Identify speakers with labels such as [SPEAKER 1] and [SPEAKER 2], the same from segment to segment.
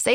[SPEAKER 1] Say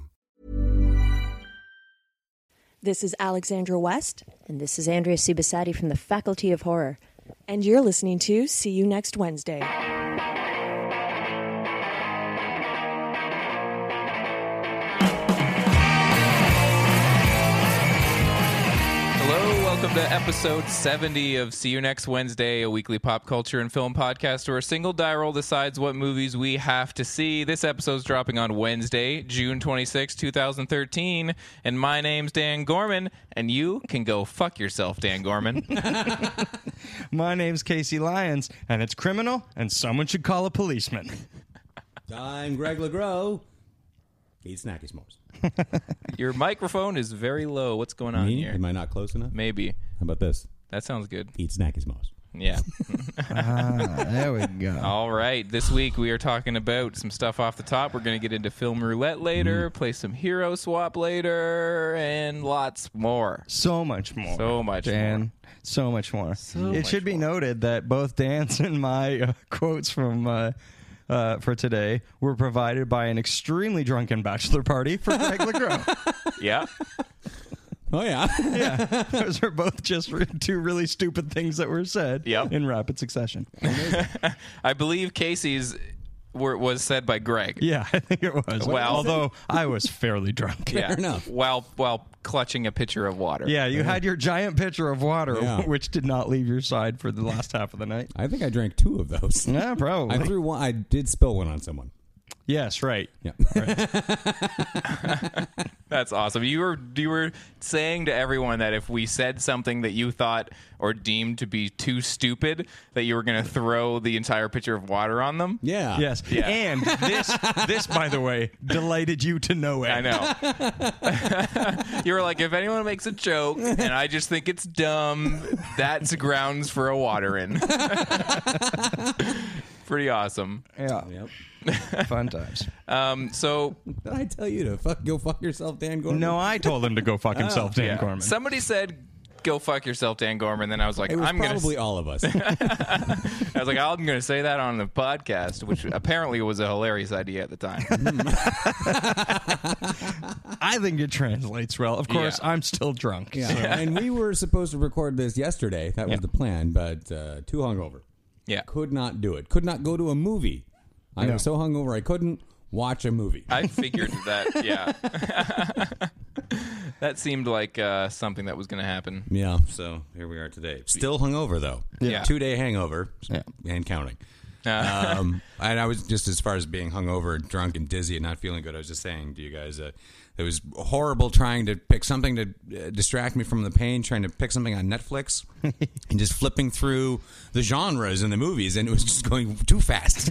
[SPEAKER 2] This is Alexandra West,
[SPEAKER 3] And this is Andrea Cibisati from the Faculty of Horror.
[SPEAKER 2] and you're listening to See You Next Wednesday.
[SPEAKER 4] Hello, welcome to episode 70 of See You Next Wednesday, a weekly pop culture and film podcast where a single die roll decides what movies we have to see. This episode's dropping on Wednesday, June 26, 2013, and my name's Dan Gorman, and you can go fuck yourself, Dan Gorman.
[SPEAKER 5] My name's Casey Lyons, and it's criminal, and someone should call a policeman.
[SPEAKER 6] I'm Greg LeGros. Eat snacky s'mores.
[SPEAKER 4] Your microphone is very low. What's going on
[SPEAKER 6] Me?
[SPEAKER 4] here?
[SPEAKER 6] Am I not close enough?
[SPEAKER 4] Maybe.
[SPEAKER 6] How about this?
[SPEAKER 4] That sounds good.
[SPEAKER 6] Eat snacky s'mores.
[SPEAKER 4] Yeah.
[SPEAKER 5] Ah, there we go.
[SPEAKER 4] All right. This week we are talking about some stuff off the top. We're going to get into film roulette later, play some hero swap later, and lots more.
[SPEAKER 5] So much more.
[SPEAKER 4] So much
[SPEAKER 5] Dan.
[SPEAKER 4] more.
[SPEAKER 5] So much more. it should be noted that both Dan's and my uh, quotes from. Uh, uh, for today, were provided by an extremely drunken bachelor party for Greg LeGros.
[SPEAKER 4] Yeah.
[SPEAKER 6] Oh yeah.
[SPEAKER 5] yeah, those are both just re- two really stupid things that were said
[SPEAKER 4] Yep.
[SPEAKER 5] in rapid succession.
[SPEAKER 4] I believe Casey's were, was said by Greg.
[SPEAKER 5] Yeah, I think it was.
[SPEAKER 4] Well-
[SPEAKER 5] although I was fairly drunk.
[SPEAKER 4] Yeah.
[SPEAKER 6] enough.
[SPEAKER 4] While while clutching a pitcher of water.
[SPEAKER 5] Yeah, you had your giant pitcher of water,
[SPEAKER 6] Yeah.
[SPEAKER 5] which did not leave your side for the last half of the night.
[SPEAKER 6] I think I drank two of those.
[SPEAKER 5] Yeah, probably.
[SPEAKER 6] I threw one. I did spill one on someone.
[SPEAKER 5] yes, right.
[SPEAKER 6] Yeah.
[SPEAKER 4] That's awesome. You were you were saying to everyone that if we said something that you thought or deemed to be too stupid, that you were going to throw the entire pitcher of water on them.
[SPEAKER 6] Yeah.
[SPEAKER 5] Yes.
[SPEAKER 4] Yeah.
[SPEAKER 5] And this, this, by the way, delighted you to no end.
[SPEAKER 4] I know. you were like, if anyone makes a joke and I just think it's dumb, that's grounds for a water in. Pretty awesome.
[SPEAKER 5] Yeah,
[SPEAKER 6] Yep.
[SPEAKER 5] fun times.
[SPEAKER 4] Um, so
[SPEAKER 6] Did I tell you to fuck go fuck yourself, Dan Gordon?
[SPEAKER 5] No, I told him to go fuck himself, Dan Gorman.
[SPEAKER 4] somebody said, "Go fuck yourself, Dan Gorman." Then I was like,
[SPEAKER 6] It was
[SPEAKER 4] "I'm gonna."
[SPEAKER 6] probably
[SPEAKER 4] s-
[SPEAKER 6] all of us.
[SPEAKER 4] I was like, "I'm gonna say that on the podcast," which apparently was a hilarious idea at the
[SPEAKER 6] Hmm.
[SPEAKER 4] time.
[SPEAKER 5] I think it translates well. Of course,
[SPEAKER 4] Yeah.
[SPEAKER 5] I'm still drunk.
[SPEAKER 6] yeah. And we were supposed to record this yesterday. That was the plan, but uh, too hungover.
[SPEAKER 4] yeah.
[SPEAKER 6] Could not do it. Could not go to a movie. I was so hungover I couldn't watch a movie.
[SPEAKER 4] I figured that, yeah. that seemed like uh, something that was going to happen.
[SPEAKER 6] Yeah. So here we are today. Still hungover though.
[SPEAKER 4] Yeah.
[SPEAKER 6] Two day hangover.
[SPEAKER 5] Yeah.
[SPEAKER 6] And counting. um, and I was just as far as being hungover, drunk, and dizzy, and not feeling good. I was just saying to you guys, uh, it was horrible trying to pick something to uh, distract me from the pain, trying to pick something on Netflix, and just flipping through the genres in the movies, and it was just going too fast,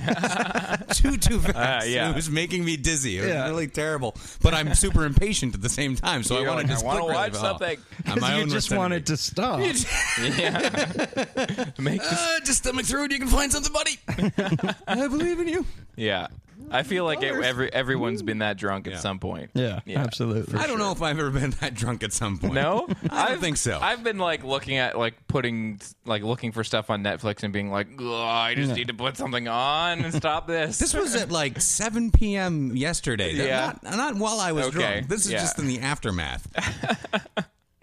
[SPEAKER 6] too too fast.
[SPEAKER 4] Ah, yeah.
[SPEAKER 6] And it was making me dizzy. It was
[SPEAKER 5] Yeah.
[SPEAKER 6] really terrible. But I'm super impatient at the same time, so
[SPEAKER 4] You're
[SPEAKER 6] I want
[SPEAKER 4] like,
[SPEAKER 6] to just
[SPEAKER 4] I wanna
[SPEAKER 6] click really
[SPEAKER 4] watch
[SPEAKER 6] well.
[SPEAKER 4] something.
[SPEAKER 6] On
[SPEAKER 5] 'Cause
[SPEAKER 6] my
[SPEAKER 5] you
[SPEAKER 6] own
[SPEAKER 5] just
[SPEAKER 6] worst
[SPEAKER 5] wanted
[SPEAKER 6] enemy.
[SPEAKER 5] to stop.
[SPEAKER 4] Yeah. Make this
[SPEAKER 6] Uh, just stomach through it. You can find something, buddy. I believe in you.
[SPEAKER 4] Yeah. I feel like it, every everyone's been that drunk at
[SPEAKER 6] Yeah.
[SPEAKER 4] some point.
[SPEAKER 5] Yeah,
[SPEAKER 4] Yeah.
[SPEAKER 5] absolutely.
[SPEAKER 6] I don't know if I've ever been that drunk at some point.
[SPEAKER 4] No,
[SPEAKER 6] I don't think so.
[SPEAKER 4] I've been like looking at like putting like looking for stuff on Netflix and being like, "Ugh, I just need to put something on and stop this.
[SPEAKER 6] This was at like 7 p.m. yesterday. That-
[SPEAKER 4] Yeah.
[SPEAKER 6] Not, not while I was
[SPEAKER 4] Okay.
[SPEAKER 6] drunk. This is
[SPEAKER 4] Yeah.
[SPEAKER 6] just in the aftermath.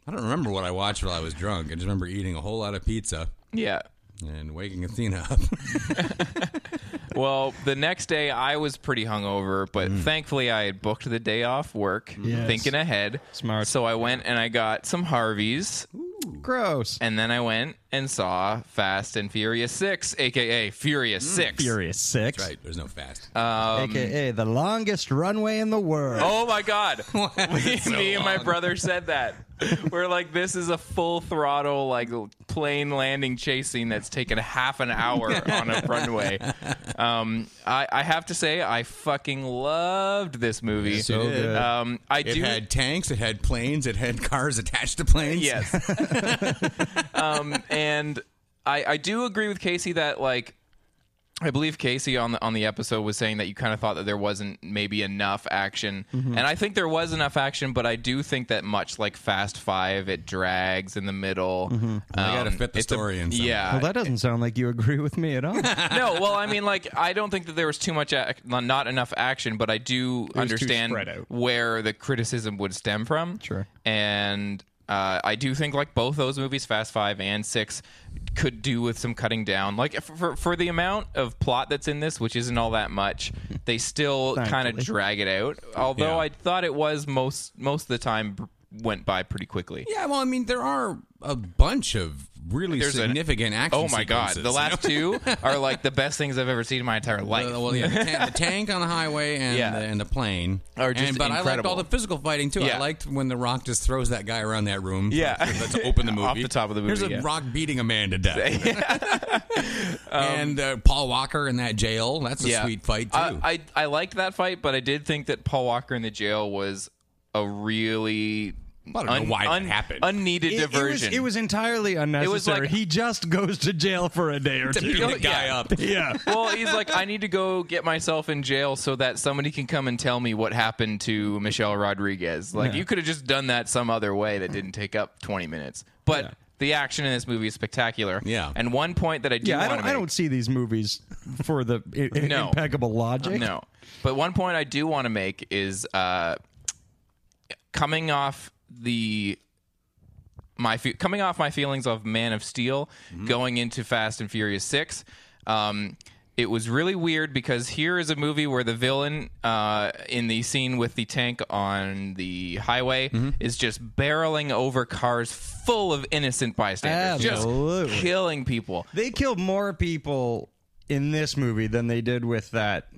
[SPEAKER 6] I don't remember what I watched while I was drunk. I just remember eating a whole lot of pizza
[SPEAKER 4] yeah.
[SPEAKER 6] and waking Athena up.
[SPEAKER 4] Well, the next day I was pretty hungover, but thankfully I had booked the day off work,
[SPEAKER 5] Mm. Yes.
[SPEAKER 4] thinking ahead.
[SPEAKER 5] Smart.
[SPEAKER 4] So I went and I got some Harveys,
[SPEAKER 5] Gross.
[SPEAKER 4] and then I went and saw Fast and Furious Six, aka Furious Six.
[SPEAKER 5] Mm. Furious Six,
[SPEAKER 6] right. There's no fast.
[SPEAKER 4] Uh,
[SPEAKER 5] aka the longest runway in the world.
[SPEAKER 4] Oh my god. me
[SPEAKER 6] So
[SPEAKER 4] me and my
[SPEAKER 6] long.
[SPEAKER 4] brother said that. We're like, this is a full throttle, like plane landing chase scene that's taken half an hour on a runway. Um, I, I have to say, I fucking loved this movie.
[SPEAKER 6] Yes, you So did. good.
[SPEAKER 4] Um, I
[SPEAKER 6] it
[SPEAKER 4] do.
[SPEAKER 6] had tanks. It had planes. It had cars attached to planes.
[SPEAKER 4] yes. um, and I, I do agree with Casey that like. I believe Casey on the on the episode was saying that you kind of thought that there wasn't maybe enough action, and I think there was enough action, but I do think that much like Fast Five, it drags in the middle.
[SPEAKER 6] I gotta
[SPEAKER 4] Um,
[SPEAKER 6] fit the
[SPEAKER 4] it's a-
[SPEAKER 6] story in. somehow.
[SPEAKER 4] Yeah,
[SPEAKER 5] Well, that doesn't sound like you agree with me at all.
[SPEAKER 4] no, well, I mean, like, I don't think that there was too much, ac- not enough action, but I do
[SPEAKER 5] was too
[SPEAKER 4] understand
[SPEAKER 5] spread out.
[SPEAKER 4] where the criticism would stem from.
[SPEAKER 5] Sure.
[SPEAKER 4] And uh, I do think, like, both those movies, Fast Five and Six, could do with some cutting down. Like, f- for, for the amount of plot that's in this, which isn't all that much, they still kind of
[SPEAKER 5] Thankfully.
[SPEAKER 4] drag it out. Although
[SPEAKER 6] Yeah.
[SPEAKER 4] I thought it was most, most of the time b- went by pretty quickly.
[SPEAKER 6] Yeah, well, I mean, there are a bunch of really
[SPEAKER 4] There's an-
[SPEAKER 6] significant action.
[SPEAKER 4] Oh my god, the
[SPEAKER 6] sequences.
[SPEAKER 4] last two are like the best things I've ever seen in my entire life.
[SPEAKER 6] Well, well, yeah, the, ta- the tank on the highway and
[SPEAKER 4] Yeah.
[SPEAKER 6] the, and the plane.
[SPEAKER 4] Are just
[SPEAKER 6] and, but I liked
[SPEAKER 4] incredible.
[SPEAKER 6] all the physical fighting too.
[SPEAKER 4] Yeah.
[SPEAKER 6] I liked when the Rock just throws that guy around that room.
[SPEAKER 4] Yeah.
[SPEAKER 6] let's open the movie
[SPEAKER 4] Off the top of the
[SPEAKER 6] Here's a
[SPEAKER 4] movie, yeah. Um,
[SPEAKER 6] Rock beating a man to death. and uh, Paul Walker in that jail. That's a sweet fight too.
[SPEAKER 4] I, I I liked that fight, but I did think that Paul Walker in the jail was a really
[SPEAKER 6] I don't know why that happened.
[SPEAKER 4] unneeded
[SPEAKER 5] It- it was-
[SPEAKER 4] diversion.
[SPEAKER 5] It was, entirely unnecessary.
[SPEAKER 4] like-
[SPEAKER 5] he just goes to jail for a day or
[SPEAKER 6] to
[SPEAKER 5] two.
[SPEAKER 6] beat the guy
[SPEAKER 4] yeah.
[SPEAKER 6] up.
[SPEAKER 5] yeah.
[SPEAKER 4] well, he's like, I need to go get myself in jail so that somebody can come and tell me what happened to Michelle Rodriguez. Like, you could have just done that some other way that didn't take up 20 minutes. But the action in this movie is spectacular.
[SPEAKER 6] Yeah.
[SPEAKER 4] And one point that I do
[SPEAKER 5] Yeah, I
[SPEAKER 4] want
[SPEAKER 5] don't,
[SPEAKER 4] to
[SPEAKER 5] I
[SPEAKER 4] make.
[SPEAKER 5] don't see these movies for the i- i-
[SPEAKER 4] No.
[SPEAKER 5] impeccable logic.
[SPEAKER 4] No. But one point I do want to make is uh, coming off the my fe- coming off my feelings of Man of Steel, going into Fast and Furious Six. Um, it was really weird because here is a movie where the villain uh, in the scene with the tank on the highway is just barreling over cars full of innocent bystanders,
[SPEAKER 5] Absolutely.
[SPEAKER 4] just killing people.
[SPEAKER 5] They killed more people in this movie than they did with that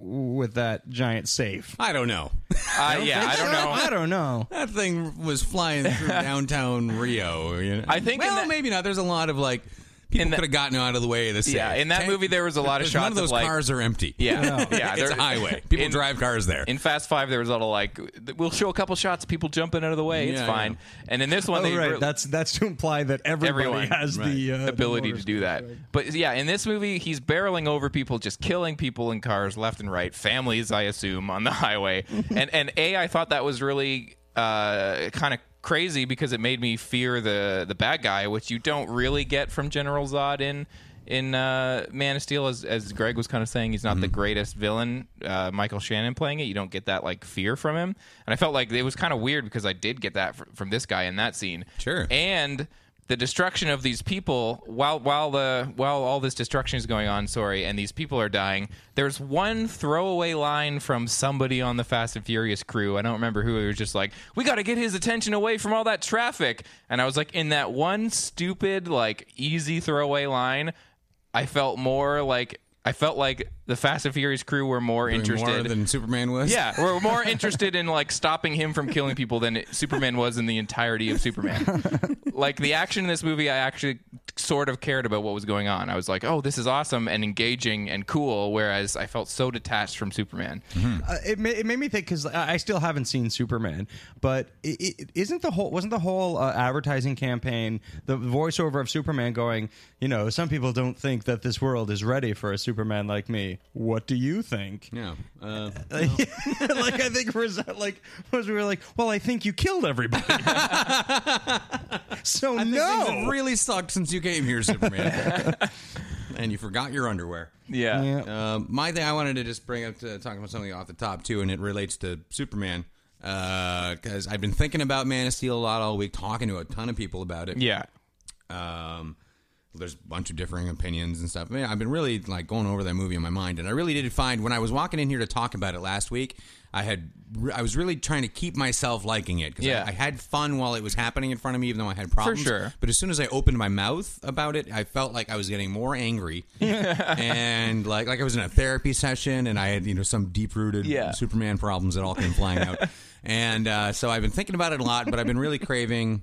[SPEAKER 5] with that giant safe.
[SPEAKER 6] I don't know.
[SPEAKER 4] Uh, yeah, I don't know.
[SPEAKER 5] I don't know.
[SPEAKER 6] That thing was flying through downtown Rio. you know?
[SPEAKER 4] I think in
[SPEAKER 6] Well,
[SPEAKER 4] that-
[SPEAKER 6] maybe not. There's a lot of like people
[SPEAKER 4] In that-
[SPEAKER 6] could have gotten out of the way of this.
[SPEAKER 4] Yeah, in that movie there was a lot of
[SPEAKER 6] None
[SPEAKER 4] shots
[SPEAKER 6] of those
[SPEAKER 4] like
[SPEAKER 6] cars are empty.
[SPEAKER 4] Yeah, yeah.
[SPEAKER 6] it's
[SPEAKER 4] there-
[SPEAKER 6] a highway. People
[SPEAKER 4] in-
[SPEAKER 6] drive cars there.
[SPEAKER 4] In Fast Five, there was a lot of like, we'll show a couple shots, people jumping out of the way, it's
[SPEAKER 6] Yeah,
[SPEAKER 4] fine. And in this one,
[SPEAKER 5] Oh,
[SPEAKER 4] they
[SPEAKER 5] right.
[SPEAKER 4] re-
[SPEAKER 5] that's that's to imply that everybody
[SPEAKER 4] Everyone.
[SPEAKER 5] has the uh,
[SPEAKER 4] ability
[SPEAKER 5] the
[SPEAKER 4] to do that. But yeah, in this movie, he's barreling over people, just killing people in cars left and right, families, I assume, on the highway. and and a, I thought that was really uh, kind of crazy because it made me fear the the bad guy, which you don't really get from General Zod in. In uh, Man of Steel, as, as Greg was kind of saying, he's not the greatest villain. Uh, Michael Shannon playing it, you don't get that like fear from him, and I felt like it was kind of weird because I did get that fr- from this guy in that scene.
[SPEAKER 6] Sure.
[SPEAKER 4] And the destruction of these people while while the while all this destruction is going on, sorry, and these people are dying, there's one throwaway line from somebody on the Fast and Furious crew. I don't remember who it was just like, We gotta get his attention away from all that traffic. And I was like, in that one stupid, like easy throwaway line, I felt more like I felt like the Fast and Furious crew were more
[SPEAKER 6] Doing
[SPEAKER 4] interested
[SPEAKER 6] more than Superman was.
[SPEAKER 4] yeah, we're more interested in like stopping him from killing people than Superman was in the entirety of Superman. like the action in this movie, I actually sort of cared about what was going on. I was like, oh, this is awesome and engaging and cool. Whereas I felt so detached from Superman.
[SPEAKER 5] Uh, it, ma- it made me think because I I still haven't seen Superman, but i i isn't the whole wasn't the whole uh, advertising campaign the voiceover of Superman going, you know, some people don't think that this world is ready for a Superman like me. What do you think?
[SPEAKER 6] Yeah. Uh,
[SPEAKER 5] like I think Rose- like was we were like, well, I think you killed everybody. so
[SPEAKER 6] Things have
[SPEAKER 5] no,
[SPEAKER 6] really sucked since you came here, Superman. and you forgot your underwear.
[SPEAKER 4] Yeah.
[SPEAKER 6] Um, my thing I wanted to just bring up to talk about something off the top too, and it relates to Superman because I've been thinking about Man of Steel a lot all week, talking to a ton of people about it.
[SPEAKER 4] Yeah.
[SPEAKER 6] Um, there's a bunch of differing opinions and stuff. I mean, I've been really like going over that movie in my mind, and I really did find when I was walking in here to talk about it last week, I had re- I was really trying to keep myself liking it because
[SPEAKER 4] Yeah.
[SPEAKER 6] I, I had fun while it was happening in front of me, even though I had problems.
[SPEAKER 4] sure.
[SPEAKER 6] But as soon as I opened my mouth about it, I felt like I was getting more angry, and like like I was in a therapy session, and I had you know some deep rooted
[SPEAKER 4] Yeah.
[SPEAKER 6] Superman problems that all came flying out. And uh, so I've been thinking about it a lot, but I've been really craving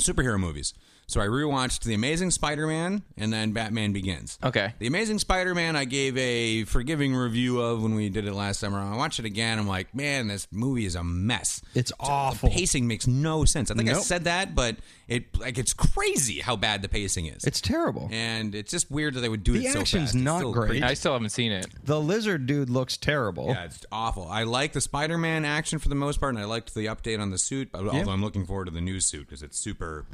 [SPEAKER 6] superhero movies. So I rewatched The Amazing Spider-Man and then Batman Begins.
[SPEAKER 4] Okay.
[SPEAKER 6] The Amazing Spider-Man I gave a forgiving review of when we did it last summer. I watched it again. I'm like, man, this movie is a mess.
[SPEAKER 5] it's awful.
[SPEAKER 6] The pacing makes no sense. I think I
[SPEAKER 5] Nope.
[SPEAKER 6] said that, but it like it's crazy how bad the pacing is.
[SPEAKER 5] It's terrible.
[SPEAKER 6] and it's just weird that they would do
[SPEAKER 5] The
[SPEAKER 6] it so
[SPEAKER 5] action's
[SPEAKER 6] fast. It's
[SPEAKER 5] not
[SPEAKER 6] still
[SPEAKER 5] great.
[SPEAKER 6] creepy.
[SPEAKER 4] I still haven't seen it.
[SPEAKER 5] The lizard dude looks terrible.
[SPEAKER 6] Yeah, it's awful. I like the Spider-Man action for the most part, and I liked the update on the suit. Although I'm looking forward to the new suit because it's super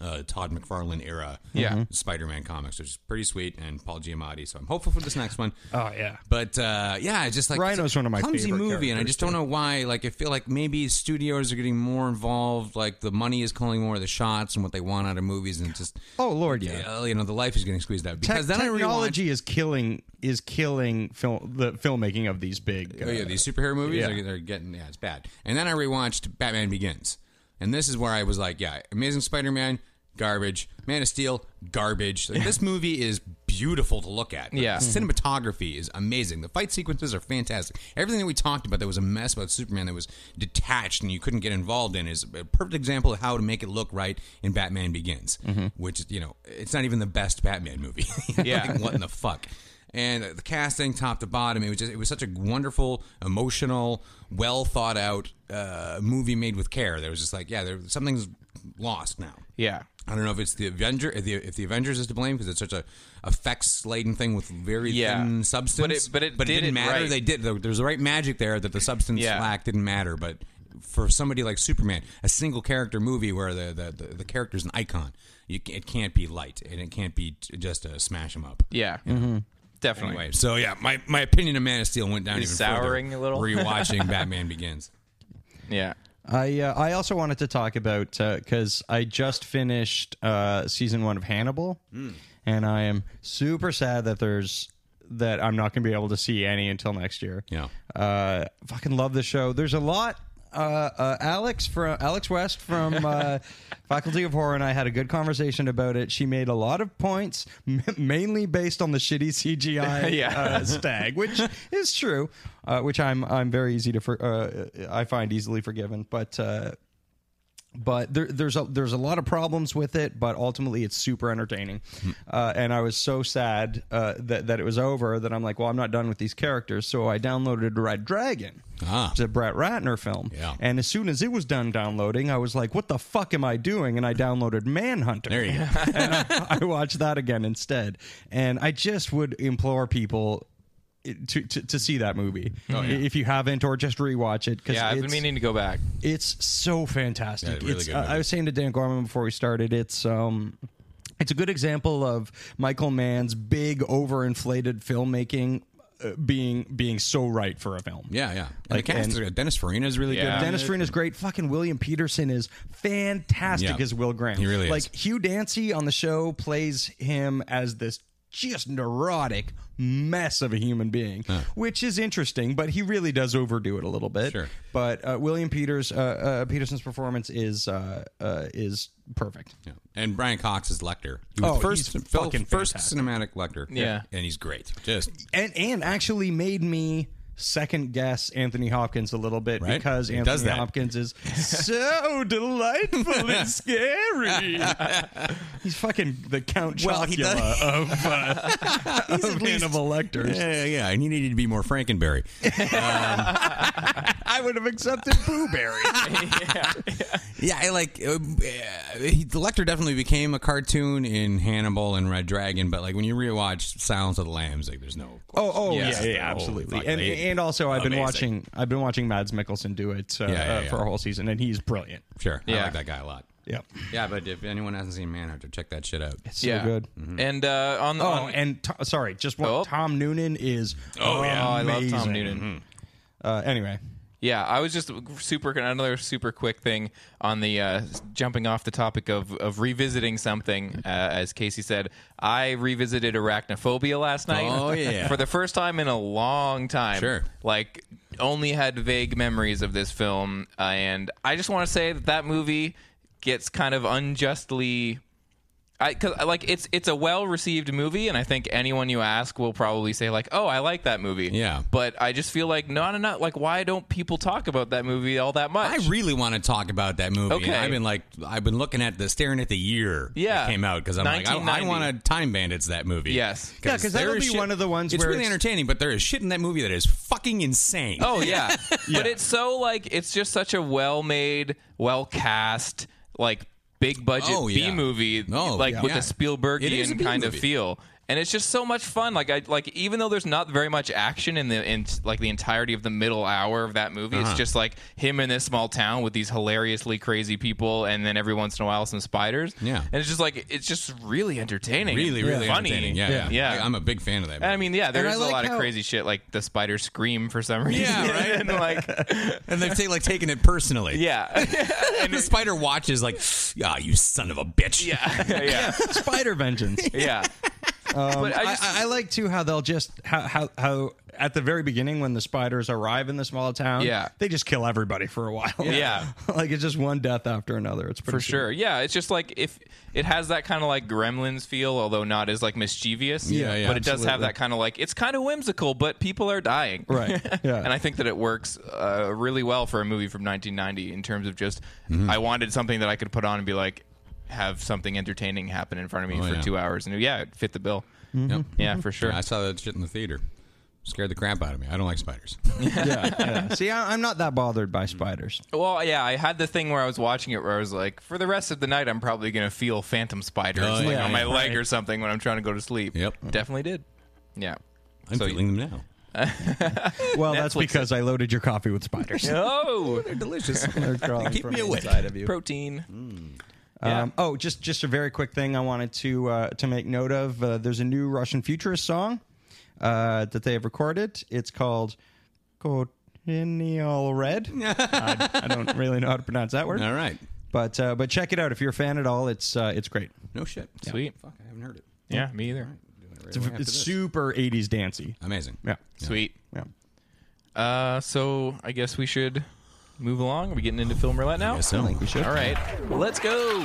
[SPEAKER 6] uh, Todd McFarlane era
[SPEAKER 4] Yeah.
[SPEAKER 5] Mm-hmm.
[SPEAKER 6] Spider-Man comics, which is pretty sweet, and Paul Giamatti. So I'm hopeful for this next one.
[SPEAKER 5] Oh yeah.
[SPEAKER 6] But uh, yeah, it's just like
[SPEAKER 5] Rhino's
[SPEAKER 6] it's a
[SPEAKER 5] one of my
[SPEAKER 6] clumsy
[SPEAKER 5] favorite
[SPEAKER 6] movie, and I
[SPEAKER 5] characters,
[SPEAKER 6] just don't know why. Like, I feel like maybe studios are getting more involved. Like, the money is calling more of the shots and what they want out of movies, and just
[SPEAKER 5] Oh lord, yeah.
[SPEAKER 6] uh, you know, the life is getting squeezed out. Because
[SPEAKER 5] Tech-
[SPEAKER 6] then
[SPEAKER 5] technology is killing is killing film the filmmaking of these big.
[SPEAKER 6] Oh yeah, these superhero movies
[SPEAKER 5] yeah.
[SPEAKER 6] are they're getting yeah, it's bad. And then I rewatched Batman Begins, and this is where I was like, yeah, Amazing Spider-Man, garbage. Man of Steel, garbage. Like, This movie is beautiful to look at. Like,
[SPEAKER 4] Yeah.
[SPEAKER 6] the cinematography is amazing. The fight sequences are fantastic. Everything that we talked about that was a mess about Superman that was detached and you couldn't get involved in is a perfect example of how to make it look right in Batman Begins, which you know it's not even the best Batman movie.
[SPEAKER 4] Mm-hmm. Yeah.
[SPEAKER 6] Like, what in the fuck? And the casting, top to bottom, it was just, it was such a wonderful, emotional, well thought out uh, movie made with care. There was just like, yeah, there, something's lost now.
[SPEAKER 4] Yeah.
[SPEAKER 6] I don't know if it's the Avenger, if the, if the Avengers is to blame because it's such a effects laden thing with very
[SPEAKER 4] Yeah.
[SPEAKER 6] thin substance.
[SPEAKER 4] But it- but it did
[SPEAKER 6] didn't
[SPEAKER 4] it
[SPEAKER 6] matter.
[SPEAKER 4] right.
[SPEAKER 6] They did. There, there was the right magic there that the substance
[SPEAKER 4] Yeah.
[SPEAKER 6] lack didn't matter. But for somebody like Superman, a single character movie where the the, the, the character's an icon, you, ca- it can't be light and it can't be t- just a smash them up.
[SPEAKER 4] Yeah.
[SPEAKER 5] Mm-hmm.
[SPEAKER 4] Definitely.
[SPEAKER 6] Anyway, so yeah, my, my opinion of Man of Steel went down
[SPEAKER 4] He's
[SPEAKER 6] even further
[SPEAKER 4] souring a little.
[SPEAKER 6] Rewatching Batman Begins.
[SPEAKER 4] Yeah.
[SPEAKER 5] I uh, I also wanted to talk about because I just finished uh, season one of Hannibal,
[SPEAKER 6] Hmm.
[SPEAKER 5] and I am super sad that there's that I'm not going to be able to see any until next year.
[SPEAKER 6] Yeah.
[SPEAKER 5] uh, fucking love the show. There's a lot. Uh, uh, Alex from Alex West from uh, Faculty of Horror and I had a good conversation about it. She made a lot of points, m- mainly based on the shitty CGI
[SPEAKER 4] Yeah.
[SPEAKER 5] uh, stag, which is true, uh, which I'm I'm very easy to for, uh, I find easily forgiven, but. Uh, but there, there's a there's a lot of problems with it, but ultimately it's super entertaining.
[SPEAKER 6] Hmm.
[SPEAKER 5] Uh, and I was so sad uh, that that it was over that I'm like, well, I'm not done with these characters, so I downloaded Red Dragon.
[SPEAKER 6] Ah.
[SPEAKER 5] It's a Brett Ratner film.
[SPEAKER 6] Yeah.
[SPEAKER 5] And as soon as it was done downloading, I was like, what the fuck am I doing? And I downloaded Manhunter.
[SPEAKER 6] There you go.
[SPEAKER 5] and I, I watched that again instead. And I just would implore people. eh, To, to, to see that movie
[SPEAKER 6] Oh,
[SPEAKER 5] if you haven't or just rewatch it because
[SPEAKER 4] Yeah. I've been meaning to go back.
[SPEAKER 5] it's so fantastic.
[SPEAKER 6] Yeah, really
[SPEAKER 5] it's,
[SPEAKER 6] good
[SPEAKER 5] uh,
[SPEAKER 6] movie.
[SPEAKER 5] I was saying to Dan Gorman before we started, it's um, it's a good example of Michael Mann's big overinflated filmmaking uh, being being so right for a film.
[SPEAKER 6] Yeah, yeah. And
[SPEAKER 5] Like,
[SPEAKER 6] the cast
[SPEAKER 5] and-
[SPEAKER 6] is good. Dennis Farina is really
[SPEAKER 4] Yeah.
[SPEAKER 6] good. in
[SPEAKER 5] Dennis
[SPEAKER 6] it.
[SPEAKER 5] Farina is great. Fucking William Peterson is fantastic
[SPEAKER 6] Yeah.
[SPEAKER 5] as Will Graham.
[SPEAKER 6] He really
[SPEAKER 5] like
[SPEAKER 6] is.
[SPEAKER 5] Hugh Dancy on the show plays him as this just neurotic mess of a human being, which is interesting. But he really does overdo it a little bit.
[SPEAKER 6] Sure.
[SPEAKER 5] But uh, William Peters uh, uh, Peterson's performance is uh, uh, is perfect.
[SPEAKER 6] Yeah. And Brian Cox is Lecter. He was
[SPEAKER 5] Oh,
[SPEAKER 6] the first,
[SPEAKER 5] he's
[SPEAKER 6] Phil-
[SPEAKER 5] fucking
[SPEAKER 6] first
[SPEAKER 5] fantastic.
[SPEAKER 6] cinematic Lecter.
[SPEAKER 4] Yeah.
[SPEAKER 6] And he's great. Just
[SPEAKER 5] and and actually made me second guess Anthony Hopkins a little bit
[SPEAKER 6] Right?
[SPEAKER 5] because
[SPEAKER 6] He does
[SPEAKER 5] Anthony
[SPEAKER 6] that.
[SPEAKER 5] Hopkins is so delightful and scary. He's fucking the Count Chocula
[SPEAKER 6] Well, he does-
[SPEAKER 5] of, uh, of Hannibal Lecter's.
[SPEAKER 6] Yeah, yeah, yeah. And he needed to be more Frankenberry.
[SPEAKER 5] I would have accepted Pooh Berry.
[SPEAKER 6] Yeah, I like uh, uh, he, the Lecter definitely became a cartoon in Hannibal and Red Dragon, but like when you rewatch Silence of the Lambs, like there's no.
[SPEAKER 5] Oh, oh,
[SPEAKER 4] Yeah.
[SPEAKER 5] yeah, yeah,
[SPEAKER 6] Oh,
[SPEAKER 5] absolutely.
[SPEAKER 6] fucking
[SPEAKER 5] and
[SPEAKER 6] amazing.
[SPEAKER 5] and also, I've been
[SPEAKER 6] Amazing.
[SPEAKER 5] watching. I've been watching Mads Mikkelsen do it uh,
[SPEAKER 6] yeah,
[SPEAKER 5] uh,
[SPEAKER 6] yeah.
[SPEAKER 5] for a whole season, and he's brilliant.
[SPEAKER 6] Sure, I
[SPEAKER 4] Yeah.
[SPEAKER 6] like that guy a lot.
[SPEAKER 5] Yep,
[SPEAKER 6] Yeah, but if anyone hasn't seen Manhunter, check that shit out.
[SPEAKER 5] so good.
[SPEAKER 4] And uh, on the
[SPEAKER 5] Oh,
[SPEAKER 4] on,
[SPEAKER 5] and to- sorry, just one.
[SPEAKER 4] Oh.
[SPEAKER 5] Tom Noonan is.
[SPEAKER 4] oh, yeah, I love Tom
[SPEAKER 5] amazing.
[SPEAKER 4] Noonan.
[SPEAKER 5] Uh, anyway,
[SPEAKER 4] Yeah, I was just super another super quick thing on the uh, jumping off the topic of of revisiting something. Uh, as Casey said, I revisited arachnophobia last night.
[SPEAKER 6] Oh, yeah.
[SPEAKER 4] for the first time in a long time.
[SPEAKER 6] Sure.
[SPEAKER 4] like only had vague memories of this film, uh, and I just want to say that that movie gets kind of unjustly I cause, uh, like it's it's a well received movie, and I think anyone you ask will probably say like, "Oh, I like that movie."
[SPEAKER 6] Yeah.
[SPEAKER 4] but I just feel like no, no, no. Like, why don't people talk about that movie all that much?
[SPEAKER 6] I really want to talk about that movie.
[SPEAKER 4] Okay.
[SPEAKER 6] I've been like, I've been looking at the staring at the year.
[SPEAKER 4] Yeah.
[SPEAKER 6] it came out because I'm like, I, I
[SPEAKER 4] 1990.
[SPEAKER 6] want to time bandits that movie.
[SPEAKER 4] Yes.
[SPEAKER 5] Yeah, 'cause
[SPEAKER 6] there
[SPEAKER 5] that'll
[SPEAKER 6] is
[SPEAKER 5] be one of the ones
[SPEAKER 6] It's
[SPEAKER 5] where
[SPEAKER 6] really
[SPEAKER 5] it's-
[SPEAKER 6] entertaining, but there is shit in that movie that is fucking insane.
[SPEAKER 4] oh yeah. but it's so like it's just such a well made, well cast, like big budget
[SPEAKER 6] Oh, yeah.
[SPEAKER 4] B movie,
[SPEAKER 6] Oh,
[SPEAKER 4] like
[SPEAKER 6] yeah.
[SPEAKER 4] with
[SPEAKER 6] Yeah.
[SPEAKER 4] a
[SPEAKER 6] It is a
[SPEAKER 4] Spielbergian
[SPEAKER 6] B
[SPEAKER 4] kind
[SPEAKER 6] movie.
[SPEAKER 4] of feel. And it's just so much fun. Like I like even though there's not very much action in the in like the entirety of the middle hour of that movie,
[SPEAKER 6] Uh-huh.
[SPEAKER 4] it's just like him in this small town with these hilariously crazy people, and then every once in a while some spiders.
[SPEAKER 6] Yeah.
[SPEAKER 4] and it's just like it's just really entertaining, and
[SPEAKER 6] really, really
[SPEAKER 4] funny.
[SPEAKER 6] entertaining. Yeah, yeah.
[SPEAKER 4] yeah.
[SPEAKER 6] I, am a big fan of that. Movie.
[SPEAKER 4] And I mean, yeah,
[SPEAKER 6] I
[SPEAKER 4] there's a
[SPEAKER 6] like
[SPEAKER 4] lot
[SPEAKER 6] how-
[SPEAKER 4] of crazy shit, like the spider scream for some reason.
[SPEAKER 6] Yeah, right?
[SPEAKER 4] and like,
[SPEAKER 6] and they've ta- like taken it personally.
[SPEAKER 4] yeah,
[SPEAKER 6] and the spider watches like, ah, you son of a bitch.
[SPEAKER 4] yeah, yeah,
[SPEAKER 5] Spider Vengeance.
[SPEAKER 4] yeah.
[SPEAKER 6] Um,
[SPEAKER 4] but I
[SPEAKER 5] I,
[SPEAKER 4] just,
[SPEAKER 5] I, I like too how they'll just how, how how at the very beginning when the spiders arrive in the small town,
[SPEAKER 4] Yeah.
[SPEAKER 5] they just kill everybody for a while.
[SPEAKER 4] Yeah.
[SPEAKER 5] like it's just one death after another. It's pretty
[SPEAKER 4] for sure, yeah. It's just like if it has that kind of like Gremlins feel, although not as like mischievous.
[SPEAKER 6] Yeah, yeah,
[SPEAKER 4] But it does have
[SPEAKER 5] absolutely.
[SPEAKER 4] that kind of like it's kind of whimsical, but people are dying,
[SPEAKER 5] Right, yeah.
[SPEAKER 4] and I think that it works uh, really well for a movie from 1990 in terms of just
[SPEAKER 6] Mm-hmm.
[SPEAKER 4] I wanted something that I could put on and be like have something entertaining happen in front of me
[SPEAKER 6] Oh,
[SPEAKER 4] for
[SPEAKER 6] yeah. Mm-hmm.
[SPEAKER 4] two hours, and yeah, it fit the bill.
[SPEAKER 6] Yep.
[SPEAKER 4] Yeah, for sure.
[SPEAKER 6] I saw that shit in the theater. Scared the crap out of me. I don't like spiders.
[SPEAKER 5] Yeah, yeah. See, I, I'm not that bothered by spiders.
[SPEAKER 4] Well, yeah, I had the thing where I was watching it where I was like, for the rest of the night, I'm probably going to feel phantom spiders
[SPEAKER 6] Oh,
[SPEAKER 4] like
[SPEAKER 6] yeah,
[SPEAKER 4] on my
[SPEAKER 6] yeah.
[SPEAKER 4] leg or something when I'm trying to go to sleep.
[SPEAKER 6] Yep.
[SPEAKER 4] Definitely did. Yeah.
[SPEAKER 6] I'm
[SPEAKER 4] So-
[SPEAKER 6] feeling them now.
[SPEAKER 5] Well, that's
[SPEAKER 4] Netflix
[SPEAKER 5] because I loaded your coffee with spiders.
[SPEAKER 4] Oh,
[SPEAKER 6] They're delicious.
[SPEAKER 5] They're crawling
[SPEAKER 6] Keep
[SPEAKER 5] from
[SPEAKER 6] me
[SPEAKER 5] the
[SPEAKER 6] awake.
[SPEAKER 5] inside of you.
[SPEAKER 4] protein. Yeah.
[SPEAKER 5] Um, oh, just just a very quick thing I wanted to uh, to make note of. Uh, there's a new Russian futurist song uh, that they have recorded. It's called "Coronial Red." I, I don't really know how to pronounce that word,
[SPEAKER 6] All right.
[SPEAKER 5] but uh, but check it out if you're a fan at all. It's uh, it's great.
[SPEAKER 6] No shit.
[SPEAKER 4] Sweet.
[SPEAKER 6] Fuck, I haven't heard it.
[SPEAKER 4] Yeah, me either.
[SPEAKER 5] It's, it's super '80s dancey.
[SPEAKER 6] Amazing.
[SPEAKER 5] Yeah,
[SPEAKER 4] Sweet.
[SPEAKER 5] yeah.
[SPEAKER 4] Uh, so I guess we should move along. Are we getting into film roulette now?
[SPEAKER 6] guess so. I think we
[SPEAKER 5] should.
[SPEAKER 4] All right, let's go.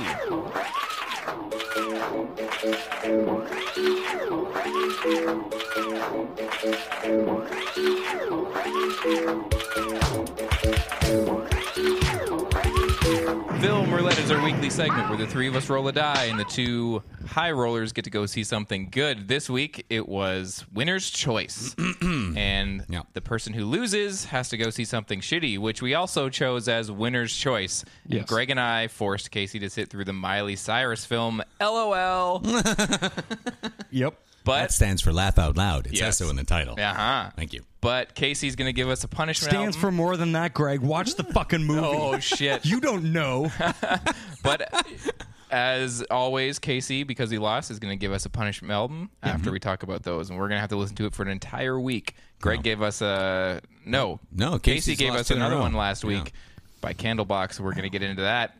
[SPEAKER 4] Film Roulette is our weekly segment where the three of us roll a die and the two high rollers get to go see something good. This week it was Winner's Choice. and
[SPEAKER 6] Yeah.
[SPEAKER 4] the person who loses has to go see something shitty, which we also chose as Winner's Choice. And
[SPEAKER 5] Yes.
[SPEAKER 4] Greg and I forced Casey to sit through the Miley Cyrus film, LOL. uh
[SPEAKER 5] Yep.
[SPEAKER 6] That stands for laugh out loud. It's
[SPEAKER 4] Yes.
[SPEAKER 6] also in the title.
[SPEAKER 4] huh.
[SPEAKER 6] Thank you.
[SPEAKER 4] uh-huh. But Casey's going to give us a punishment.
[SPEAKER 5] Stands for
[SPEAKER 4] album.
[SPEAKER 5] more than that, Greg. Watch the fucking movie.
[SPEAKER 4] Oh, shit.
[SPEAKER 5] You don't know.
[SPEAKER 4] But uh, as always, Casey, because he lost, is going to give us a punishment album
[SPEAKER 5] Mm-hmm.
[SPEAKER 4] after we talk about those, and we're going to have to listen to it for an entire week. Greg gave us a no,
[SPEAKER 6] No,
[SPEAKER 4] Casey
[SPEAKER 6] Casey's
[SPEAKER 4] gave
[SPEAKER 6] lost
[SPEAKER 4] us
[SPEAKER 6] two in a
[SPEAKER 4] another
[SPEAKER 6] row.
[SPEAKER 4] one last
[SPEAKER 6] Yeah.
[SPEAKER 4] week by Candlebox. We're going to get into that,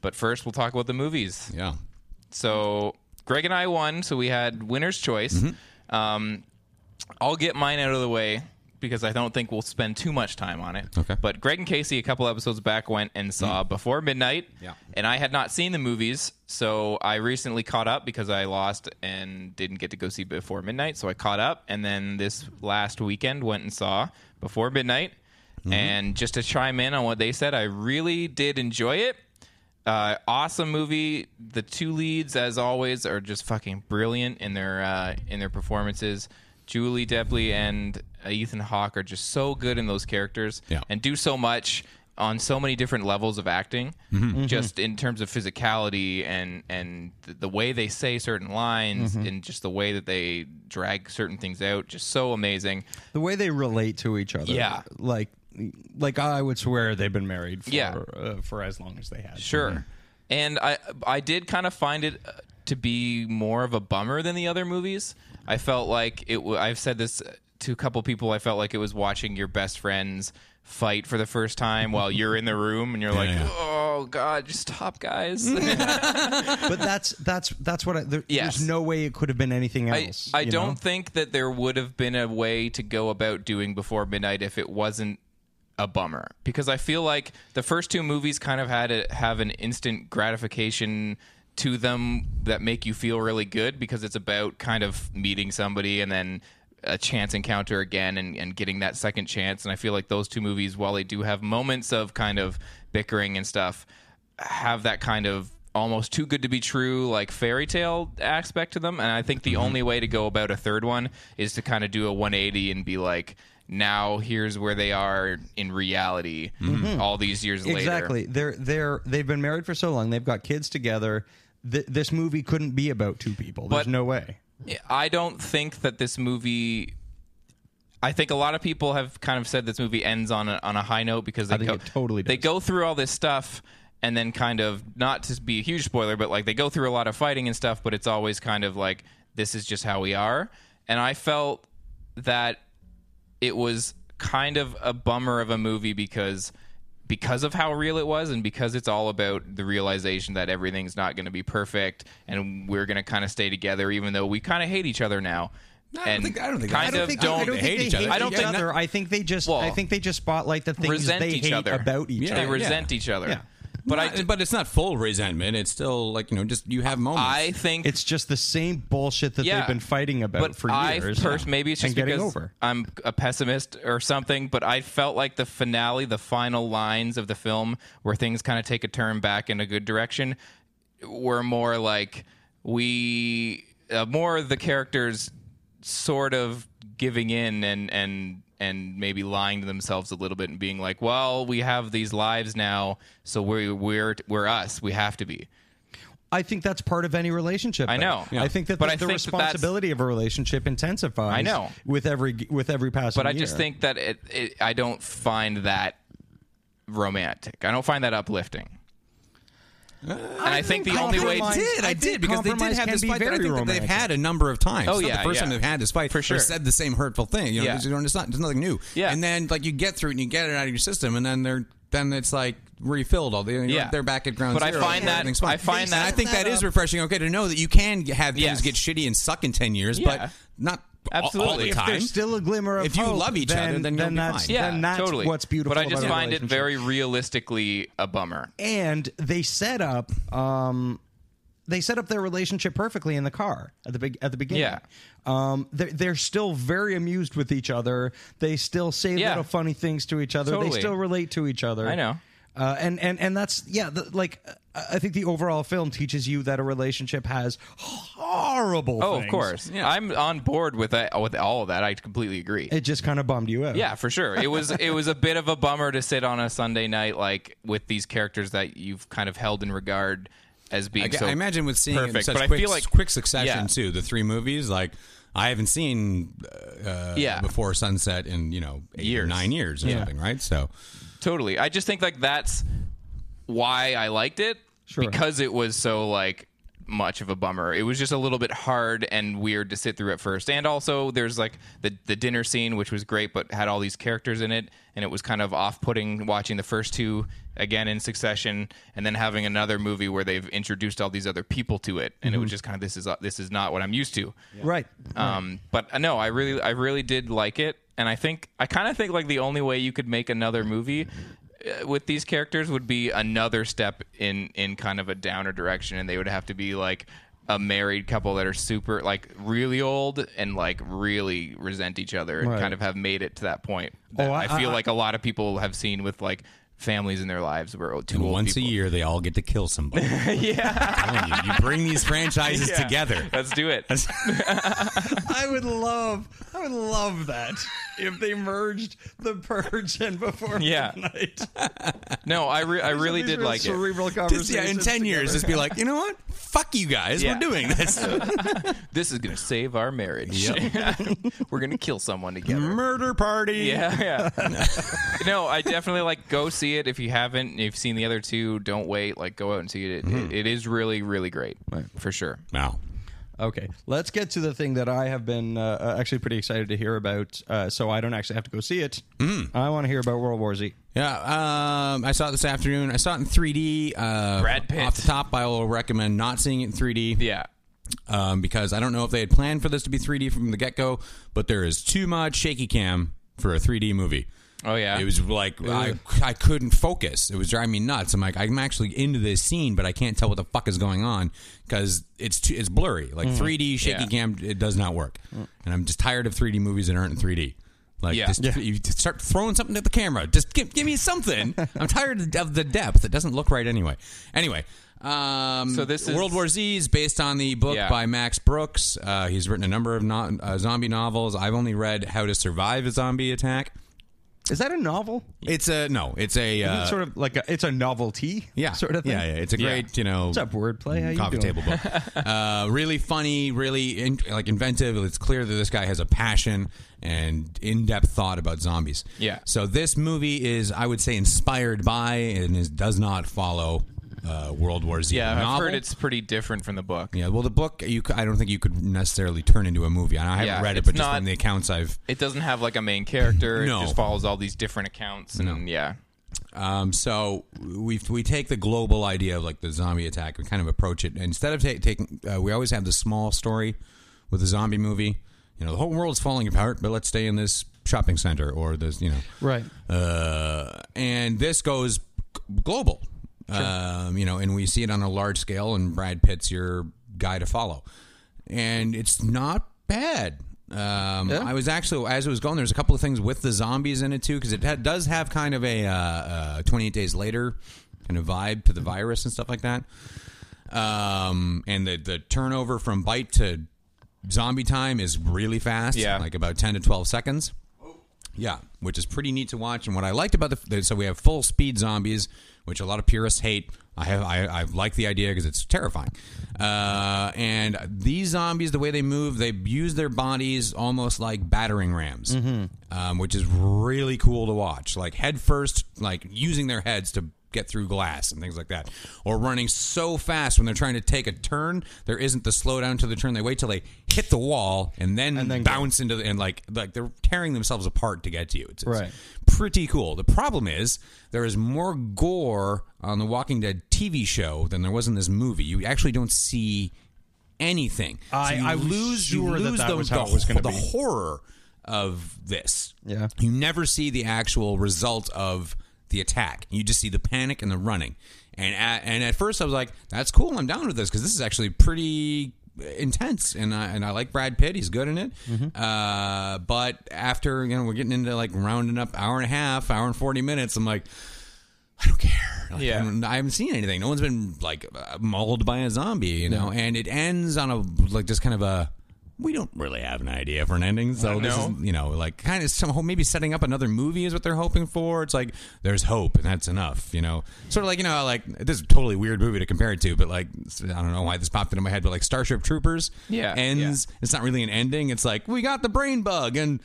[SPEAKER 4] but first we'll talk about the movies.
[SPEAKER 6] Yeah.
[SPEAKER 4] So Greg and
[SPEAKER 6] Mm-hmm.
[SPEAKER 4] I won, so we had winner's choice. Um, I'll get mine out of the way. be- because I don't think we'll spend too much time on it.
[SPEAKER 6] Okay. Mm-hmm.
[SPEAKER 4] But Greg and Casey a couple episodes back went and saw Before Midnight.
[SPEAKER 6] Yeah.
[SPEAKER 4] And I had not seen the movies, so I recently caught up because I lost and didn't get to go see Before Midnight, so I caught up and then this last weekend went and saw Before Midnight.
[SPEAKER 6] Mm-hmm.
[SPEAKER 4] And just to chime in on what they said, I really did enjoy it. Uh, awesome movie. The two leads, as always, are just fucking brilliant in their uh, in their performances. Julie Depley and uh, Ethan Hawke are just so good in those characters
[SPEAKER 6] Yeah.
[SPEAKER 4] and do so much on so many different levels of acting. Just in terms of physicality and and th- the way they say certain lines and just the way that they drag certain things out, just so amazing.
[SPEAKER 5] the way they relate to each other.
[SPEAKER 4] Yeah.
[SPEAKER 5] like like I would swear they've been married for
[SPEAKER 4] Yeah.
[SPEAKER 5] uh, for as long as they had.
[SPEAKER 4] Sure. And I I did kind of find it uh, to be more of a bummer than the other movies. I felt like it. W- I've said this to a couple people. I felt like it was watching your best friends fight for the first time while you're in the room and you're like,
[SPEAKER 6] yeah.
[SPEAKER 4] oh god, just stop, guys.
[SPEAKER 5] but that's that's that's what I. There,
[SPEAKER 4] Yes.
[SPEAKER 5] There's no way it could have been anything
[SPEAKER 4] I,
[SPEAKER 5] else.
[SPEAKER 4] I
[SPEAKER 5] you
[SPEAKER 4] don't
[SPEAKER 5] know?
[SPEAKER 4] think that there would have been a way to go about doing before midnight if it wasn't a bummer because I feel like the first two movies kind of had a, have an instant gratification to them that make you feel really good because it's about kind of meeting somebody and then a chance encounter again and, and getting that second chance and I feel like those two movies while they do have moments of kind of bickering and stuff have that kind of almost too good to be true like fairy tale aspect to them and i think the only way to go about a third one is to kind of do a 180 and be like now here's where they are in reality all these years later
[SPEAKER 5] exactly. They're they're they've been married for so long. They've got kids together. Th- this movie couldn't be about two people. There's
[SPEAKER 4] But-
[SPEAKER 5] no way.
[SPEAKER 4] i don't think that this movie I think a lot of people have kind of said this movie ends on a, on a high note because they
[SPEAKER 5] think
[SPEAKER 4] go,
[SPEAKER 5] it totally
[SPEAKER 4] they
[SPEAKER 5] does.
[SPEAKER 4] go through all this stuff and then kind of not to be a huge spoiler, but like they go through a lot of fighting and stuff, but it's always kind of like this is just how we are. And I felt that it was kind of a bummer of a movie because because of how real it was and because it's all about the realization that everything's not going to be perfect and we're going to kind of stay together even though we kind of hate each other now.
[SPEAKER 6] I don't
[SPEAKER 4] and
[SPEAKER 6] think- I don't think- I
[SPEAKER 4] kind
[SPEAKER 6] don't
[SPEAKER 4] of
[SPEAKER 6] think-
[SPEAKER 4] don't
[SPEAKER 6] I don't hate each other.
[SPEAKER 4] I don't think-
[SPEAKER 5] other. I think they just. I
[SPEAKER 4] Well,
[SPEAKER 5] think they just spotlight the things
[SPEAKER 4] resent
[SPEAKER 5] they
[SPEAKER 4] each
[SPEAKER 5] hate
[SPEAKER 4] other
[SPEAKER 5] about each
[SPEAKER 6] Yeah.
[SPEAKER 4] they
[SPEAKER 5] other.
[SPEAKER 4] resent each other.
[SPEAKER 5] Yeah.
[SPEAKER 4] But I,
[SPEAKER 6] Not- but it's not full resentment. It's still like you know, just you have moments.
[SPEAKER 4] I think
[SPEAKER 5] It's just the same bullshit that
[SPEAKER 4] yeah,
[SPEAKER 5] they've been fighting about
[SPEAKER 4] but
[SPEAKER 5] for
[SPEAKER 4] I
[SPEAKER 5] years.
[SPEAKER 4] pers- maybe it's
[SPEAKER 5] and
[SPEAKER 4] just
[SPEAKER 5] getting
[SPEAKER 4] because
[SPEAKER 5] over.
[SPEAKER 4] I'm a pessimist or something. But I felt like the finale, the final lines of the film, where things kind of take a turn back in a good direction, were more like we uh, more the characters sort of giving in and and and maybe lying to themselves a little bit and being like, well, we have these lives now, so we're we're we're us. We have to be.
[SPEAKER 5] I think that's part of any relationship.
[SPEAKER 4] I
[SPEAKER 5] though.
[SPEAKER 4] know. Yeah.
[SPEAKER 5] I think that
[SPEAKER 4] But
[SPEAKER 5] the,
[SPEAKER 4] I
[SPEAKER 5] the
[SPEAKER 4] think that that's-
[SPEAKER 5] responsibility of a relationship intensifies.
[SPEAKER 4] I know.
[SPEAKER 5] with every with every passing.
[SPEAKER 4] but I just
[SPEAKER 5] year.
[SPEAKER 4] think that it, it, I don't find that romantic. I don't find that uplifting. and I, think, the only way.
[SPEAKER 6] I
[SPEAKER 5] compromise-
[SPEAKER 6] did, I
[SPEAKER 5] I
[SPEAKER 6] did
[SPEAKER 5] think
[SPEAKER 6] because they did
[SPEAKER 5] compromise
[SPEAKER 6] have
[SPEAKER 5] can
[SPEAKER 6] this
[SPEAKER 5] be
[SPEAKER 6] fight. That I
[SPEAKER 5] very
[SPEAKER 6] think that they've
[SPEAKER 5] romantic.
[SPEAKER 6] had a number of times.
[SPEAKER 4] Oh,
[SPEAKER 6] It's not
[SPEAKER 4] yeah,
[SPEAKER 6] the first time
[SPEAKER 4] yeah.
[SPEAKER 6] they've had this fight
[SPEAKER 4] For sure.
[SPEAKER 6] Or said the same hurtful thing. You know,
[SPEAKER 4] Yeah.
[SPEAKER 6] it's, it's not. It's nothing new.
[SPEAKER 4] Yeah.
[SPEAKER 6] and then like you get through it and you get it out of your system, and then they're then it's like refilled all the you know,
[SPEAKER 4] Yeah.
[SPEAKER 6] they're back at ground
[SPEAKER 4] But I
[SPEAKER 6] zero
[SPEAKER 4] find
[SPEAKER 6] and
[SPEAKER 4] that-
[SPEAKER 6] everything's fine.
[SPEAKER 4] I find
[SPEAKER 6] And
[SPEAKER 4] that-
[SPEAKER 6] I think that is refreshing okay to know that you can have things
[SPEAKER 4] Yes.
[SPEAKER 6] get shitty and suck in 10 years
[SPEAKER 4] Yeah.
[SPEAKER 6] but not all- all
[SPEAKER 4] Absolutely.
[SPEAKER 6] the
[SPEAKER 4] If
[SPEAKER 6] time
[SPEAKER 4] there's
[SPEAKER 5] There's still a glimmer of
[SPEAKER 6] If you
[SPEAKER 5] hope,
[SPEAKER 6] love each other, then you'll be
[SPEAKER 5] that's
[SPEAKER 6] fine.
[SPEAKER 4] yeah,
[SPEAKER 5] then that's
[SPEAKER 4] totally.
[SPEAKER 5] what's beautiful.
[SPEAKER 4] But I just
[SPEAKER 5] about a
[SPEAKER 4] find it
[SPEAKER 5] relationship.
[SPEAKER 4] very realistically a bummer.
[SPEAKER 5] And they set up, um, they set up their relationship perfectly in the car at the big at the beginning.
[SPEAKER 4] Yeah.
[SPEAKER 5] Um, they're, they're still very amused with each other. They still say
[SPEAKER 4] Yeah.
[SPEAKER 5] little funny things to each other.
[SPEAKER 4] Totally.
[SPEAKER 5] They still relate to each other.
[SPEAKER 4] I know.
[SPEAKER 5] Uh, and and and that's yeah. The, like uh, I think the overall film teaches you that a relationship has horrible.
[SPEAKER 4] Oh, of
[SPEAKER 5] things.
[SPEAKER 4] course.
[SPEAKER 6] Yeah.
[SPEAKER 4] I'm on board with that, with all of that. I completely agree.
[SPEAKER 5] It just kind of bummed you out.
[SPEAKER 4] Yeah, for sure. It was it was a bit of a bummer to sit on a Sunday night like with these characters that you've kind of held in regard as being
[SPEAKER 6] I,
[SPEAKER 4] so
[SPEAKER 6] I imagine with seeing it in
[SPEAKER 4] perfect,
[SPEAKER 6] such
[SPEAKER 4] but I
[SPEAKER 6] quick,
[SPEAKER 4] feel like
[SPEAKER 6] quick succession
[SPEAKER 4] yeah.
[SPEAKER 6] too. The three movies, like I haven't seen uh,
[SPEAKER 4] Yeah.
[SPEAKER 6] before sunset in you know eight or
[SPEAKER 4] Years.
[SPEAKER 6] nine years or something, right? So
[SPEAKER 4] totally. I just think like that's why I liked it
[SPEAKER 5] Sure.
[SPEAKER 4] because it was so like much of a bummer. It was just a little bit hard and weird to sit through at first. And also there's like the the dinner scene which was great but had all these characters in it and it was kind of off-putting watching the first two again in succession and then having another movie where they've introduced all these other people to it and it was just kind of uh, this is this is not what I'm used to.
[SPEAKER 5] Right.
[SPEAKER 4] Um, but uh, no, I really, I really did like it. and I think I kind of think like the only way you could make another movie uh, with these characters would be another step in in kind of a downer direction, and they would have to be like a married couple that are super like really old and like really resent each other and
[SPEAKER 5] Right.
[SPEAKER 4] kind of have made it to that point. That
[SPEAKER 5] Oh, I-
[SPEAKER 4] I, feel
[SPEAKER 5] I-
[SPEAKER 4] like a lot of people have seen with like families in their lives where oh, two
[SPEAKER 6] And
[SPEAKER 4] old
[SPEAKER 6] once
[SPEAKER 4] people-
[SPEAKER 6] a year, they all get to kill somebody. yeah, you, you bring these franchises
[SPEAKER 4] Yeah.
[SPEAKER 6] together.
[SPEAKER 4] Let's do it.
[SPEAKER 5] I would love, I would love that if they merged the purge and before
[SPEAKER 4] Yeah.
[SPEAKER 5] midnight.
[SPEAKER 4] No, I re- I really
[SPEAKER 5] These
[SPEAKER 4] did
[SPEAKER 5] real
[SPEAKER 4] like it.
[SPEAKER 5] cerebral
[SPEAKER 6] Just,
[SPEAKER 5] conversations.
[SPEAKER 6] yeah, in ten years, just be like, you know what? Fuck you guys.
[SPEAKER 4] Yeah.
[SPEAKER 6] We're doing this.
[SPEAKER 4] this is gonna save our marriage. We're gonna kill someone together.
[SPEAKER 6] Murder party.
[SPEAKER 4] Yeah, yeah. no, I definitely like go see it if you haven't. If you've seen the other two, don't wait. Like go out and see it. It,
[SPEAKER 6] Mm-hmm.
[SPEAKER 4] it- it is really, really great for sure.
[SPEAKER 6] Wow.
[SPEAKER 5] Okay, let's get to the thing that I have been uh, uh, actually pretty excited to hear about. Uh, so I don't actually have to go see it.
[SPEAKER 6] Mm.
[SPEAKER 5] I want to hear about World War Z.
[SPEAKER 6] Yeah, um, I saw it this afternoon. I saw it in 3D. Uh,
[SPEAKER 4] Brad Pitt.
[SPEAKER 6] Off the top, I will recommend not seeing it in 3D.
[SPEAKER 4] Yeah,
[SPEAKER 6] um, because I don't know if they had planned for this to be 3D from the get go, but there is too much shaky cam for a 3D movie.
[SPEAKER 4] Oh, yeah?
[SPEAKER 6] it was like I, I couldn't focus. It was driving me nuts. I'm like I'm actually into this scene, but I can't tell what the fuck is going on because it's too, it's blurry. Like 3D shaky
[SPEAKER 4] Mm-hmm. Yeah. Mm.
[SPEAKER 6] cam, it does not work. And I'm just tired of 3D movies that aren't in 3D. Like
[SPEAKER 4] Yeah.
[SPEAKER 6] just, you just start throwing something at the camera. Just give, give me something. I'm tired of the- of the depth. It doesn't look right anyway. Anyway, um,
[SPEAKER 4] So this is-
[SPEAKER 6] World War Z is based on the book
[SPEAKER 4] Yeah.
[SPEAKER 6] by Max Brooks. Uh, he's written a number of no- uh, zombie novels. I've only read How to Survive a Zombie Attack.
[SPEAKER 5] Is that a novel?
[SPEAKER 6] It's a no. It's a uh,
[SPEAKER 5] Isn't it sort of like a, it's a novelty,
[SPEAKER 6] yeah,
[SPEAKER 5] sort of thing.
[SPEAKER 6] Yeah, yeah. It's a great you know
[SPEAKER 5] What's up, wordplay? How you
[SPEAKER 6] coffee
[SPEAKER 5] doing?
[SPEAKER 6] table book. uh, really funny, really in, like inventive. It's clear that this guy has a passion and in-depth thought about zombies.
[SPEAKER 4] Yeah.
[SPEAKER 6] So this movie is, I would say, inspired by and is, does not follow uh, World War Z.
[SPEAKER 4] yeah.
[SPEAKER 6] the
[SPEAKER 4] I've
[SPEAKER 6] novel.
[SPEAKER 4] heard it's pretty different from the book.
[SPEAKER 6] Yeah, well, the book you c- I don't think you could necessarily turn into a movie. And I haven't
[SPEAKER 4] Yeah,
[SPEAKER 6] read it,
[SPEAKER 4] it's
[SPEAKER 6] but just
[SPEAKER 4] not-
[SPEAKER 6] from the accounts I've
[SPEAKER 4] It doesn't have like a main character. It
[SPEAKER 6] No.
[SPEAKER 4] just follows all these different accounts, and yeah,
[SPEAKER 6] um, so we we take the global idea of like the zombie attack and kind of approach it instead of ta- taking uh, we always have the small story with a zombie movie. You know, the whole world's falling apart, but let's stay in this shopping center or this you know
[SPEAKER 5] Right.
[SPEAKER 6] uh, and this goes global. Um, you know, and we see it on a large scale, and Brad Pitt's your guy to follow, and it's not bad. Um, I was actually as it was going, there's a couple of things with the zombies in it too, because it ha- does have kind of a uh, uh, 28 Days Later kind of vibe to the virus and stuff like that. Um, and the the turnover from bite to zombie time is really fast,
[SPEAKER 4] Yeah.
[SPEAKER 6] like about 10 to 12 seconds. Yeah, which is pretty neat to watch. And what I liked about the, the so we have full speed zombies, which a lot of purists hate. I have I, I like the idea because it's terrifying. Uh, and these zombies, the way they move, they use their bodies almost like battering rams, um, which is really cool to watch. Like head first, like using their heads to get through glass and things like that, or running so fast when they're trying to take a turn, there isn't the slowdown to the turn. They wait till they hit the wall and then,
[SPEAKER 5] And then go.
[SPEAKER 6] bounce into the, and like like they're tearing themselves apart to get to you. It's, it's
[SPEAKER 5] Right.
[SPEAKER 6] pretty cool. The problem is there is more gore on the Walking Dead TV show than there was in this movie. You actually don't see anything.
[SPEAKER 5] I-
[SPEAKER 6] so you
[SPEAKER 5] I was
[SPEAKER 6] lose
[SPEAKER 5] sure
[SPEAKER 6] you
[SPEAKER 5] that
[SPEAKER 6] lose
[SPEAKER 5] that
[SPEAKER 6] the,
[SPEAKER 5] was
[SPEAKER 6] the,
[SPEAKER 5] how it was gonna
[SPEAKER 6] the
[SPEAKER 5] be.
[SPEAKER 6] horror of this.
[SPEAKER 5] Yeah.
[SPEAKER 6] You never see the actual result of the attack. You just see the panic and the running. And at, and at first I was like, that's cool. I'm down with this because this is actually pretty intense and I, and I like Brad Pitt he's good in it uh, but after you know we're getting into like rounding up hour and a half hour and 40 minutes I'm like I don't care. Like,
[SPEAKER 4] Yeah.
[SPEAKER 6] I, don't- I haven't seen anything. No one's been like uh, mauled by a zombie, you know. And it ends on a like just kind of a. We don't really have an idea for an ending, so this is
[SPEAKER 4] No.
[SPEAKER 6] you know like kind of some maybe setting up another movie is what they're hoping for. It's like there's hope and that's enough, you know. Sort of like you know like this is a totally weird movie to compare it to, but like I don't know why this popped into my head, but like Starship Troopers
[SPEAKER 4] Yeah.
[SPEAKER 6] ends. It's not really an ending. It's like we got the brain bug and.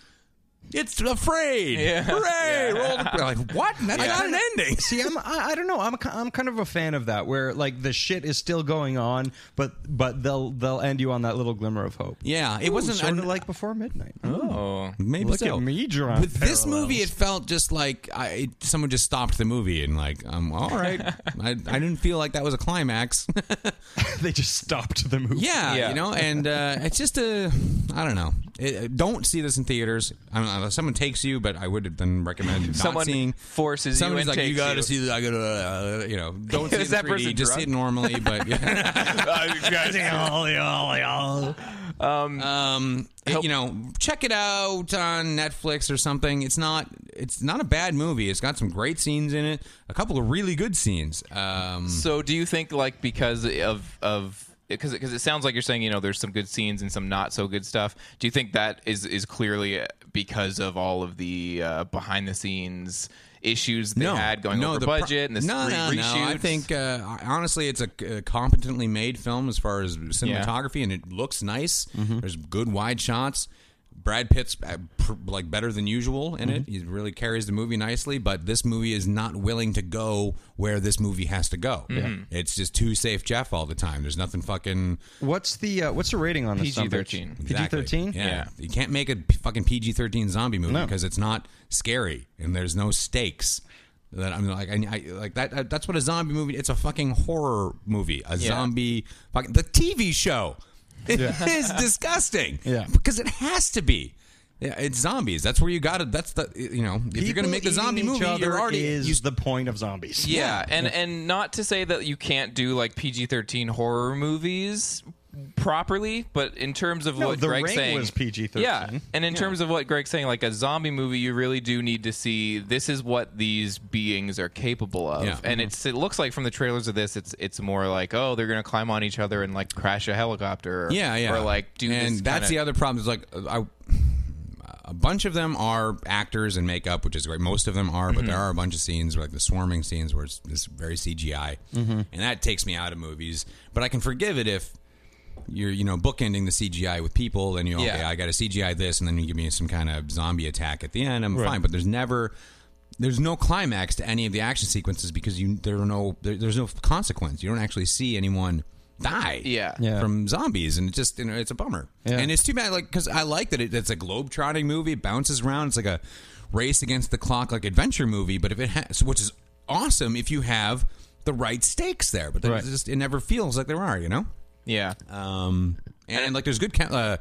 [SPEAKER 6] It's afraid!
[SPEAKER 4] Yeah.
[SPEAKER 6] Hooray! Roll the- like what? That's not an ending.
[SPEAKER 5] See, I'm I, I don't know. I'm ki- I'm kind of a fan of that where like the shit is still going on, but but they'll they'll end you on that little glimmer of hope.
[SPEAKER 6] Yeah, it
[SPEAKER 5] Ooh,
[SPEAKER 6] wasn't
[SPEAKER 5] sort of
[SPEAKER 6] an-
[SPEAKER 5] like before midnight.
[SPEAKER 4] oh
[SPEAKER 6] Maybe
[SPEAKER 5] Look
[SPEAKER 6] so.
[SPEAKER 5] at me drawing
[SPEAKER 6] With this
[SPEAKER 5] parallels.
[SPEAKER 6] movie, it felt just like I it, someone just stopped the movie and like, um, all right, I, I didn't feel like that was a climax.
[SPEAKER 5] they just stopped the movie.
[SPEAKER 6] yeah,
[SPEAKER 4] Yeah.
[SPEAKER 6] you know, and uh, it's just a, I don't know, It- uh, don't see this in theaters I mean, unless someone takes you. But I would then recommend not
[SPEAKER 4] Someone
[SPEAKER 6] seeing.
[SPEAKER 4] forces you
[SPEAKER 6] Someone's
[SPEAKER 4] and
[SPEAKER 6] like, you
[SPEAKER 4] takes
[SPEAKER 6] gotta
[SPEAKER 4] you."
[SPEAKER 6] see. The, I gotta, uh, you know, don't see it
[SPEAKER 4] Is
[SPEAKER 6] in
[SPEAKER 4] that
[SPEAKER 6] 3D,
[SPEAKER 4] person
[SPEAKER 6] Just see it normally. But um, it- you know, check it out on Netflix or something. It's not. It's not a bad movie. It's got some great scenes in it. A couple of really good scenes. Um,
[SPEAKER 4] So do you think like because of of because because it sounds like you're saying you know there's some good scenes and some not so good stuff. Do you think that is is clearly uh, because of all of the uh, behind the scenes issues they had going over
[SPEAKER 6] the pro-
[SPEAKER 4] budget and the
[SPEAKER 6] no,
[SPEAKER 4] re-
[SPEAKER 6] no, no.
[SPEAKER 4] reshoots?
[SPEAKER 6] I think uh, I- honestly, it's a, uh competently made film as far as cinematography, and it looks nice.
[SPEAKER 4] Mm-hmm.
[SPEAKER 6] There's good wide shots. Brad Pitt's uh, pr- like better than usual in
[SPEAKER 4] Mm-hmm.
[SPEAKER 6] it. He really carries the movie nicely, but this movie is not willing to go where this movie has to go.
[SPEAKER 4] Mm-hmm.
[SPEAKER 6] It's just too safe Jeff all the time. There's nothing fucking
[SPEAKER 5] What's the uh, what's the rating on this?
[SPEAKER 4] PG-13.
[SPEAKER 5] PG thirteen.
[SPEAKER 6] Yeah.
[SPEAKER 4] Yeah.
[SPEAKER 6] you can't make a p- fucking PG thirteen zombie movie because it's not scary and there's no stakes. That I'm like, I, I like that, that- That's what a zombie movie. It's a fucking horror movie. A zombie fucking the TV show. It is disgusting.
[SPEAKER 5] Yeah.
[SPEAKER 6] because it has to be. Yeah, it's zombies. That's where you got to. That's the you know if you're gonna make the zombie movie, you're already
[SPEAKER 5] is
[SPEAKER 6] you
[SPEAKER 5] the point of zombies.
[SPEAKER 4] yeah, and and not to say that you can't do like PG-13 horror movies properly, but in terms of
[SPEAKER 5] No,
[SPEAKER 4] what
[SPEAKER 5] The
[SPEAKER 4] Greg's
[SPEAKER 5] Ring
[SPEAKER 4] saying,
[SPEAKER 5] was PG-13.
[SPEAKER 4] Yeah, and in terms of what Greg's saying, like a zombie movie, you really do need to see this is what these beings are capable of,
[SPEAKER 6] Yeah. Mm-hmm.
[SPEAKER 4] and it's it looks like from the trailers of this, it's it's more like oh they're gonna climb on each other and like crash a helicopter, or,
[SPEAKER 6] yeah, yeah,
[SPEAKER 4] or like do
[SPEAKER 6] and
[SPEAKER 4] this
[SPEAKER 6] that's the
[SPEAKER 4] kinda-
[SPEAKER 6] other problem is like I, a bunch of them are actors and makeup, which is great. Most of them are, but
[SPEAKER 4] Mm-hmm.
[SPEAKER 6] there are a bunch of scenes like the swarming scenes where it's this very CGI,
[SPEAKER 4] Mm-hmm.
[SPEAKER 6] and that takes me out of movies. But I can forgive it if you're you know bookending the CGI with people, and you okay,
[SPEAKER 4] Yeah.
[SPEAKER 6] I got to CGI this, and then you give me some kind of zombie attack at the end. I'm fine, but there's never. There's no climax to any of the action sequences because you there are no there, there's no consequence. You don't actually see anyone die
[SPEAKER 4] Yeah.
[SPEAKER 5] Yeah.
[SPEAKER 6] from zombies, and it just you know it's a bummer.
[SPEAKER 5] Yeah.
[SPEAKER 6] And it's too bad, like because I like that it, it's a globe-trotting movie, it bounces around. It's like a race against the clock, like adventure movie. But if it has, which is awesome, if you have the right stakes there, but there's
[SPEAKER 5] Right.
[SPEAKER 6] just it never feels like there are, you know.
[SPEAKER 4] yeah.
[SPEAKER 6] Um, and, like, there's good. ca- Uh,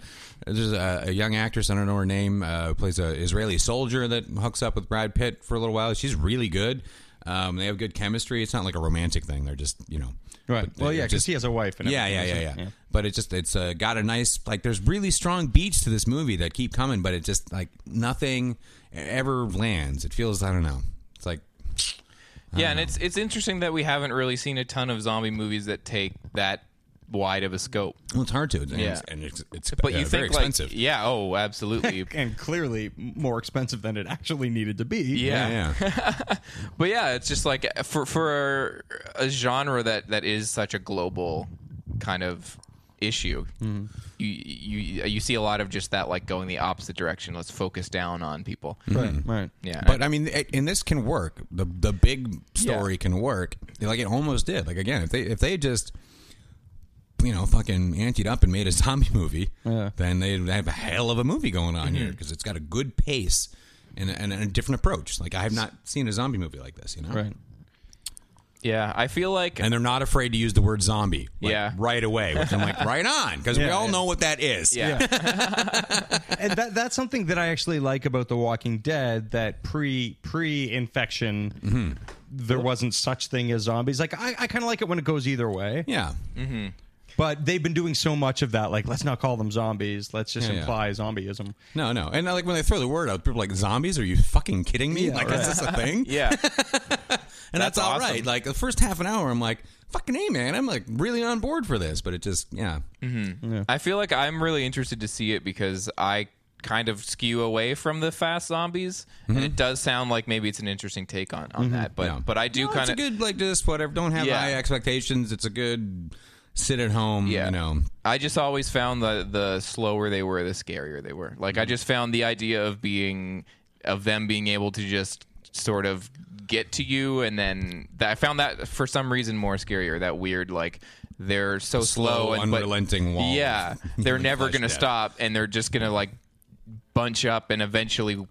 [SPEAKER 6] there's a, a young actress I don't know her name uh, who plays a Israeli soldier that hooks up with Brad Pitt for a little while. She's really good. Um, they have good chemistry. It's not like a romantic thing. They're just you know.
[SPEAKER 5] Right.
[SPEAKER 6] but
[SPEAKER 5] Well,
[SPEAKER 6] they're
[SPEAKER 5] yeah, because
[SPEAKER 6] just-
[SPEAKER 5] he has a wife. And
[SPEAKER 6] yeah, yeah,
[SPEAKER 5] everything,
[SPEAKER 6] yeah,
[SPEAKER 5] so-
[SPEAKER 6] yeah, But it just it's uh, got a nice like. There's really strong beats to this movie that keep coming, but it just like nothing ever lands. It feels I don't know. It's like Uh-huh.
[SPEAKER 4] Yeah, and it's it's interesting that we haven't really seen a ton of zombie movies that take that wide of a scope.
[SPEAKER 6] well, it's hard to. And
[SPEAKER 4] Yeah.
[SPEAKER 6] it's, and it's, it's
[SPEAKER 4] But
[SPEAKER 6] uh,
[SPEAKER 4] you
[SPEAKER 6] very
[SPEAKER 4] think like
[SPEAKER 6] expensive.
[SPEAKER 4] yeah, oh, absolutely.
[SPEAKER 5] And clearly more expensive than it actually needed to be.
[SPEAKER 4] Yeah.
[SPEAKER 6] yeah.
[SPEAKER 4] But yeah, it's just like for for a genre that that is such a global kind of issue.
[SPEAKER 6] Mm-hmm.
[SPEAKER 4] You you you see a lot of just that like going the opposite direction. Let's focus down on people.
[SPEAKER 5] Right.
[SPEAKER 6] Hmm.
[SPEAKER 5] Right.
[SPEAKER 4] Yeah.
[SPEAKER 6] Mm-hmm. But I mean, it- and this can work. The the big story
[SPEAKER 4] Yeah.
[SPEAKER 6] can work. Like it almost did. Like again, if they if they just you know fucking anteed up and made a zombie movie, then they'd have a hell of a movie going
[SPEAKER 4] Mm-hmm.
[SPEAKER 6] on here here because it's got a good pace and, and a different approach. Like I have not seen a zombie movie like this, you know.
[SPEAKER 5] Right.
[SPEAKER 4] yeah, I feel like
[SPEAKER 6] And they're not afraid to use the word zombie, like,
[SPEAKER 4] Yeah.
[SPEAKER 6] right away. Which I'm like, right on, because we
[SPEAKER 5] Yeah,
[SPEAKER 6] all
[SPEAKER 5] yeah.
[SPEAKER 6] know what that is.
[SPEAKER 4] yeah.
[SPEAKER 5] and that that's something that I actually like about The Walking Dead. That pre pre infection,
[SPEAKER 6] Mm-hmm.
[SPEAKER 5] there wasn't such thing as zombies. Like I, I kind of like it when it goes either way.
[SPEAKER 6] yeah.
[SPEAKER 4] Mm-hmm.
[SPEAKER 5] But they've been doing so much of that. Like let's not call them zombies. Let's just
[SPEAKER 6] Yeah, yeah.
[SPEAKER 5] imply zombieism.
[SPEAKER 6] No, no. And like when they throw the word out, people are like, zombies? Are you fucking kidding me? like, is this a thing?
[SPEAKER 4] Yeah.
[SPEAKER 6] And that's,
[SPEAKER 4] That's
[SPEAKER 6] all right.
[SPEAKER 4] awesome.
[SPEAKER 6] Like the first half an hour, I'm like, fucking A, man. I'm like really on board for this. But it just, yeah.
[SPEAKER 4] I feel like I'm really interested to see it because I kind of skew away from the fast zombies and it does sound like maybe it's an interesting take on, on that but
[SPEAKER 6] Mm-hmm. Yeah.
[SPEAKER 4] Mm. but I do
[SPEAKER 6] No,
[SPEAKER 4] kind
[SPEAKER 6] It's a
[SPEAKER 4] of
[SPEAKER 6] good, like, just whatever. Don't have
[SPEAKER 4] Yeah.
[SPEAKER 6] high expectations. It's a good sit at home,
[SPEAKER 4] Yeah.
[SPEAKER 6] you know.
[SPEAKER 4] I just always found the the slower they were, the scarier they were. Like I
[SPEAKER 6] Mm-hmm.
[SPEAKER 4] just found the idea of being of them being able to just sort of get to you, and then that, I found that for some reason more scarier. That weird like they're so slow,
[SPEAKER 6] Slow,
[SPEAKER 4] and but-
[SPEAKER 6] unrelenting wall.
[SPEAKER 4] Yeah, they're never
[SPEAKER 6] Flesh
[SPEAKER 4] gonna
[SPEAKER 6] death.
[SPEAKER 4] stop, and they're just gonna like bunch up and eventually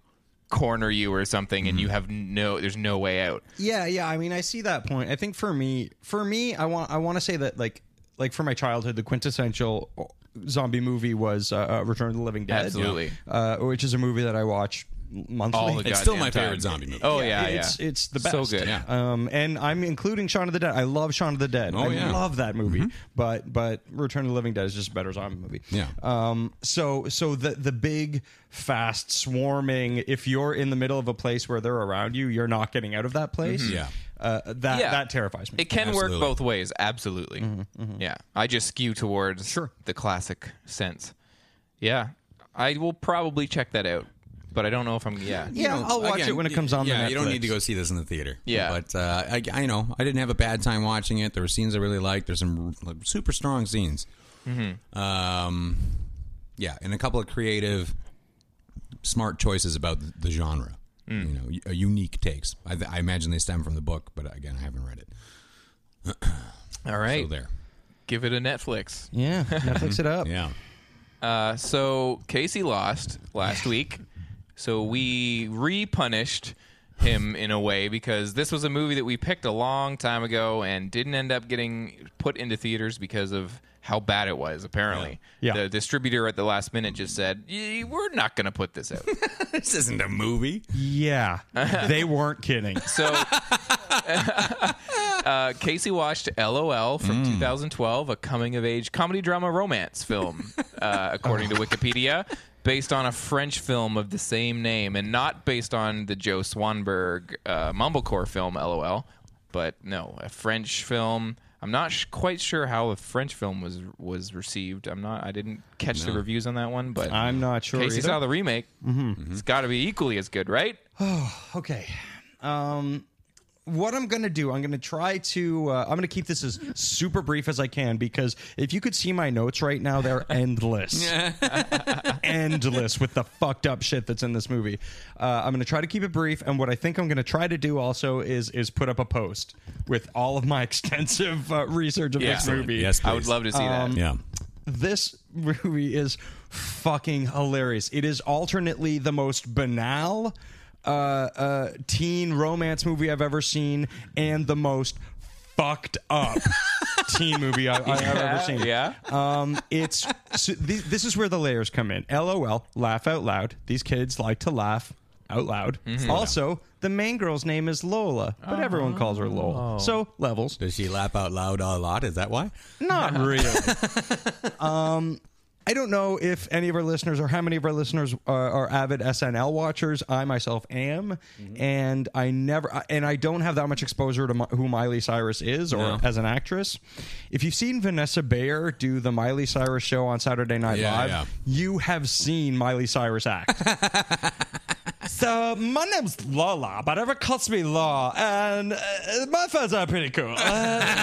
[SPEAKER 4] corner you or something,
[SPEAKER 6] Mm-hmm.
[SPEAKER 4] and you have no there's no way out.
[SPEAKER 5] Yeah, yeah. I mean, I see that point. I think for me, for me, I want I want to say that like like for my childhood, the quintessential uh, zombie movie was uh, uh, Return of the Living Dead.
[SPEAKER 4] Absolutely.
[SPEAKER 5] Uh, which is a movie that I watch monthly.
[SPEAKER 4] All the
[SPEAKER 6] It's still
[SPEAKER 4] goddamn
[SPEAKER 6] my
[SPEAKER 4] time.
[SPEAKER 6] favorite zombie movie.
[SPEAKER 4] Oh yeah, yeah.
[SPEAKER 5] It's it's the best.
[SPEAKER 4] So good.
[SPEAKER 6] Yeah.
[SPEAKER 5] Um, and I'm including Shaun of the Dead. I love Shaun of the Dead.
[SPEAKER 6] Oh,
[SPEAKER 5] I
[SPEAKER 6] yeah.
[SPEAKER 5] love that
[SPEAKER 4] Mm-hmm.
[SPEAKER 5] movie. But but Return of the Living Dead is just a better zombie movie.
[SPEAKER 6] Yeah.
[SPEAKER 4] Uh,
[SPEAKER 5] Um. So so the the big fast swarming. If you're in the middle of a place where they're around you, you're not getting out of that
[SPEAKER 4] Mm-hmm.
[SPEAKER 5] place.
[SPEAKER 6] Yeah.
[SPEAKER 4] um,
[SPEAKER 5] Uh, that
[SPEAKER 4] Yeah.
[SPEAKER 5] that terrifies me.
[SPEAKER 4] It can
[SPEAKER 6] Absolutely.
[SPEAKER 4] work both ways, absolutely.
[SPEAKER 5] Mm-hmm,
[SPEAKER 4] Yeah, I just skew towards the classic sense. Yeah, I will probably check that out, but I don't know if I'm. Yeah,
[SPEAKER 5] yeah,
[SPEAKER 6] know,
[SPEAKER 5] I'll watch
[SPEAKER 6] again,
[SPEAKER 5] it when it
[SPEAKER 6] y-
[SPEAKER 5] comes on. the
[SPEAKER 6] Yeah, you don't
[SPEAKER 5] Netflix.
[SPEAKER 6] need to go see this in the theater.
[SPEAKER 4] Yeah.
[SPEAKER 6] but uh, I, I know I didn't have a bad time watching it. There were scenes I really liked. There's some like, super strong scenes. Um, yeah, and a couple of creative, smart choices about the genre. You know, y- unique takes. I, I imagine they stem from the book, but again, I haven't read it.
[SPEAKER 4] all right,
[SPEAKER 6] So there.
[SPEAKER 4] give it a Netflix.
[SPEAKER 5] Yeah, Netflix it up.
[SPEAKER 6] Yeah.
[SPEAKER 4] Uh, so Casey lost last week, so we repunished him in a way because this was a movie that we picked a long time ago and didn't end up getting put into theaters because of how bad it was. Apparently,
[SPEAKER 5] Yeah. Yeah.
[SPEAKER 4] the distributor at the last minute just said, "Y- "We're not going to put this out."
[SPEAKER 6] This isn't a movie.
[SPEAKER 5] Yeah, they weren't kidding.
[SPEAKER 4] So, uh, Casey watched LOL
[SPEAKER 5] Mm.
[SPEAKER 4] from 2012, a coming of age comedy drama romance film, uh, according to Wikipedia, based on a French film of the same name and not based on the Joe Swanberg uh, Mumblecore film LOL, but no, a French film. I'm not sh- quite sure how the French film was was received. I'm not. I didn't catch the reviews on that one, but
[SPEAKER 5] I'm not sure.
[SPEAKER 4] Casey
[SPEAKER 5] either. Mm-hmm.
[SPEAKER 4] saw the remake. It's got to be equally as good, right?
[SPEAKER 5] Okay. Um, what I'm going to do, I'm going to try to, uh, I'm going to keep this as super brief as I can because if you could see my notes right now, they're endless. endless with the fucked up shit that's in this movie. Uh, I'm going to try to keep it brief. And what I think I'm going to try to do also is is put up a post with all of my extensive uh, research of
[SPEAKER 4] Yeah.
[SPEAKER 5] this movie.
[SPEAKER 6] Yes,
[SPEAKER 4] I would
[SPEAKER 6] please.
[SPEAKER 4] love to see that.
[SPEAKER 6] Yeah.
[SPEAKER 5] This movie is fucking hilarious. It is alternately the most banal uh, uh, teen romance movie I've ever seen and the most fucked up teen movie I, I, have ever seen.
[SPEAKER 4] Yeah.
[SPEAKER 5] Um, it's so th- this is where the layers come in. LOL, laugh out loud. These kids like to laugh out loud.
[SPEAKER 4] Mm-hmm.
[SPEAKER 5] Also, the main girl's name is Lola, but everyone calls her
[SPEAKER 4] Oh.
[SPEAKER 5] Lol. So levels.
[SPEAKER 6] Does she laugh out loud a lot? Is that why?
[SPEAKER 5] Not really. um, I don't know if any of our listeners or how many of our listeners are, are avid SNL watchers. I myself am,
[SPEAKER 6] Mm-hmm.
[SPEAKER 5] and I never I- and I don't have that much exposure to mi- who Miley Cyrus is or as an actress. If you've seen Vanessa Bayer do the Miley Cyrus show on Saturday Night
[SPEAKER 6] Yeah,
[SPEAKER 5] Live,
[SPEAKER 6] yeah.
[SPEAKER 5] you have seen Miley Cyrus act. So my name's Lola, but everyone calls me Law, and uh, my friends are pretty cool. Uh,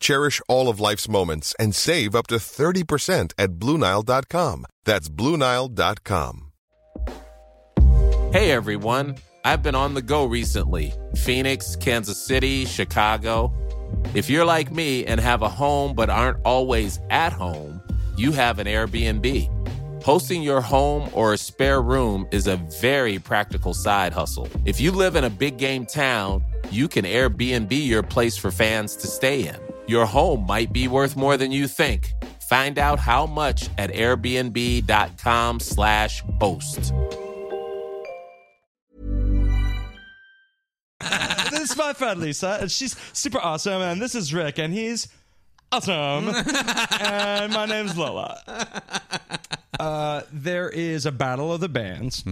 [SPEAKER 7] Cherish all of life's moments and save up to 30% at BlueNile.com. That's BlueNile.com.
[SPEAKER 8] Hey everyone, I've been on the go recently Phoenix, Kansas City, Chicago. If you're like me and have a home but aren't always at home, you have an Airbnb. Hosting your home or a spare room is a very practical side hustle. If you live in a big game town, you can Airbnb your place for fans to stay in. Your home might be worth more than you think. Find out how much at airbnb.com slash host.
[SPEAKER 5] this is my friend Lisa, and she's super awesome. And this is Rick, and he's awesome. and my name's Lola. Uh, there is a battle of the bands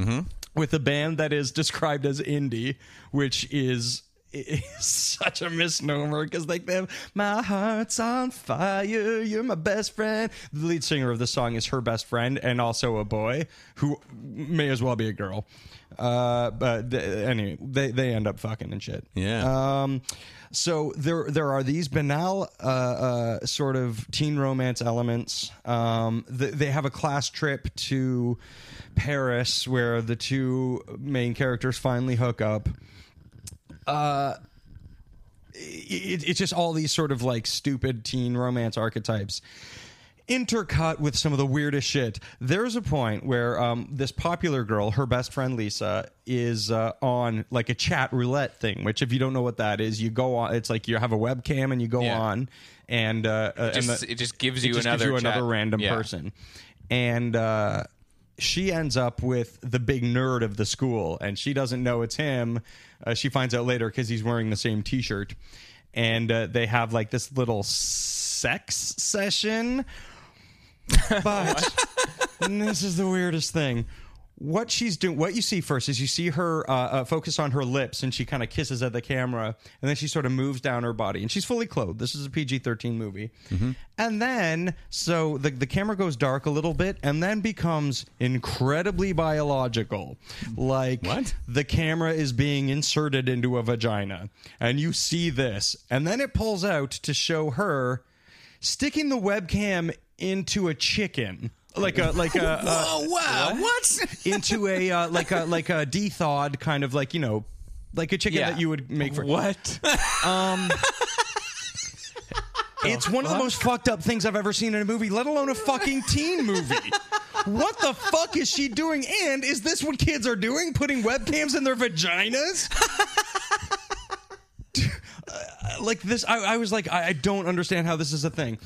[SPEAKER 5] with a band that is described as indie, which is is such a misnomer because like them, my heart's on fire. You're my best friend. The lead singer of the song is her best friend and also a boy who may as well be a girl. Uh, but th- anyway, they they end up fucking and shit.
[SPEAKER 6] Yeah.
[SPEAKER 5] Um, so there there are these banal uh, uh, sort of teen romance elements. Um, th- they have a class trip to Paris where the two main characters finally hook up it, it's just all these sort of like stupid teen romance archetypes intercut with some of the weirdest shit there's a point where um, this popular girl her best friend lisa is uh, on like a chat roulette thing which if you don't know what that is you go on it's like you have a webcam and you go
[SPEAKER 4] Yeah.
[SPEAKER 5] on and uh, uh, and
[SPEAKER 4] Just- it just gives you
[SPEAKER 5] just
[SPEAKER 4] another
[SPEAKER 5] you another
[SPEAKER 4] chat.
[SPEAKER 5] random
[SPEAKER 4] Yeah.
[SPEAKER 5] person and uh, she ends up with the big nerd of the school, and she doesn't know it's him. Uh, she finds out later because he's wearing the same T-shirt, and uh, they have like this little sex session. But and this is the weirdest thing. What she's doing, what you see first is you see her uh, uh, focus on her lips, and she kind of kisses at the camera, and then she sort of moves down her body, and she's fully clothed. This is a PG thirteen movie, and then so the the camera goes dark a little bit, and then becomes incredibly biological, like
[SPEAKER 6] What?
[SPEAKER 5] the camera is being inserted into a vagina, and you see this, and then it pulls out to show her sticking the webcam into a chicken like a like a uh,
[SPEAKER 6] oh wow! What?
[SPEAKER 5] into a uh, like a like a thawed kind of like you know like a chicken that you would make for Um,
[SPEAKER 4] what?
[SPEAKER 5] it's one of the most fucked up things i've ever seen in a movie let alone a fucking teen movie what the fuck is she doing and is this what kids are doing putting webcams in their vaginas Uh, like this I, I was like I, I don't understand how this is a thing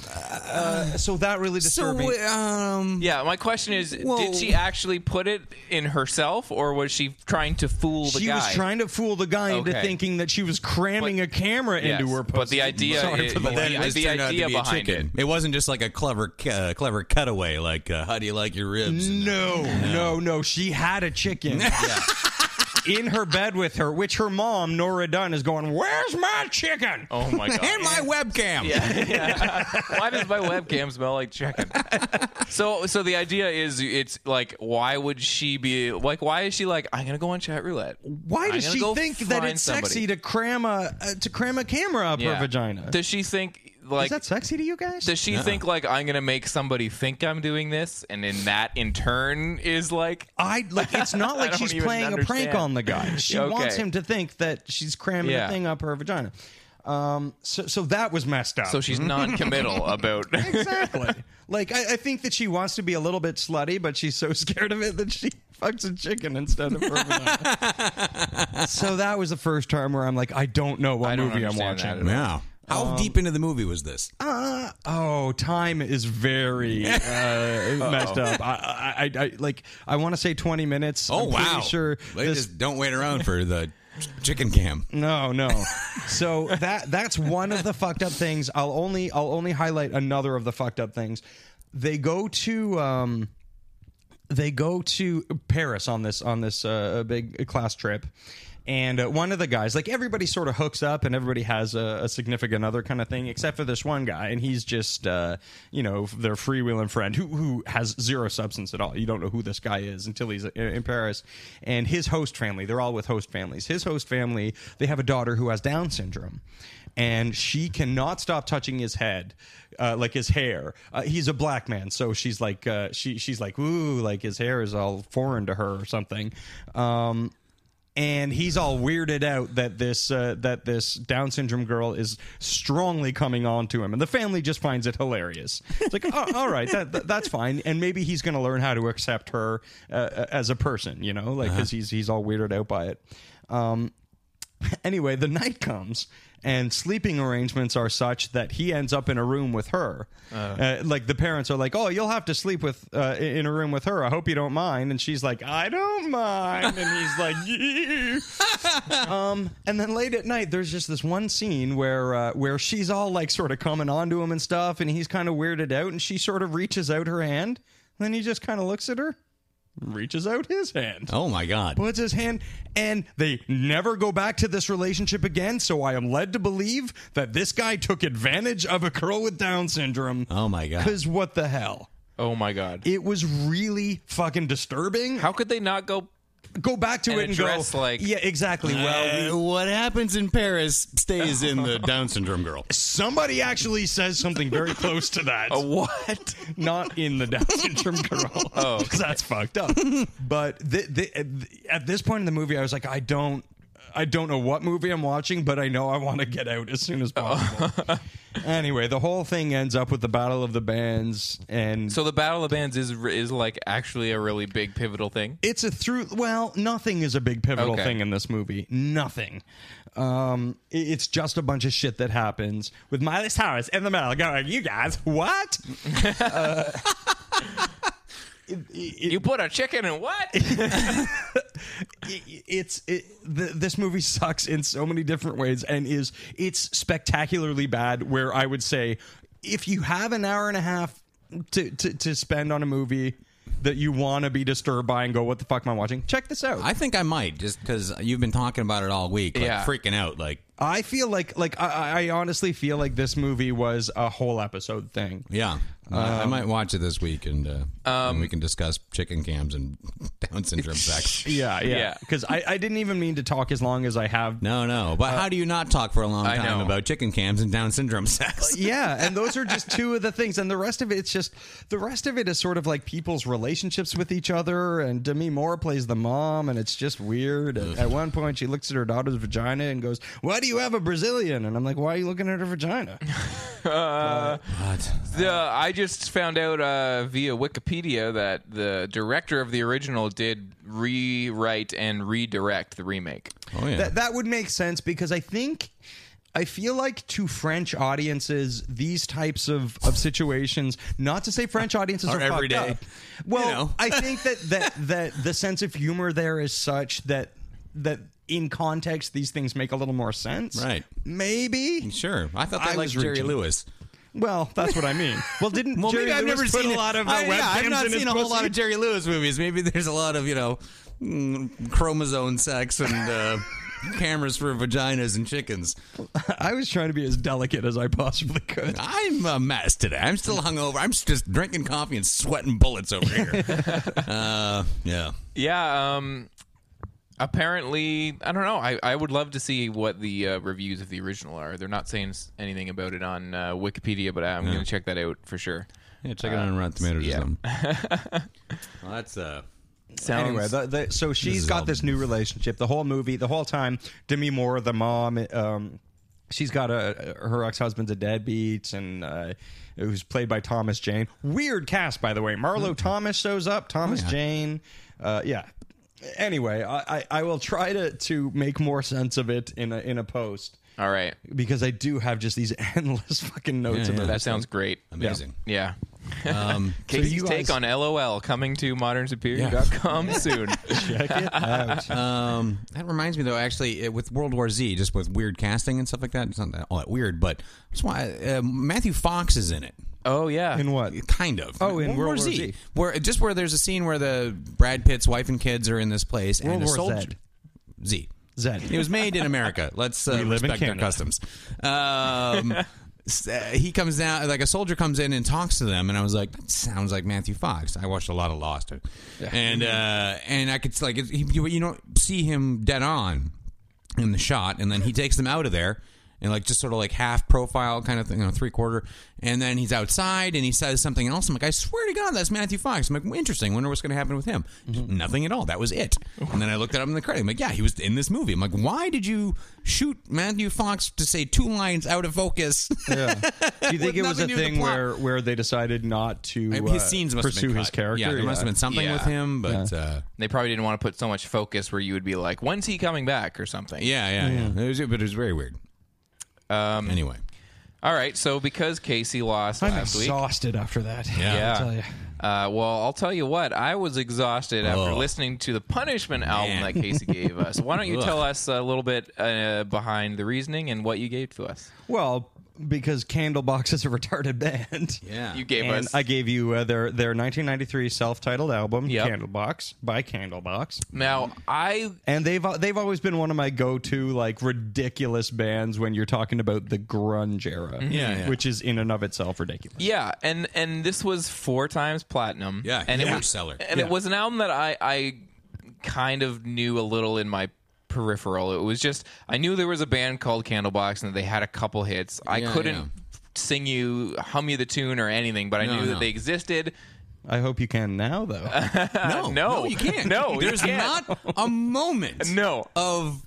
[SPEAKER 5] uh, so that really disturbed me
[SPEAKER 6] So um,
[SPEAKER 4] Yeah, my question is,
[SPEAKER 6] Whoa.
[SPEAKER 4] did she actually put it in herself, or was she trying to fool the
[SPEAKER 5] she
[SPEAKER 4] guy?
[SPEAKER 5] was trying to fool the guy into
[SPEAKER 4] Okay.
[SPEAKER 5] thinking that she was cramming a camera
[SPEAKER 4] Yes,
[SPEAKER 5] into her pussy.
[SPEAKER 4] but the idea
[SPEAKER 5] Sorry
[SPEAKER 4] is-
[SPEAKER 5] for the
[SPEAKER 4] But then it
[SPEAKER 5] language.
[SPEAKER 4] was the
[SPEAKER 6] turned out to
[SPEAKER 4] idea
[SPEAKER 6] be a
[SPEAKER 4] behind
[SPEAKER 6] chicken. It wasn't just like a clever, uh, clever cutaway. Like, uh, how do you like your ribs? And-
[SPEAKER 5] no, no, no. She had a chicken in her bed with her, which her mom, Nora Dunn, is going, Where's my chicken?
[SPEAKER 4] Oh my god!
[SPEAKER 6] and my webcam.
[SPEAKER 4] why does my webcam smell like chicken? so, so the idea is, it's like, why would she be like? Why is she like? I'm gonna go on chat roulette.
[SPEAKER 5] Why
[SPEAKER 4] I'm
[SPEAKER 5] does
[SPEAKER 4] gonna
[SPEAKER 5] she
[SPEAKER 4] go
[SPEAKER 5] think that
[SPEAKER 4] find
[SPEAKER 5] it's
[SPEAKER 4] somebody.
[SPEAKER 5] sexy to cram a uh, to cram a camera up
[SPEAKER 4] Yeah.
[SPEAKER 5] her vagina?
[SPEAKER 4] Does she think like?
[SPEAKER 5] is that sexy to you guys?
[SPEAKER 4] does she think like I'm gonna make somebody think I'm doing this, and then that in turn is like,
[SPEAKER 5] I like it's not like
[SPEAKER 4] don't
[SPEAKER 5] she's
[SPEAKER 4] even
[SPEAKER 5] playing a prank
[SPEAKER 4] understand.
[SPEAKER 5] on the guy. She
[SPEAKER 4] Okay.
[SPEAKER 5] wants him to think that she's cramming
[SPEAKER 4] Yeah.
[SPEAKER 5] a thing up her vagina. Um, so so that was messed up.
[SPEAKER 4] so she's non-committal about.
[SPEAKER 5] exactly. Like I, I think that she wants to be a little bit slutty, but she's so scared of it that she fucks a chicken instead of her. vagina. so that was the first time where I'm like, I don't know what
[SPEAKER 4] I don't
[SPEAKER 5] movie I'm
[SPEAKER 4] understand that
[SPEAKER 5] watching.
[SPEAKER 4] at all.
[SPEAKER 6] Wow. How
[SPEAKER 4] Um,
[SPEAKER 6] deep into the movie was this?
[SPEAKER 5] Uh, oh, time is very uh, messed up. I, I, I, I like. I want to say 20 minutes.
[SPEAKER 6] oh
[SPEAKER 5] I'm pretty
[SPEAKER 6] wow!
[SPEAKER 5] Sure,
[SPEAKER 6] They
[SPEAKER 5] this
[SPEAKER 6] just don't wait around for the ch- chicken cam.
[SPEAKER 5] No, no. So that that's one of the fucked up things. I'll only I'll only highlight another of the fucked up things. They go to um they go to Paris on this on this uh, big class trip. And uh, one of the guys, like everybody sort of hooks up and everybody has a, a significant other kind of thing, except for this one guy. And he's just, uh, you know, their freewheeling friend who, who has zero substance at all. You don't know who this guy is until he's uh, in, in Paris. And his host family, they're all with host families. His host family, they have a daughter who has Down syndrome. And she cannot stop touching his head, uh, like his hair. Uh, he's a black man, so she's like, uh, she she's like, ooh, like his hair is all foreign to her or something. Um, and he's all weirded out that this uh, that this Down syndrome girl is strongly coming on to him, and the family just finds it hilarious. It's like, oh, all right, that, that- that's fine, and maybe he's going to learn how to accept her uh, as a person, you know, like because he's he's all weirded out by it. Um, anyway, the night comes, and sleeping arrangements are such that he ends up in a room with her. Uh. like the parents are like, "Oh, you'll have to sleep with uh, i- in a room with her. I hope you don't mind." And she's like, "I don't mind," and he's like, "Yeah." um, and then late at night, there's just this one scene where uh, where she's all like sort of coming on to him and stuff, and he's kind of weirded out, and she sort of reaches out her hand, and then he just kind of looks at her. reaches out his hand.
[SPEAKER 6] Oh my God.
[SPEAKER 5] Puts his hand, and they never go back to this relationship again. So I am led to believe that this guy took advantage of a girl with Down syndrome.
[SPEAKER 6] Oh my God.
[SPEAKER 5] Because what the hell?
[SPEAKER 4] Oh my god.
[SPEAKER 5] It was really fucking disturbing.
[SPEAKER 4] How could they not go?
[SPEAKER 5] go back to
[SPEAKER 4] and
[SPEAKER 5] it and go
[SPEAKER 4] address, like-
[SPEAKER 5] yeah, exactly. Well,
[SPEAKER 6] Uh, what happens in Paris stays in the Down syndrome girl.
[SPEAKER 5] somebody actually says something very close to that.
[SPEAKER 4] What?
[SPEAKER 5] not in the Down syndrome girl. Oh, that's fucked up. But th th at this point in the movie, I was like, I don't, I don't know what movie I'm watching, but I know I want to get out as soon as possible. anyway, the whole thing ends up with the battle of the bands, and
[SPEAKER 4] So the Battle of the Bands is is like actually a really big pivotal thing.
[SPEAKER 5] it's a through. Well, nothing is a big pivotal
[SPEAKER 4] Okay.
[SPEAKER 5] thing in this movie. Nothing. Um, i- it's just a bunch of shit that happens with Miley Cyrus in the middle going, "You guys, what?" Uh,
[SPEAKER 4] You put a chicken in what?
[SPEAKER 5] i- it's it, th this movie sucks in so many different ways and is it's spectacularly bad where i would say if you have an hour and a half to to, to spend on a movie that you want to be disturbed by and go what the fuck am i watching check this out
[SPEAKER 6] I think I might just because you've been talking about it all week, like
[SPEAKER 4] Yeah.
[SPEAKER 6] freaking out. Like,
[SPEAKER 5] i feel like like I, I honestly feel like this movie was a whole episode thing
[SPEAKER 6] yeah, I
[SPEAKER 4] Um,
[SPEAKER 6] I might watch it this week, and, uh, and we can discuss chicken cams and Down syndrome sex.
[SPEAKER 5] yeah
[SPEAKER 4] Yeah.
[SPEAKER 5] yeah because I, I didn't even mean to talk as long as i have
[SPEAKER 6] No, no.
[SPEAKER 5] Uh,
[SPEAKER 6] But how do you not talk for a long
[SPEAKER 4] I
[SPEAKER 6] time
[SPEAKER 4] know.
[SPEAKER 6] about chicken cams and Down syndrome sex?
[SPEAKER 5] yeah and those are just two of the things and the rest of it it's just the rest of it is sort of like people's relationships with each other and demi moore plays the mom and it's just weird And at one point she looks at her daughter's vagina and goes why do you have a brazilian and i'm like why are you looking at her vagina
[SPEAKER 6] What?
[SPEAKER 4] The, I just found out uh, via Wikipedia that the director of the original did rewrite and redirect the remake.
[SPEAKER 6] Oh yeah.
[SPEAKER 5] that, that would make sense because i think I feel like to French audiences, these types of, of situations, not to say French audiences are,
[SPEAKER 6] Are every
[SPEAKER 5] fucked
[SPEAKER 6] day.
[SPEAKER 5] up. Well,
[SPEAKER 6] You know.
[SPEAKER 5] I think that, that that the sense of humor there is such that that in context these things make a little more sense.
[SPEAKER 6] Right.
[SPEAKER 5] Maybe.
[SPEAKER 6] Sure. I thought they
[SPEAKER 5] I
[SPEAKER 6] liked
[SPEAKER 5] was
[SPEAKER 6] Jerry
[SPEAKER 5] reaching.
[SPEAKER 6] Lewis.
[SPEAKER 5] Well, that's what I mean. Well, didn't
[SPEAKER 6] Well,
[SPEAKER 5] Jerry
[SPEAKER 6] maybe I've
[SPEAKER 5] Lewis
[SPEAKER 6] never
[SPEAKER 5] put
[SPEAKER 6] seen
[SPEAKER 5] a lot of uh,
[SPEAKER 6] I, yeah, I've
[SPEAKER 5] webcams
[SPEAKER 6] not
[SPEAKER 5] in his
[SPEAKER 6] seen a whole lot
[SPEAKER 5] pussy?
[SPEAKER 6] of Jerry Lewis movies. Maybe there's a lot of you know mm, chromosome sex and uh, cameras for vaginas and chickens.
[SPEAKER 5] I was trying to be as delicate as I possibly could.
[SPEAKER 6] I'm a mess today. I'm still hungover. I'm just drinking coffee and sweating bullets over here. uh, yeah.
[SPEAKER 4] Yeah. Um, apparently, I don't know. I, I would love to see what the uh, reviews of the original are. They're not saying s- anything about it on uh, Wikipedia, but I'm going to check that out for sure.
[SPEAKER 6] Yeah, check it out on Rotten Tomatoes or something. well, that's uh,
[SPEAKER 4] Sounds
[SPEAKER 5] Anyway, the, the, so she's
[SPEAKER 6] is all-
[SPEAKER 5] got this new relationship. The whole movie, the whole time, Demi Moore, the mom, um, she's got a her ex husband's a deadbeat, and uh, who's played by Thomas Jane. Weird cast, by the way. Marlo Thomas shows up. Thomas Jane, uh, yeah. Anyway, I, I, I will try to, to make more sense of it in a in a post
[SPEAKER 4] all right.
[SPEAKER 5] because I do have just these endless fucking notes about
[SPEAKER 4] That
[SPEAKER 5] this
[SPEAKER 4] sounds great.
[SPEAKER 6] amazing.
[SPEAKER 4] Yeah.
[SPEAKER 6] Um,
[SPEAKER 4] Katie's
[SPEAKER 5] you
[SPEAKER 4] take
[SPEAKER 5] guys-
[SPEAKER 4] on LOL coming to modernsuperior.com soon.
[SPEAKER 5] Check it out.
[SPEAKER 6] um, that reminds me though, actually, it, with World War Z, just with weird casting and stuff like that. It's not that all that weird, but that's why uh, Matthew Fox is in it.
[SPEAKER 4] Oh yeah.
[SPEAKER 5] In what?
[SPEAKER 6] Kind of.
[SPEAKER 5] Oh, in World War Z.
[SPEAKER 6] where just where there's a scene where the Brad Pitt's wife and kids are in this place,
[SPEAKER 5] World
[SPEAKER 6] and a
[SPEAKER 5] War
[SPEAKER 6] soldier. Z.
[SPEAKER 5] Zed.
[SPEAKER 6] It was made in America. Let's uh,
[SPEAKER 5] We live in
[SPEAKER 6] respect their
[SPEAKER 5] Canada.
[SPEAKER 6] customs. Um, s- uh, he comes down, like a soldier comes in and talks to them, and I was like, that sounds like Matthew Fox. I watched a lot of Lost, and uh, and I could like it- he, you you don't see him dead on in the shot, and then he takes them out of there. And like just sort of like half profile kind of thing, you know, three quarter, and then he's outside and he says something else. I'm like, I swear to God, that's Matthew Fox. I'm like, interesting. Wonder what's going to happen with him. Just
[SPEAKER 4] Mm-hmm.
[SPEAKER 6] Nothing at all. That was it. And then I looked it up in the credit. I'm like, yeah, he was in this movie. I'm like, why did you shoot Matthew Fox to say two lines out of focus?
[SPEAKER 5] Do you think it
[SPEAKER 6] With
[SPEAKER 5] was a
[SPEAKER 6] nothing to do with the
[SPEAKER 5] thing
[SPEAKER 6] plot.
[SPEAKER 5] where where they decided not to
[SPEAKER 6] his
[SPEAKER 5] uh,
[SPEAKER 6] scenes must
[SPEAKER 5] pursue
[SPEAKER 6] have been
[SPEAKER 5] his
[SPEAKER 6] cut.
[SPEAKER 5] character?
[SPEAKER 6] Yeah, there must have been something
[SPEAKER 4] Yeah.
[SPEAKER 6] with him, but uh,
[SPEAKER 4] They probably didn't want to put so much focus where you would be like, when's he coming back or something.
[SPEAKER 6] yeah, yeah, yeah. It was, but it was very weird. Um, anyway,
[SPEAKER 4] All right. So because Casey lost
[SPEAKER 5] I'm
[SPEAKER 4] last week.
[SPEAKER 5] exhausted after that.
[SPEAKER 6] Yeah.
[SPEAKER 5] I'll tell you.
[SPEAKER 4] Uh, well, I'll tell you what. I was exhausted after
[SPEAKER 6] Ugh.
[SPEAKER 4] listening to the Punishment album
[SPEAKER 6] Man.
[SPEAKER 4] that Casey gave us. Why don't you
[SPEAKER 6] Ugh.
[SPEAKER 4] tell us a little bit uh, behind the reasoning and what you gave to us?
[SPEAKER 5] Well, because Candlebox is a retarded band.
[SPEAKER 6] Yeah.
[SPEAKER 4] You gave
[SPEAKER 5] and
[SPEAKER 4] us.
[SPEAKER 5] I gave you uh, their their 1993 self-titled album
[SPEAKER 4] Yep.
[SPEAKER 5] Candlebox by Candlebox.
[SPEAKER 4] now I
[SPEAKER 5] And they've they've always been one of my go-to like ridiculous bands when you're talking about the grunge era,
[SPEAKER 6] Mm-hmm. Yeah, yeah.
[SPEAKER 5] which is in and of itself ridiculous.
[SPEAKER 4] Yeah, and and this was four times platinum.
[SPEAKER 6] Yeah,
[SPEAKER 4] and
[SPEAKER 6] huge
[SPEAKER 4] it was,
[SPEAKER 6] seller.
[SPEAKER 4] And it
[SPEAKER 5] Yeah.
[SPEAKER 4] was an album that I I kind of knew a little in my peripheral. It was just I knew there was a band called Candlebox and they had a couple hits. I
[SPEAKER 6] Yeah,
[SPEAKER 4] couldn't
[SPEAKER 6] yeah.
[SPEAKER 4] sing you hum you the tune or anything, but I
[SPEAKER 6] No,
[SPEAKER 4] knew
[SPEAKER 6] no.
[SPEAKER 4] that they existed.
[SPEAKER 5] I hope you can now though.
[SPEAKER 6] no,
[SPEAKER 4] no.
[SPEAKER 6] you can't.
[SPEAKER 4] No, you
[SPEAKER 6] there's
[SPEAKER 4] can't.
[SPEAKER 6] not a moment.
[SPEAKER 4] No.
[SPEAKER 6] of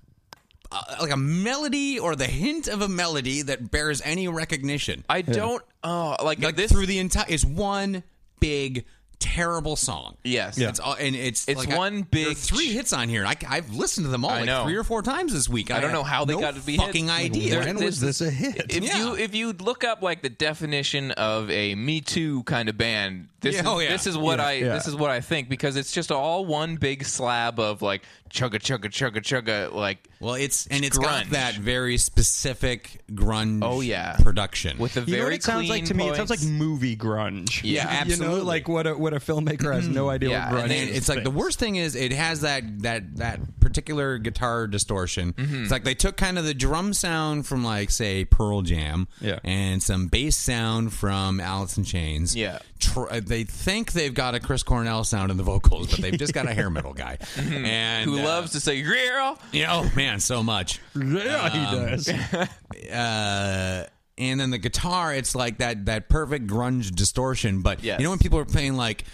[SPEAKER 6] uh, like a melody or the hint of a melody that bears any recognition.
[SPEAKER 4] I don't oh like,
[SPEAKER 6] like
[SPEAKER 4] this
[SPEAKER 6] through the entire it's one big terrible song.
[SPEAKER 4] Yes.
[SPEAKER 5] Yeah.
[SPEAKER 6] It's all, and it's
[SPEAKER 4] It's
[SPEAKER 6] like I-
[SPEAKER 4] one
[SPEAKER 6] there are
[SPEAKER 4] big
[SPEAKER 6] three
[SPEAKER 4] ch-
[SPEAKER 6] hits on here. I, have listened to them all
[SPEAKER 4] I
[SPEAKER 6] like
[SPEAKER 4] know.
[SPEAKER 6] three or four times this week.
[SPEAKER 4] I don't
[SPEAKER 6] have
[SPEAKER 4] know how they
[SPEAKER 6] no
[SPEAKER 4] got to be
[SPEAKER 6] fucking
[SPEAKER 4] hits.
[SPEAKER 6] idea.
[SPEAKER 4] There-
[SPEAKER 5] When was this a hit?
[SPEAKER 4] If
[SPEAKER 6] Yeah.
[SPEAKER 4] you if you look up like the definition of a Me Too kind of band, this
[SPEAKER 6] Yeah,
[SPEAKER 4] is,
[SPEAKER 6] oh, yeah.
[SPEAKER 4] this is what I
[SPEAKER 5] yeah.
[SPEAKER 4] this is what I think because it's just all one big slab of like chugga chugga chugga chugga like
[SPEAKER 6] Well, it's and it's
[SPEAKER 4] Grunge.
[SPEAKER 6] got that very specific grunge.
[SPEAKER 4] Oh, yeah.
[SPEAKER 6] production
[SPEAKER 4] with a
[SPEAKER 5] You
[SPEAKER 4] very
[SPEAKER 5] know what it sounds
[SPEAKER 4] clean
[SPEAKER 5] like to me? It sounds like
[SPEAKER 4] points.
[SPEAKER 5] movie grunge.
[SPEAKER 4] Yeah,
[SPEAKER 5] You
[SPEAKER 6] absolutely.
[SPEAKER 5] know, like what a what a filmmaker has no idea
[SPEAKER 4] Yeah,
[SPEAKER 5] what grunge
[SPEAKER 4] and
[SPEAKER 6] And
[SPEAKER 4] they-
[SPEAKER 5] is.
[SPEAKER 6] it's like the worst thing is it has that that that particular guitar distortion.
[SPEAKER 4] Mm-hmm.
[SPEAKER 6] It's like they took kind of the drum sound from like say Pearl Jam,
[SPEAKER 5] Yeah.
[SPEAKER 6] and some bass sound from Alice in Chains.
[SPEAKER 4] Yeah.
[SPEAKER 6] Tr- uh, they think they've got a Chris Cornell sound in the vocals, but they've just got a hair metal guy and
[SPEAKER 4] Mm-hmm. who
[SPEAKER 6] uh,
[SPEAKER 4] loves to say girl.
[SPEAKER 6] you know, oh man, so much.
[SPEAKER 5] Yeah, he
[SPEAKER 6] Um,
[SPEAKER 5] does.
[SPEAKER 6] Uh, and then the guitar, it's like that that perfect grunge distortion. But
[SPEAKER 4] Yes.
[SPEAKER 6] you know when people are playing like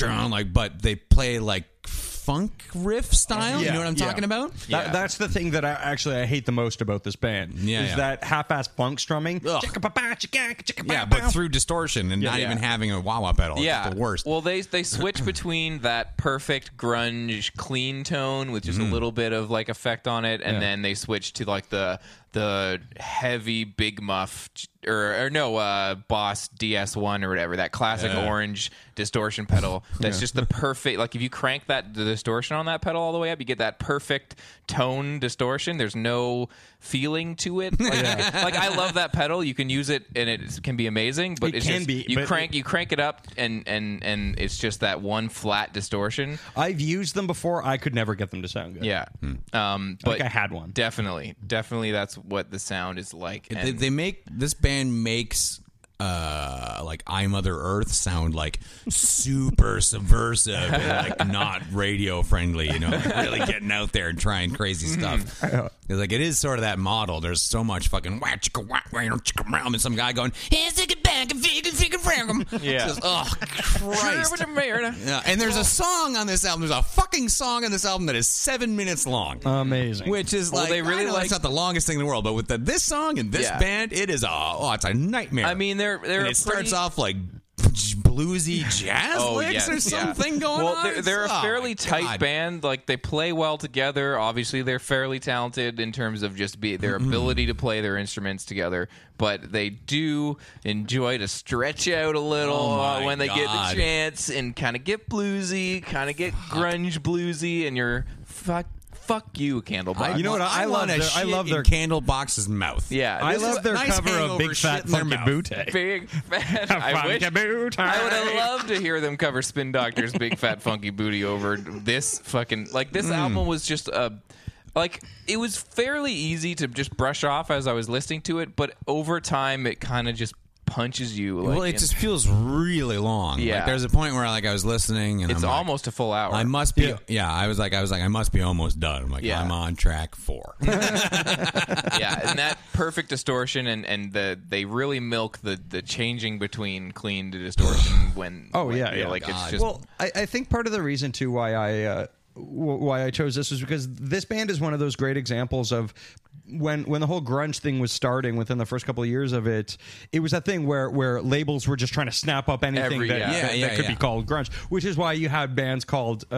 [SPEAKER 6] like, but they play like funk riff style. you know what I'm
[SPEAKER 5] yeah.
[SPEAKER 6] talking about?
[SPEAKER 5] That,
[SPEAKER 4] Yeah.
[SPEAKER 5] That's the thing that I actually I hate the most about this band.
[SPEAKER 6] Yeah,
[SPEAKER 5] is
[SPEAKER 6] yeah.
[SPEAKER 5] that half-ass funk strumming?
[SPEAKER 6] Ugh. Yeah,
[SPEAKER 5] Yeah,
[SPEAKER 6] but through distortion and not
[SPEAKER 5] yeah.
[SPEAKER 6] even having a wah wah pedal. It's
[SPEAKER 4] Yeah,
[SPEAKER 6] the worst.
[SPEAKER 4] Well, they they switch between that perfect grunge clean tone with
[SPEAKER 6] Mm.
[SPEAKER 4] just a little bit of like effect on it, and then they switch to like the the heavy big muff or, or no uh, Boss DS1 or whatever that classic orange distortion pedal. That's just the perfect. Like if you crank that the distortion on that pedal all the way up, you get that perfect tone distortion. There's no feeling to it. Like, like, I love that pedal. You can use it and it can be amazing, but
[SPEAKER 5] It
[SPEAKER 4] it's
[SPEAKER 5] can
[SPEAKER 4] just-
[SPEAKER 5] be,
[SPEAKER 4] you
[SPEAKER 5] but-
[SPEAKER 4] crank you crank it up and and and it's just that one flat distortion
[SPEAKER 5] I've used them before. I could never get them to sound good.
[SPEAKER 4] yeah um but
[SPEAKER 5] I had one.
[SPEAKER 4] definitely definitely that's what the sound is like
[SPEAKER 6] they,
[SPEAKER 4] and
[SPEAKER 6] they make this band makes uh like I Mother Earth sound like super subversive and like not radio friendly, you know, like really getting out there and trying crazy stuff.
[SPEAKER 5] Oh,
[SPEAKER 6] It's like it is sort of that model. There's so much fucking whack chicka whack wah, you know, chicka round and some guy going, Here's a good bag of vegan freaking frangum.
[SPEAKER 4] Yeah.
[SPEAKER 6] Just, oh Christ. Yeah, and there's a song on this album. There's a fucking song on this album that is seven minutes long.
[SPEAKER 5] Amazing.
[SPEAKER 6] Which is
[SPEAKER 4] Oh Well,
[SPEAKER 6] like
[SPEAKER 4] they really
[SPEAKER 6] I know
[SPEAKER 4] like-
[SPEAKER 6] it's not the longest thing in the world, but with the, this song and this
[SPEAKER 4] Yeah.
[SPEAKER 6] band, it is a oh, it's a nightmare.
[SPEAKER 4] i mean they're they're
[SPEAKER 6] and
[SPEAKER 4] a
[SPEAKER 6] it starts
[SPEAKER 4] pretty-
[SPEAKER 6] off like bluesy jazz
[SPEAKER 4] Oh,
[SPEAKER 6] licks
[SPEAKER 4] yes,
[SPEAKER 6] or
[SPEAKER 4] yeah.
[SPEAKER 6] something going
[SPEAKER 4] well,
[SPEAKER 6] on.
[SPEAKER 4] They're, they're
[SPEAKER 6] It's- oh,
[SPEAKER 4] a
[SPEAKER 6] my
[SPEAKER 4] fairly tight
[SPEAKER 6] God.
[SPEAKER 4] band. Like they play well together. Obviously, they're fairly talented in terms of just be their ability to play their instruments together. But they do enjoy to stretch out a little
[SPEAKER 6] Oh, my
[SPEAKER 4] uh, when they get
[SPEAKER 6] God.
[SPEAKER 4] the chance and kind of get bluesy, kind of get grunge bluesy, and you're fuck fuck you, Candlebox.
[SPEAKER 6] I,
[SPEAKER 5] You know what?
[SPEAKER 6] want-
[SPEAKER 5] I love
[SPEAKER 6] want a
[SPEAKER 5] their- I
[SPEAKER 6] shit
[SPEAKER 5] love
[SPEAKER 6] in
[SPEAKER 5] their-
[SPEAKER 6] Candlebox's mouth.
[SPEAKER 4] yeah,
[SPEAKER 5] I
[SPEAKER 4] this is
[SPEAKER 5] love their
[SPEAKER 6] nice
[SPEAKER 5] cover of
[SPEAKER 6] hangover
[SPEAKER 5] Big
[SPEAKER 6] shit
[SPEAKER 5] Fat
[SPEAKER 6] in their
[SPEAKER 5] Funky
[SPEAKER 6] mouth.
[SPEAKER 5] Booty.
[SPEAKER 4] big fat. I wish. I would have loved to hear them cover Spin Doctor's Big Fat Funky Booty over this fucking like
[SPEAKER 6] Hmm.
[SPEAKER 4] this album was just a like it was fairly easy to just brush off as I was listening to it, but over time it kind of just punches you. Like,
[SPEAKER 6] well, it
[SPEAKER 4] in-
[SPEAKER 6] just feels really long.
[SPEAKER 4] Yeah.
[SPEAKER 6] Like, there's a point where like I was listening and
[SPEAKER 4] it's
[SPEAKER 6] I'm like,
[SPEAKER 4] almost a full hour.
[SPEAKER 6] I must be. Yeah. I was like, I was like, I must be almost done. I'm like,
[SPEAKER 4] Yeah.
[SPEAKER 6] I'm on track four.
[SPEAKER 4] yeah, and that perfect distortion and and the they really milk the the changing between clean to distortion when
[SPEAKER 5] Oh,
[SPEAKER 4] when-
[SPEAKER 5] yeah, yeah.
[SPEAKER 4] like it's
[SPEAKER 6] God.
[SPEAKER 4] just
[SPEAKER 5] well I, I think part of the reason too why i uh, wh- why i chose this was because this band is one of those great examples of when when the whole grunge thing was starting within the first couple of years of it it was that thing where where labels were just trying to snap up anything
[SPEAKER 4] Every-
[SPEAKER 5] that,
[SPEAKER 4] yeah.
[SPEAKER 5] that,
[SPEAKER 6] Yeah, yeah,
[SPEAKER 5] that could
[SPEAKER 6] yeah.
[SPEAKER 5] be called grunge which is why you had bands called uh,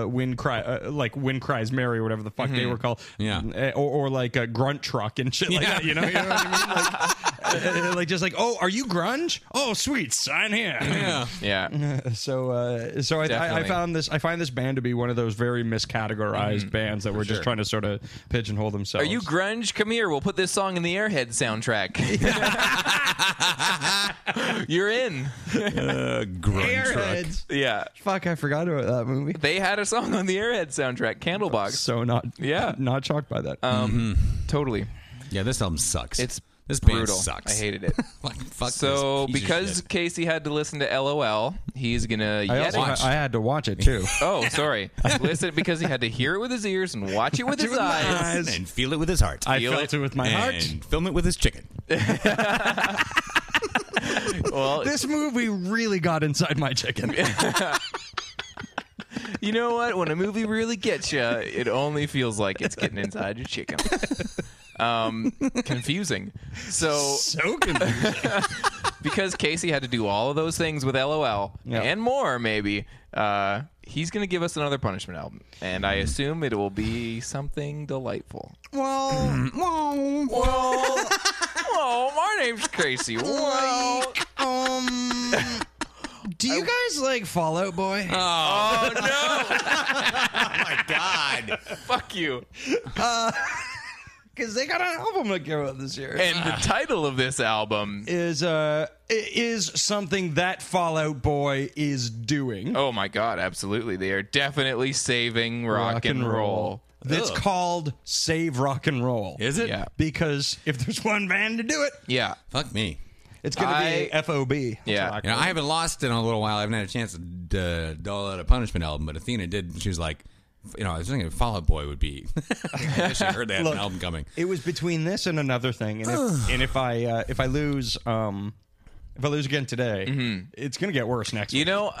[SPEAKER 5] uh wind cry uh, like wind cries mary or whatever the fuck they were called
[SPEAKER 6] Mm-hmm.
[SPEAKER 5] Eh,
[SPEAKER 6] Yeah.
[SPEAKER 5] Uh, or, or like a grunt truck and shit like that you know, you know what i mean Like, Uh, like just like, oh, are you grunge? Oh, sweet, sign here.
[SPEAKER 6] Yeah. mm-hmm.
[SPEAKER 4] yeah.
[SPEAKER 5] So, uh, so I, I, I
[SPEAKER 4] Definitely. Mm-hmm.
[SPEAKER 5] found this. I find this band to be one of those very miscategorized bands that were just trying to sort of pigeonhole
[SPEAKER 4] Are
[SPEAKER 5] themselves.
[SPEAKER 4] you grunge? Come here. We'll put this song in the Airhead soundtrack. You're in.
[SPEAKER 6] Uh, grunge rock.
[SPEAKER 5] Airheads?
[SPEAKER 4] Yeah.
[SPEAKER 5] Fuck, I forgot about that movie.
[SPEAKER 4] They had a song on the Airhead soundtrack, Candlebox.
[SPEAKER 5] So not,
[SPEAKER 4] Yeah. Uh,
[SPEAKER 5] not shocked by that.
[SPEAKER 4] Totally.
[SPEAKER 6] Yeah, this album sucks.
[SPEAKER 4] It's
[SPEAKER 6] this band
[SPEAKER 4] brutal.
[SPEAKER 6] sucks.
[SPEAKER 4] I hated it.
[SPEAKER 6] Like, fuck
[SPEAKER 4] so
[SPEAKER 6] this piece of
[SPEAKER 4] because
[SPEAKER 6] shit.
[SPEAKER 4] Casey had to listen to LOL, he's gonna
[SPEAKER 5] I
[SPEAKER 4] yet
[SPEAKER 5] also,
[SPEAKER 6] watched.
[SPEAKER 5] I had to watch it too.
[SPEAKER 4] Oh, sorry. Listen because he had to hear it with his ears and watch it with his eyes.
[SPEAKER 6] and feel it with his heart.
[SPEAKER 5] I
[SPEAKER 4] Feel
[SPEAKER 5] felt
[SPEAKER 4] it.
[SPEAKER 5] it with my heart.
[SPEAKER 6] and film it with his chicken.
[SPEAKER 4] Well,
[SPEAKER 5] This movie really got inside my chicken.
[SPEAKER 4] you know what? When a movie really gets you, it only feels like it's getting inside your chicken. Um, confusing. So
[SPEAKER 5] so confused.
[SPEAKER 4] because Casey had to do all of those things with LOL
[SPEAKER 5] Yeah.
[SPEAKER 4] and more, maybe uh, he's going to give us another punishment album, and I assume it will be something delightful.
[SPEAKER 5] well,
[SPEAKER 4] Well, well, my name's Casey. Well,
[SPEAKER 5] um, do you guys like Fallout Boy?
[SPEAKER 4] oh no!
[SPEAKER 6] My God.
[SPEAKER 4] Fuck you.
[SPEAKER 5] Because they got an album to go out this year.
[SPEAKER 4] And the title of this album.
[SPEAKER 5] is uh i- is something that Fallout Boy is doing.
[SPEAKER 4] Oh my god! Absolutely, they are definitely saving rock, and roll.
[SPEAKER 5] That's called Save Rock and Roll.
[SPEAKER 6] Is it?
[SPEAKER 4] Yeah.
[SPEAKER 5] Because if there's one band to do it,
[SPEAKER 4] Yeah.
[SPEAKER 6] Fuck me.
[SPEAKER 5] it's gonna
[SPEAKER 4] I-
[SPEAKER 5] be FOB.
[SPEAKER 4] Yeah.
[SPEAKER 5] Rock
[SPEAKER 6] You know, I haven't lost in a little while. I haven't had a chance to uh, dole out a punishment album, but Athena did. She was like, you know, I was thinking Fall Out Boy would be. I wish I heard they had
[SPEAKER 5] Look.
[SPEAKER 6] an album coming.
[SPEAKER 5] It was between this and another thing, and if, and if I uh, if I lose um if I lose again today, it's gonna get worse next.
[SPEAKER 4] Mm-hmm. You
[SPEAKER 5] week.
[SPEAKER 4] know, um,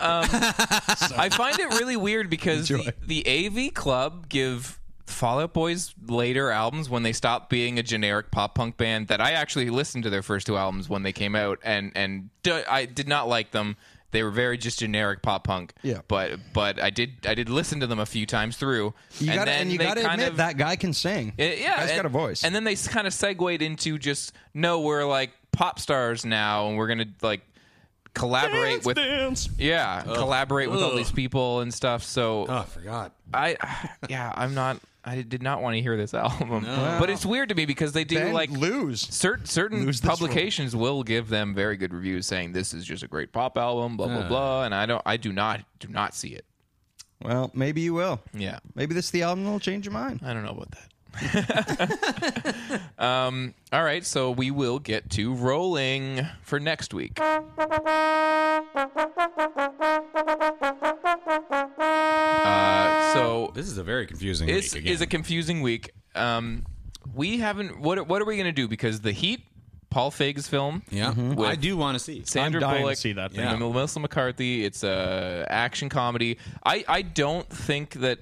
[SPEAKER 4] I find it really weird because the, the AV Club give Fall Out Boy's later albums when they stopped being a generic pop punk band that I actually listened to their first two albums when they came out and and d- I did not like them. They were very just generic pop punk.
[SPEAKER 5] Yeah.
[SPEAKER 4] But but I did I did listen to them a few times through.
[SPEAKER 5] you
[SPEAKER 4] and
[SPEAKER 5] gotta
[SPEAKER 4] then
[SPEAKER 5] and you
[SPEAKER 4] they
[SPEAKER 5] gotta
[SPEAKER 4] kind
[SPEAKER 5] admit
[SPEAKER 4] of,
[SPEAKER 5] that guy can sing.
[SPEAKER 4] it- yeah,
[SPEAKER 5] has
[SPEAKER 4] and,
[SPEAKER 5] got a voice.
[SPEAKER 4] And then they kind of segued into just no, we're like pop stars now, and we're gonna like collaborate with yeah, collaborate with all these people and stuff. So
[SPEAKER 6] Oh, I forgot.
[SPEAKER 4] I, yeah, I'm not. I did not want to hear this album, but it's weird to me because they do
[SPEAKER 5] Then
[SPEAKER 4] like
[SPEAKER 5] lose.
[SPEAKER 4] Certain certain
[SPEAKER 5] Lose this
[SPEAKER 4] publications will give them very good reviews, saying this is just a great pop album, blah blah blah. And I don't, I do not, do not see it.
[SPEAKER 5] Well, maybe you will.
[SPEAKER 4] Yeah,
[SPEAKER 5] Maybe this is the album that'll change your mind.
[SPEAKER 4] I don't know about that. um, all right, so we will get to rolling for next week. Uh, so
[SPEAKER 6] This is a very confusing
[SPEAKER 4] is
[SPEAKER 6] week again.
[SPEAKER 4] is a confusing week. Um, we haven't. What what are we gonna do? Because the Heat, Paul Feig's film,
[SPEAKER 6] yeah,
[SPEAKER 5] Mm-hmm.
[SPEAKER 4] with
[SPEAKER 6] I do want to see.
[SPEAKER 4] Sandra
[SPEAKER 5] I'm dying to
[SPEAKER 4] Bullock,
[SPEAKER 5] see that thing.
[SPEAKER 4] and Melissa McCarthy. It's a action comedy. I I don't think that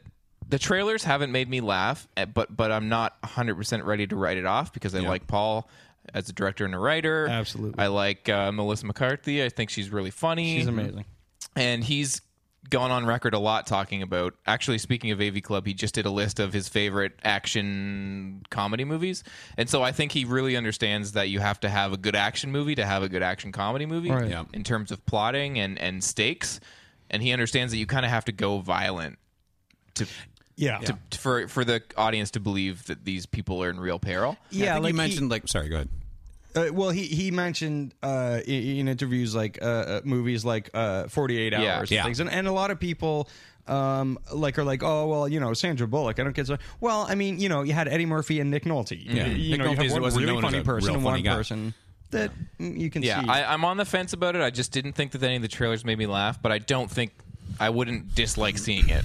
[SPEAKER 4] the trailers haven't made me laugh, eh, but but I'm not 100 percent ready to write it off because I like Paul. As a director and a writer,
[SPEAKER 5] Absolutely.
[SPEAKER 4] I like uh, Melissa McCarthy. I think she's really funny
[SPEAKER 5] She's amazing.
[SPEAKER 4] and he's gone on record a lot talking about actually speaking of AV Club he just did a list of his favorite action comedy movies and so I think he really understands that you have to have a good action movie to have a good action comedy movie
[SPEAKER 5] Right.
[SPEAKER 6] Yeah.
[SPEAKER 4] in terms of plotting and and stakes and he understands that you kind of have to go violent to
[SPEAKER 5] Yeah.
[SPEAKER 4] to, for for the audience to believe that these people are in real peril
[SPEAKER 6] Yeah, I think
[SPEAKER 5] like
[SPEAKER 6] you
[SPEAKER 5] he-
[SPEAKER 6] mentioned like. Sorry, go ahead.
[SPEAKER 5] Uh, well, he he mentioned uh, i- in interviews like uh, uh, movies like uh, Forty Eight Hours
[SPEAKER 4] Yeah.
[SPEAKER 5] and
[SPEAKER 6] Yeah.
[SPEAKER 5] things, and, and a lot of people um, like are like, oh well, you know Sandra Bullock. I don't get so. Well, I mean, you know, you had Eddie Murphy and Nick Nolte. Yeah, you,
[SPEAKER 6] Nick
[SPEAKER 5] know, you
[SPEAKER 6] Nolte
[SPEAKER 5] have one
[SPEAKER 6] wasn't
[SPEAKER 5] really
[SPEAKER 6] known as
[SPEAKER 5] funny
[SPEAKER 6] a
[SPEAKER 5] person
[SPEAKER 6] real
[SPEAKER 5] and
[SPEAKER 6] funny
[SPEAKER 5] one
[SPEAKER 6] guy.
[SPEAKER 5] person that mm, you can
[SPEAKER 4] Yeah,
[SPEAKER 5] see.
[SPEAKER 4] I, I'm on the fence about it. I just didn't think that any of the trailers made me laugh, but I don't think I wouldn't dislike seeing it.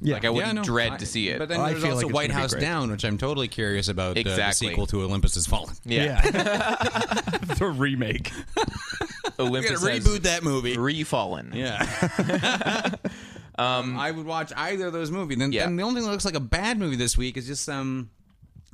[SPEAKER 5] yeah,
[SPEAKER 4] Like I wouldn't
[SPEAKER 6] no,
[SPEAKER 4] dread
[SPEAKER 6] I-
[SPEAKER 4] to see it.
[SPEAKER 6] But then
[SPEAKER 5] I
[SPEAKER 6] there's
[SPEAKER 5] feel
[SPEAKER 6] also
[SPEAKER 5] like it's
[SPEAKER 6] White
[SPEAKER 5] gonna be
[SPEAKER 6] House
[SPEAKER 5] great.
[SPEAKER 6] Down, which I'm totally curious about. uh,
[SPEAKER 4] Exactly.
[SPEAKER 6] the sequel to Olympus Has Fallen.
[SPEAKER 4] yeah,
[SPEAKER 5] the remake.
[SPEAKER 6] We're gonna
[SPEAKER 4] Olympus has
[SPEAKER 6] reboot that movie.
[SPEAKER 4] Refallen.
[SPEAKER 6] Yeah. um, I would watch either of those movies. Then,
[SPEAKER 4] Yeah.
[SPEAKER 6] then the only thing that looks like a bad movie this week is just some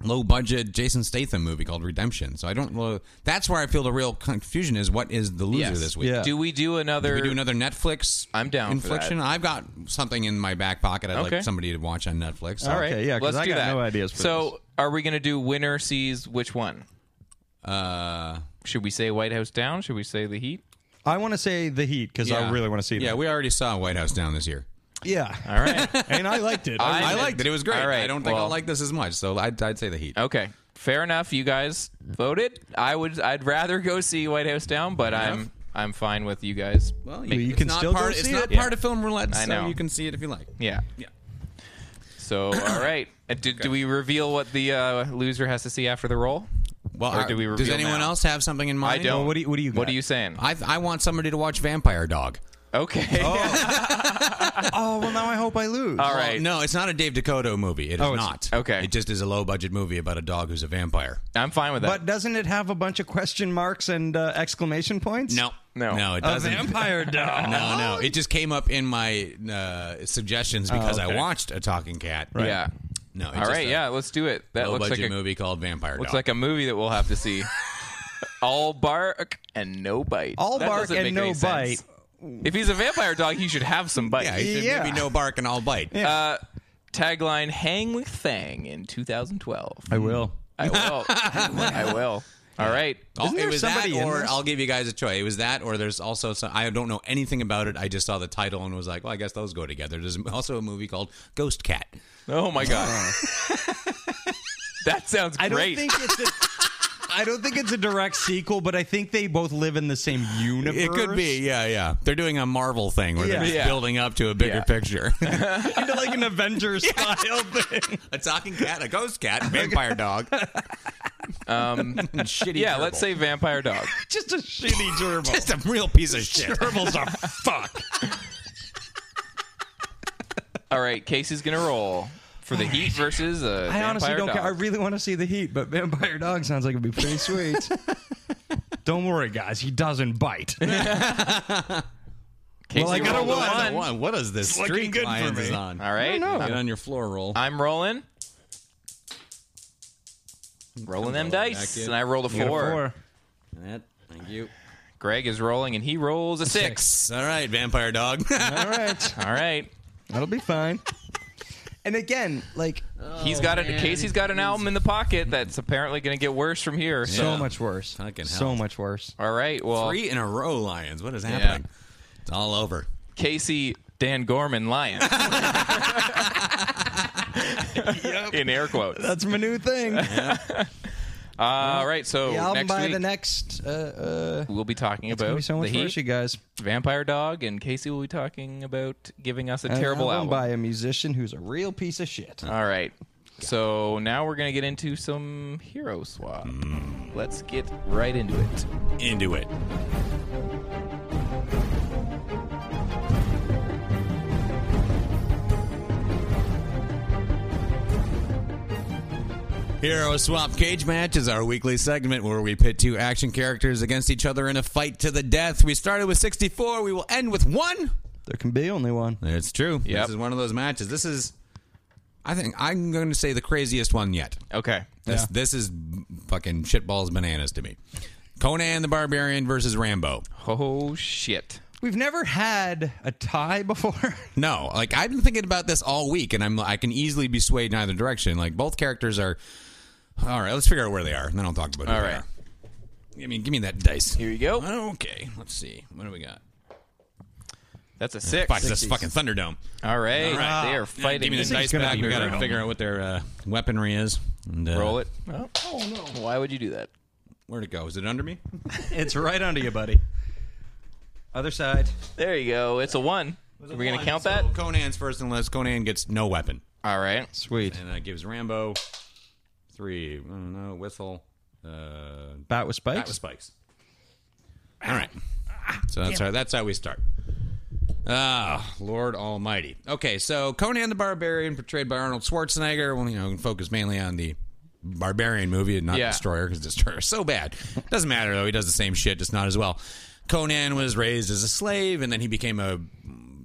[SPEAKER 6] low budget Jason Statham movie called Redemption. So I don't know. That's where I feel the real confusion is what is the loser
[SPEAKER 4] Yes.
[SPEAKER 6] this week?
[SPEAKER 5] Yeah.
[SPEAKER 4] Do we do another?
[SPEAKER 6] Can we do another Netflix
[SPEAKER 4] I'm down for
[SPEAKER 6] infliction? I've got something in my back pocket I'd
[SPEAKER 4] Okay.
[SPEAKER 6] like somebody to watch on Netflix.
[SPEAKER 4] All right.
[SPEAKER 5] Okay, yeah, 'cause
[SPEAKER 4] Let's
[SPEAKER 5] I
[SPEAKER 4] do
[SPEAKER 5] got
[SPEAKER 4] that.
[SPEAKER 5] no ideas for
[SPEAKER 4] so, are we going to do winner sees which one?
[SPEAKER 6] Uh,
[SPEAKER 4] Should we say White House Down? Should we say The Heat?
[SPEAKER 5] I want to say the Heat because I really want to see
[SPEAKER 6] Yeah,
[SPEAKER 5] that.
[SPEAKER 6] we already saw White House down this year.
[SPEAKER 5] yeah,
[SPEAKER 4] All right.
[SPEAKER 5] and I liked it. I,
[SPEAKER 6] I, liked it. It was great.
[SPEAKER 4] All right,
[SPEAKER 6] I don't think
[SPEAKER 4] well-
[SPEAKER 6] I'll like this as much, so I'd, I'd say the Heat.
[SPEAKER 4] okay. Fair enough. You guys voted. I would. I'd rather go see White House Down, but I'm. I'm fine with you guys.
[SPEAKER 6] Well,
[SPEAKER 5] you
[SPEAKER 6] it's
[SPEAKER 5] can
[SPEAKER 6] not
[SPEAKER 5] still go
[SPEAKER 6] part,
[SPEAKER 5] see
[SPEAKER 6] It's
[SPEAKER 5] it.
[SPEAKER 6] not
[SPEAKER 5] Yeah.
[SPEAKER 6] part of film roulette,
[SPEAKER 4] I
[SPEAKER 6] so
[SPEAKER 4] know.
[SPEAKER 6] you can see it if you like.
[SPEAKER 4] Yeah.
[SPEAKER 6] Yeah.
[SPEAKER 4] So, all right. Uh, Do, do we reveal what the uh, loser has to see after the roll?
[SPEAKER 6] Well,
[SPEAKER 4] Or
[SPEAKER 6] are-
[SPEAKER 4] do we
[SPEAKER 6] does
[SPEAKER 4] reveal
[SPEAKER 6] anyone
[SPEAKER 4] now?
[SPEAKER 6] else have something in
[SPEAKER 4] I
[SPEAKER 6] mind?
[SPEAKER 4] don't.
[SPEAKER 5] what do you- what do you
[SPEAKER 4] What
[SPEAKER 5] got?
[SPEAKER 4] are you saying?
[SPEAKER 6] I, I want somebody to watch Vampire Dog.
[SPEAKER 4] okay.
[SPEAKER 5] oh well, now I hope I lose.
[SPEAKER 4] all right.
[SPEAKER 6] No, it's not a Dave Dakota movie. It is
[SPEAKER 5] Oh, it's-
[SPEAKER 6] not.
[SPEAKER 4] okay.
[SPEAKER 6] It just is a low budget movie about a dog who's a vampire.
[SPEAKER 4] I'm fine with that.
[SPEAKER 5] But doesn't it have a bunch of question marks and uh, exclamation points?
[SPEAKER 6] No.
[SPEAKER 4] No.
[SPEAKER 6] No, it
[SPEAKER 5] a
[SPEAKER 6] doesn't.
[SPEAKER 5] vampire dog.
[SPEAKER 6] No, no. It just came up in my uh, suggestions because
[SPEAKER 5] okay.
[SPEAKER 6] I watched a talking cat.
[SPEAKER 4] yeah.
[SPEAKER 6] No. It's
[SPEAKER 4] Oh, All
[SPEAKER 6] just
[SPEAKER 4] right.
[SPEAKER 6] a
[SPEAKER 5] uh,
[SPEAKER 4] Yeah. Let's do it. That
[SPEAKER 6] Low
[SPEAKER 4] looks
[SPEAKER 6] budget
[SPEAKER 4] like a
[SPEAKER 6] movie called Vampire
[SPEAKER 4] looks
[SPEAKER 6] Dog.
[SPEAKER 4] like a movie that we'll have to see. All bark and no bite.
[SPEAKER 5] All
[SPEAKER 4] That
[SPEAKER 5] bark
[SPEAKER 4] doesn't
[SPEAKER 5] and
[SPEAKER 4] make
[SPEAKER 5] no
[SPEAKER 4] any sense. If he's a vampire dog, he should have some bite.
[SPEAKER 6] yeah. it should
[SPEAKER 5] Yeah.
[SPEAKER 6] Maybe no bark and all bite.
[SPEAKER 4] Tagline: Hang with Fang in 2012.
[SPEAKER 5] I will.
[SPEAKER 4] I will. I will. All right.
[SPEAKER 6] Oh,
[SPEAKER 5] Isn't
[SPEAKER 6] it
[SPEAKER 5] there
[SPEAKER 6] was that,
[SPEAKER 5] somebody in
[SPEAKER 6] or
[SPEAKER 5] this?
[SPEAKER 6] I'll give you guys a choice. It was that, or there's also some, I don't know anything about it. I just saw the title and was like, well, I guess those go together. There's also a movie called Ghost Cat.
[SPEAKER 4] Oh my god. that sounds
[SPEAKER 5] Oh. I don't
[SPEAKER 4] great.
[SPEAKER 5] think it's. A, I don't think it's a direct sequel, but I think they both live in the same universe.
[SPEAKER 6] It could be, yeah, yeah. They're doing a Marvel thing where
[SPEAKER 5] Yeah.
[SPEAKER 6] they're just
[SPEAKER 4] Yeah.
[SPEAKER 6] building up to a bigger
[SPEAKER 4] Yeah.
[SPEAKER 6] picture.
[SPEAKER 5] into like an Avengers style thing.
[SPEAKER 6] a talking cat, a ghost cat, vampire dog. Um, shitty.
[SPEAKER 4] yeah,
[SPEAKER 6] gerbil.
[SPEAKER 4] let's say vampire dog.
[SPEAKER 5] Just a shitty gerbil.
[SPEAKER 6] just a real piece of shit.
[SPEAKER 5] Gerbils are fuck.
[SPEAKER 4] All right, Casey's gonna roll for the Heat versus uh
[SPEAKER 5] I honestly
[SPEAKER 4] vampire
[SPEAKER 5] don't
[SPEAKER 4] dog.
[SPEAKER 5] care. I really want to see the heat, but vampire dog sounds like it'd be pretty sweet. don't worry, guys. He doesn't bite.
[SPEAKER 4] Casey
[SPEAKER 5] Well, I got a
[SPEAKER 4] rolled
[SPEAKER 5] one. I got a
[SPEAKER 6] One. What is this?
[SPEAKER 5] It's looking
[SPEAKER 6] Street
[SPEAKER 5] good for
[SPEAKER 6] Lions
[SPEAKER 5] me.
[SPEAKER 6] is on.
[SPEAKER 4] All right.
[SPEAKER 6] Get on your floor roll.
[SPEAKER 5] Uh,
[SPEAKER 4] I'm rolling. Rolling them
[SPEAKER 6] Comes all the way
[SPEAKER 4] dice,
[SPEAKER 6] back in.
[SPEAKER 4] and I rolled a four.
[SPEAKER 6] That, thank you.
[SPEAKER 4] Greg is rolling, and he rolls a six.
[SPEAKER 6] All right, vampire dog.
[SPEAKER 5] All right,
[SPEAKER 4] All right,
[SPEAKER 5] that'll be fine. And again, like
[SPEAKER 4] he's got
[SPEAKER 6] Oh,
[SPEAKER 4] a Casey's got an album in the pocket that's apparently going to get worse from here. So.
[SPEAKER 5] so
[SPEAKER 6] Yeah.
[SPEAKER 5] much worse.
[SPEAKER 6] Fucking hell.
[SPEAKER 5] So much worse.
[SPEAKER 4] All right, well,
[SPEAKER 6] Three in a row, Lions. What is happening? It's all over.
[SPEAKER 4] Casey Dan Gorman Lion. In air quotes.
[SPEAKER 5] That's my new thing.
[SPEAKER 4] All right, so
[SPEAKER 5] The album
[SPEAKER 4] Oh, next
[SPEAKER 5] by
[SPEAKER 4] week
[SPEAKER 5] the next. Uh, uh,
[SPEAKER 4] we'll be talking
[SPEAKER 5] it's gonna
[SPEAKER 4] about
[SPEAKER 5] be so much
[SPEAKER 4] the
[SPEAKER 5] worse, you
[SPEAKER 4] Heat,
[SPEAKER 5] guys.
[SPEAKER 4] Vampire Dog, and Casey will be talking about giving us a
[SPEAKER 5] An
[SPEAKER 4] terrible album. Uh.
[SPEAKER 5] by a musician who's a real piece of shit.
[SPEAKER 4] All right. So now we're gonna get into some hero swap.
[SPEAKER 5] Mm.
[SPEAKER 4] Let's get right into it.
[SPEAKER 6] Into it. Hero Swap Cage Match is our weekly segment where we pit two action characters against each other in a fight to the death. We started with 64, we will end with one.
[SPEAKER 5] There can be only one.
[SPEAKER 6] It's true.
[SPEAKER 4] Yep.
[SPEAKER 6] This is one of those matches. This is, I think, I'm going to say the craziest one yet.
[SPEAKER 4] Okay.
[SPEAKER 6] This, this is fucking shitballs bananas to me. Conan the Barbarian versus Rambo.
[SPEAKER 4] Oh shit.
[SPEAKER 5] We've never had a tie before.
[SPEAKER 6] No, like I've been thinking about this all week, and I'm I can easily be swayed in either direction. Like both characters are. All right, let's figure out where they are, and then I'll talk about. Who
[SPEAKER 4] All
[SPEAKER 6] they
[SPEAKER 4] right.
[SPEAKER 6] are. I mean, give me that dice.
[SPEAKER 4] Here you go.
[SPEAKER 6] Okay, let's see. What do we got?
[SPEAKER 4] That's a six.
[SPEAKER 6] Fuck this fucking Thunderdome.
[SPEAKER 4] All right.
[SPEAKER 6] Alright.
[SPEAKER 4] Ah, They are
[SPEAKER 6] Yeah,
[SPEAKER 4] fighting.
[SPEAKER 6] Give me this
[SPEAKER 4] in-
[SPEAKER 6] dice
[SPEAKER 5] gonna
[SPEAKER 6] back.
[SPEAKER 5] be
[SPEAKER 6] We gotta
[SPEAKER 5] brutal.
[SPEAKER 6] figure out what their uh, weaponry is. And, uh,
[SPEAKER 4] Roll it. Oh, no. Why would you do that?
[SPEAKER 6] Where'd it go? Is it under me?
[SPEAKER 5] it's right under you, buddy. Other side.
[SPEAKER 4] There you go. It's a one. Are we gonna count that?
[SPEAKER 6] So Conan's first, unless Conan gets no weapon,
[SPEAKER 4] All right.
[SPEAKER 5] Sweet.
[SPEAKER 6] and that gives Rambo three. I don't know. Whistle. Uh,
[SPEAKER 5] Bat with spikes.
[SPEAKER 6] That was spikes. All right. So that's how that's how we start. Ah, Lord Almighty. Okay, so Conan the Barbarian, portrayed by Arnold Schwarzenegger. Well, you know, focus mainly on the Barbarian movie and not
[SPEAKER 4] Yeah.
[SPEAKER 6] Destroyer because Destroyer's so bad. Doesn't matter though; he does the same shit, just not as well. Conan was raised as a slave, and then he became a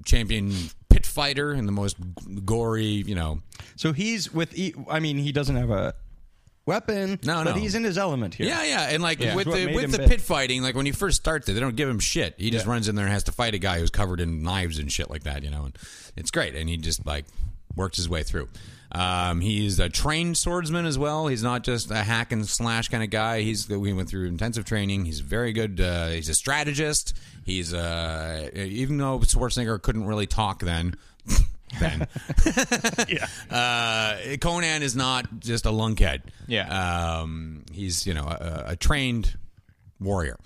[SPEAKER 6] champion pit fighter in the most gory, you know,
[SPEAKER 5] so he's with. E- I mean, he doesn't have a weapon.
[SPEAKER 6] No,
[SPEAKER 5] but
[SPEAKER 6] no.
[SPEAKER 5] he's in his element here.
[SPEAKER 6] Yeah, yeah, and like with
[SPEAKER 5] That's what
[SPEAKER 6] the
[SPEAKER 5] made him
[SPEAKER 6] with the
[SPEAKER 5] big.
[SPEAKER 6] pit fighting, like when you first start there, they don't give him shit. He just runs in there and has to fight a guy who's covered in knives and shit like that, you know. And it's great, and he just like worked his way through. Um, he's a trained swordsman as well. He's not just a hack and slash kind of guy. He's we went through intensive training. He's very good. Uh, he's a strategist. He's uh, even though Schwarzenegger couldn't really talk then. then yeah. uh, Conan is not just a lunkhead.
[SPEAKER 4] Yeah.
[SPEAKER 6] um, he's you know a, a trained warrior.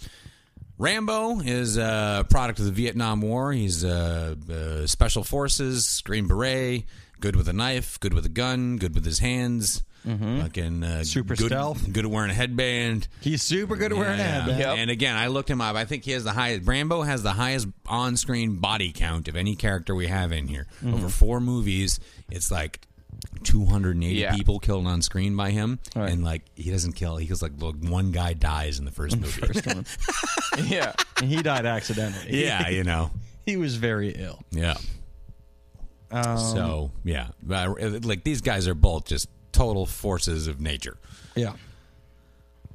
[SPEAKER 6] Rambo is a product of the Vietnam War. He's uh, uh, special forces, Green Beret, good with a knife, good with a gun, good with his hands. Fucking uh,
[SPEAKER 5] Mm-hmm. Super
[SPEAKER 6] good,
[SPEAKER 5] stealth.
[SPEAKER 6] Good at wearing a headband.
[SPEAKER 5] He's super good at wearing a
[SPEAKER 6] Yeah.
[SPEAKER 5] headband.
[SPEAKER 4] Yep.
[SPEAKER 6] And again, I looked him up. I think he has the highest. Rambo has the highest on-screen body count of any character we have in here. Over four movies, it's like 280
[SPEAKER 4] Yeah.
[SPEAKER 6] people killed on screen by him, and like he doesn't kill. He kills like look, one guy dies in the first movie.
[SPEAKER 4] yeah.
[SPEAKER 5] And he died accidentally.
[SPEAKER 6] yeah, you know.
[SPEAKER 5] He was very ill.
[SPEAKER 6] Yeah. Um, so yeah, Uh, like these guys are both just total forces of nature.
[SPEAKER 5] Yeah.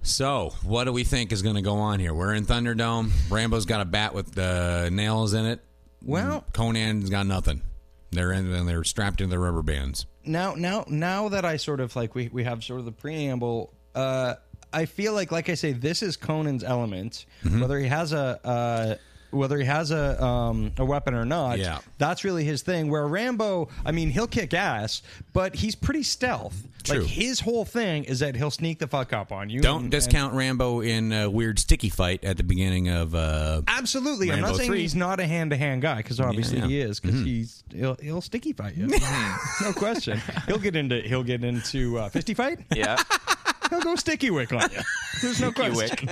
[SPEAKER 6] So what do we think is going to go on here? We're in Thunderdome. Rambo's got a bat with uh, nails in it.
[SPEAKER 5] Well-
[SPEAKER 6] Conan's got nothing. They're in and they're strapped into their rubber bands.
[SPEAKER 5] now now now that I sort of like we, we have sort of the preamble, uh, I feel like like I say, this is Conan's element.
[SPEAKER 6] Mm-hmm.
[SPEAKER 5] Whether he has a uh, whether he has a um, a weapon or not,
[SPEAKER 6] Yeah.
[SPEAKER 5] that's really his thing. Where Rambo, I mean, he'll kick ass, but he's pretty stealth.
[SPEAKER 6] True.
[SPEAKER 5] Like his whole thing is that he'll sneak the fuck up on you.
[SPEAKER 6] Don't
[SPEAKER 5] and-
[SPEAKER 6] discount Rambo in a weird sticky fight at the beginning of. Uh,
[SPEAKER 4] Ah!
[SPEAKER 5] Absolutely, I'm
[SPEAKER 6] Rambo
[SPEAKER 5] not saying
[SPEAKER 6] three.
[SPEAKER 5] he's not a hand to hand guy because obviously
[SPEAKER 6] Yeah, Mm-hmm. yeah.
[SPEAKER 5] he is because he's he'll, he'll sticky fight you, no question. He'll get into he'll get into uh, fisty fight.
[SPEAKER 4] Yeah.
[SPEAKER 5] He'll go sticky wick on you. There's no
[SPEAKER 4] Sticky wick.
[SPEAKER 5] question.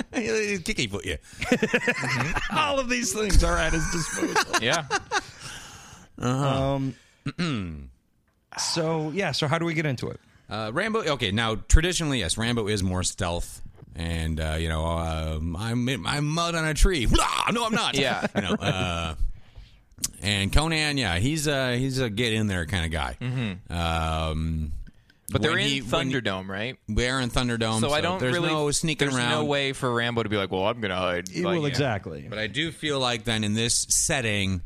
[SPEAKER 6] Kicky foot, yeah. All of these things are at his disposal.
[SPEAKER 4] Yeah.
[SPEAKER 5] Um, So yeah, so how do we get into it?
[SPEAKER 6] Uh, Rambo. Okay, now traditionally, yes, Rambo is more stealth, and uh, you know, um, I'm in, I'm mud on a tree. Blah! No, I'm not.
[SPEAKER 4] Yeah.
[SPEAKER 6] You know, uh, and Conan, yeah, he's a he's a get in there kind of guy. Mm-hmm. Um,
[SPEAKER 4] But they're
[SPEAKER 6] when
[SPEAKER 4] in
[SPEAKER 6] he- when he-
[SPEAKER 4] Thunderdome, right?
[SPEAKER 6] They're in Thunderdome,
[SPEAKER 4] so I don't
[SPEAKER 6] there's
[SPEAKER 4] really
[SPEAKER 6] no sneaking
[SPEAKER 4] there's
[SPEAKER 6] around.
[SPEAKER 4] no way for Rambo to be like, well, I'm gonna hide. Like,
[SPEAKER 5] well,
[SPEAKER 4] yeah.
[SPEAKER 5] exactly.
[SPEAKER 6] But I do feel like then in this setting,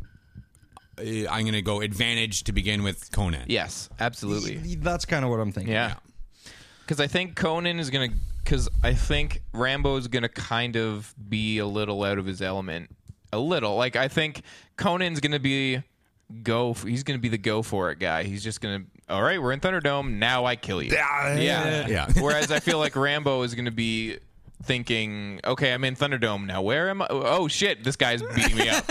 [SPEAKER 6] uh, I'm going to go advantage to begin with Conan.
[SPEAKER 4] Yes, absolutely.
[SPEAKER 5] That's kind of what I'm thinking.
[SPEAKER 4] Yeah. Because I think Conan is going to. Because I think Rambo is going to kind of be a little out of his element. A little. Like, I think Conan's going to be. Go. f- He's going to be the go for it guy. He's just going to. All right, we're in Thunderdome. Now I kill you.
[SPEAKER 6] Yeah. Yeah.
[SPEAKER 4] Whereas I feel like Rambo is going to be thinking, okay, I'm in Thunderdome now. Where am I? Oh shit, this guy's beating me up.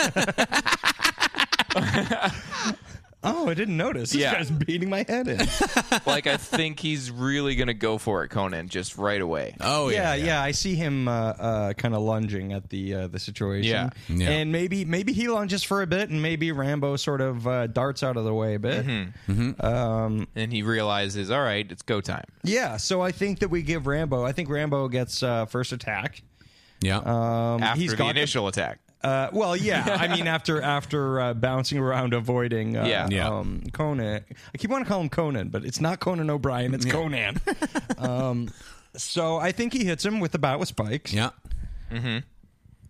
[SPEAKER 5] Oh, I didn't notice. This
[SPEAKER 4] Yeah.
[SPEAKER 5] guy's beating my head in.
[SPEAKER 4] like I think he's really going to go for it, Conan, just right away.
[SPEAKER 6] Oh
[SPEAKER 5] yeah,
[SPEAKER 6] yeah.
[SPEAKER 5] yeah, I see him uh, uh, kind of lunging at the uh, the situation.
[SPEAKER 4] Yeah.
[SPEAKER 6] Yeah.
[SPEAKER 5] and maybe maybe he lunges for a bit, and maybe Rambo sort of uh, darts out of the way a bit.
[SPEAKER 4] Mm-hmm. And he realizes, all right, it's go time.
[SPEAKER 5] Yeah, so I think that we give Rambo. I think Rambo gets uh, first attack.
[SPEAKER 6] Yeah.
[SPEAKER 5] Uh,
[SPEAKER 4] After
[SPEAKER 5] he's
[SPEAKER 4] the
[SPEAKER 5] got the-
[SPEAKER 4] initial attack.
[SPEAKER 5] Uh, well, yeah. I mean, after after uh, bouncing around, avoiding uh,
[SPEAKER 4] Yeah.
[SPEAKER 6] Yeah.
[SPEAKER 5] Um, Conan. I keep wanting to call him Conan, but it's not Conan O'Brien. It's Conan. um, so I think he hits him with the bat with spikes.
[SPEAKER 6] yeah.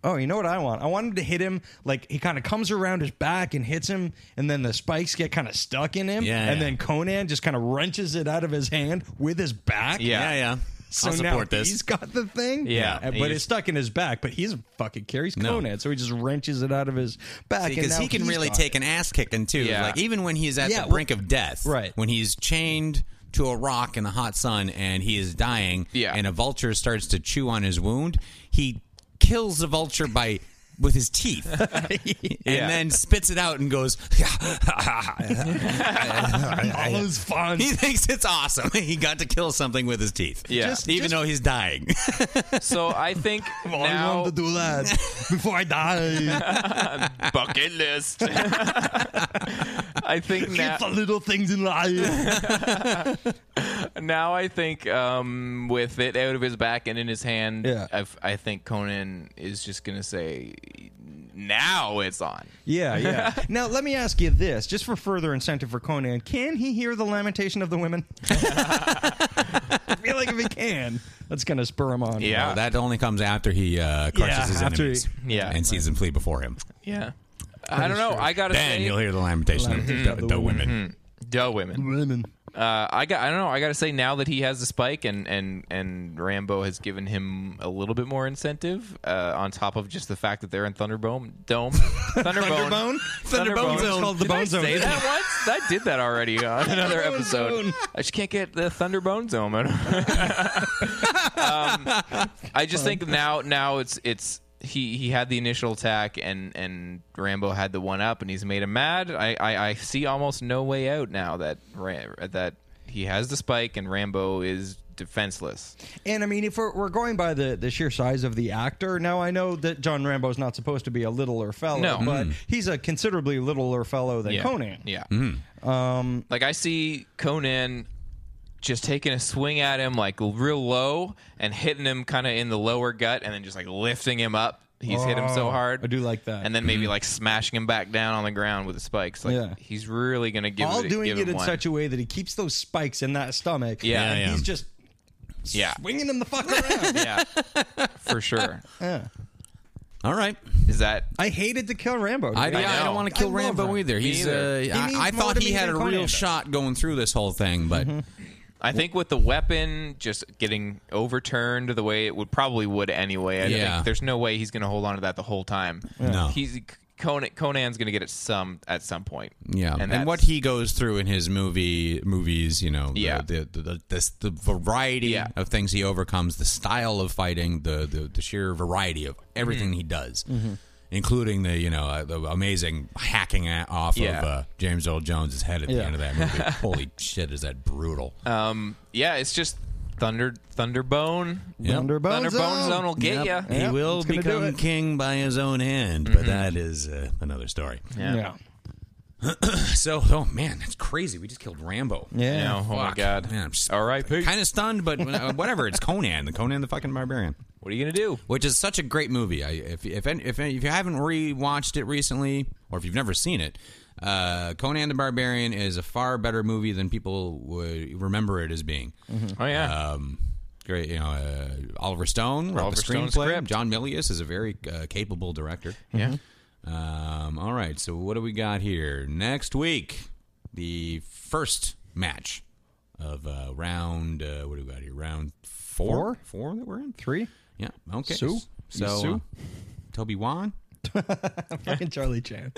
[SPEAKER 5] Oh, you know what I want? I want him to hit him like he kind of comes around his back and hits him, and then the spikes get kind of stuck in him.
[SPEAKER 6] Yeah,
[SPEAKER 5] And
[SPEAKER 6] yeah.
[SPEAKER 5] then Conan just kind of wrenches it out of his hand with his back.
[SPEAKER 4] Yeah.
[SPEAKER 6] Yeah. Yeah.
[SPEAKER 5] So
[SPEAKER 6] I'll
[SPEAKER 5] now
[SPEAKER 6] support this.
[SPEAKER 5] he's got the thing.
[SPEAKER 4] Yeah.
[SPEAKER 5] Uh,
[SPEAKER 4] He's-
[SPEAKER 5] but it's stuck in his back. But he doesn't fucking care. He's
[SPEAKER 6] No.
[SPEAKER 5] Conan, so he just wrenches it out of his back and
[SPEAKER 6] because
[SPEAKER 5] now
[SPEAKER 6] he can
[SPEAKER 5] he's
[SPEAKER 6] really
[SPEAKER 5] got
[SPEAKER 6] take
[SPEAKER 5] it.
[SPEAKER 6] an ass kicking too.
[SPEAKER 4] Yeah.
[SPEAKER 6] Like even when he's at
[SPEAKER 5] Yeah,
[SPEAKER 6] the
[SPEAKER 5] well-
[SPEAKER 6] brink of death,
[SPEAKER 5] Right.
[SPEAKER 6] When he's chained to a rock in the hot sun and he is dying,
[SPEAKER 4] Yeah.
[SPEAKER 6] and a vulture starts to chew on his wound, he kills the vulture by. With his teeth, and
[SPEAKER 4] Yeah.
[SPEAKER 6] then spits it out and goes.
[SPEAKER 5] All is fun.
[SPEAKER 6] he thinks it's awesome. He got to kill something with his teeth.
[SPEAKER 4] Yeah. Just-
[SPEAKER 6] even though he's dying.
[SPEAKER 4] So I think
[SPEAKER 5] I
[SPEAKER 4] now
[SPEAKER 5] wanted to do that before I die.
[SPEAKER 4] bucket list. I think now,
[SPEAKER 5] It's the little things in life.
[SPEAKER 4] now I think um, with it out of his back and in his hand,
[SPEAKER 5] Yeah.
[SPEAKER 4] I've- I think Conan is just gonna say, "Now it's on."
[SPEAKER 5] yeah, yeah. Now let me ask you this, just for further incentive for Conan: Can he hear the lamentation of the women? I feel like if he can, that's gonna spur him on.
[SPEAKER 4] Yeah.
[SPEAKER 6] No, that only comes after he uh, crushes
[SPEAKER 5] Yeah,
[SPEAKER 6] his
[SPEAKER 5] after he-
[SPEAKER 6] enemies.
[SPEAKER 4] Yeah.
[SPEAKER 6] and sees them flee before him.
[SPEAKER 4] Yeah, I don't know. I gotta
[SPEAKER 6] Then
[SPEAKER 4] say,
[SPEAKER 6] you'll hear the lamentation of the, the women.
[SPEAKER 4] Duh, women.
[SPEAKER 5] Women.
[SPEAKER 4] Uh, I got. I don't know. I got to say now that he has the spike and and and Rambo has given him a little bit more incentive uh, on top of just the fact that they're in Thunderbone Dome. Thunderbone.
[SPEAKER 5] Thunderbone? Thunderbone Zone. It's called the
[SPEAKER 4] Did I
[SPEAKER 5] Bone Zone.
[SPEAKER 4] Say that once. I did that already on another
[SPEAKER 5] Thunderbone
[SPEAKER 4] episode.
[SPEAKER 5] Zone.
[SPEAKER 4] I just can't get the Thunderbone Zone. I don't- um, I just think now now it's it's. He, he had the initial attack and, and Rambo had the one up and he's made him mad. I, I, I see almost no way out now that Ra- that he has the spike and Rambo is defenseless.
[SPEAKER 5] And I mean, if we're, we're going by the, the sheer size of the actor, now I know that John Rambo's not supposed to be a littler fellow,
[SPEAKER 4] No.
[SPEAKER 6] Mm-hmm.
[SPEAKER 5] but he's a considerably littler fellow than Conan.
[SPEAKER 4] Yeah. Um, like I see Conan just taking a swing at him like real low and hitting him kind of in the lower gut and then just like lifting him up. He's hit him so hard.
[SPEAKER 5] Oh, I do like that. Mm-hmm.
[SPEAKER 4] And then maybe like smashing him back down on the ground with the spikes. Like
[SPEAKER 5] Yeah.
[SPEAKER 4] he's really gonna give
[SPEAKER 5] All
[SPEAKER 4] it,
[SPEAKER 5] doing
[SPEAKER 4] give
[SPEAKER 5] it
[SPEAKER 4] him
[SPEAKER 5] in
[SPEAKER 4] one.
[SPEAKER 5] such a way that he keeps those spikes in that stomach.
[SPEAKER 4] Yeah.
[SPEAKER 5] and
[SPEAKER 6] Yeah, yeah.
[SPEAKER 5] he's just
[SPEAKER 4] yeah,
[SPEAKER 5] swinging him the fuck around.
[SPEAKER 4] yeah, for sure. Mm-hmm.
[SPEAKER 6] All right.
[SPEAKER 4] Is that
[SPEAKER 5] I hated to kill Rambo.
[SPEAKER 6] I,
[SPEAKER 5] dude.
[SPEAKER 6] yeah, I,
[SPEAKER 4] know.
[SPEAKER 6] don't want to
[SPEAKER 5] I
[SPEAKER 6] kill
[SPEAKER 5] love
[SPEAKER 6] Rambo
[SPEAKER 5] Rambo.
[SPEAKER 6] either.
[SPEAKER 4] Me
[SPEAKER 6] He's
[SPEAKER 4] either.
[SPEAKER 6] uh,
[SPEAKER 4] He
[SPEAKER 6] I,
[SPEAKER 5] means
[SPEAKER 6] I
[SPEAKER 5] more
[SPEAKER 6] thought
[SPEAKER 5] to
[SPEAKER 6] he
[SPEAKER 5] me
[SPEAKER 6] had a
[SPEAKER 5] than
[SPEAKER 6] real
[SPEAKER 5] Conan does.
[SPEAKER 6] shot going through this whole thing, but
[SPEAKER 4] I think with the weapon just getting overturned the way it would probably would anyway. I
[SPEAKER 6] Yeah.
[SPEAKER 4] think there's no way he's going to hold on to that the whole time.
[SPEAKER 6] No.
[SPEAKER 4] he's Conan, Conan's going to get it some at some point.
[SPEAKER 6] yeah. And,
[SPEAKER 4] that's-
[SPEAKER 6] what he goes through in his movie movies, you know, the-
[SPEAKER 4] Yeah.
[SPEAKER 6] the the, the, this, the variety
[SPEAKER 4] Yeah.
[SPEAKER 6] of things he overcomes, the style of fighting, the the, the sheer variety of everything
[SPEAKER 4] Mm-hmm.
[SPEAKER 6] he does.
[SPEAKER 5] Mm-hmm.
[SPEAKER 6] Including the you know uh, the amazing hacking a- off
[SPEAKER 4] Yeah.
[SPEAKER 6] of uh, James Earl Jones' head at the
[SPEAKER 5] Yeah.
[SPEAKER 6] end of that movie. Holy shit, is that brutal?
[SPEAKER 4] Uh, um, yeah, it's just Thunder Thunderbone.
[SPEAKER 6] Yep.
[SPEAKER 5] Thunderbone
[SPEAKER 4] Thunderbone Zone will get
[SPEAKER 6] Yep.
[SPEAKER 4] ya.
[SPEAKER 6] He
[SPEAKER 5] Yep,
[SPEAKER 6] will
[SPEAKER 5] it's gonna do
[SPEAKER 6] become
[SPEAKER 5] it.
[SPEAKER 6] king by his own hand,
[SPEAKER 4] Mm-hmm.
[SPEAKER 6] but that is uh, another story.
[SPEAKER 5] Yeah. Yeah.
[SPEAKER 6] So, oh man, that's crazy. We just killed Rambo.
[SPEAKER 4] You know, oh my
[SPEAKER 6] Fuck.
[SPEAKER 4] god!
[SPEAKER 6] Man, I'm just
[SPEAKER 4] R.I.P.
[SPEAKER 6] kind of stunned, but uh, whatever. It's Conan, the Conan the fucking barbarian,
[SPEAKER 4] What are you going to do?
[SPEAKER 6] which is such a great movie. I, if if any- if any- if you haven't rewatched it recently, or if you've never seen it, uh, Conan the Barbarian is a far better movie than people would remember it as being.
[SPEAKER 4] Oh yeah,
[SPEAKER 6] Um, great, you know, uh, Oliver Stone wrote
[SPEAKER 4] Oliver
[SPEAKER 6] the
[SPEAKER 4] Stone's
[SPEAKER 6] screenplay.
[SPEAKER 4] script.
[SPEAKER 6] John Milius is a very uh, capable director.
[SPEAKER 4] yeah.
[SPEAKER 6] Um, all right, so what do we got here next week? The first match of uh, round. Uh, what do we got here? Round four,
[SPEAKER 5] Four?
[SPEAKER 6] four that we're in.
[SPEAKER 5] Three.
[SPEAKER 6] Yeah. Okay.
[SPEAKER 5] Sue?
[SPEAKER 6] So,
[SPEAKER 5] You Sue?
[SPEAKER 6] uh, Toby Wan.
[SPEAKER 5] Fucking Charlie Chan.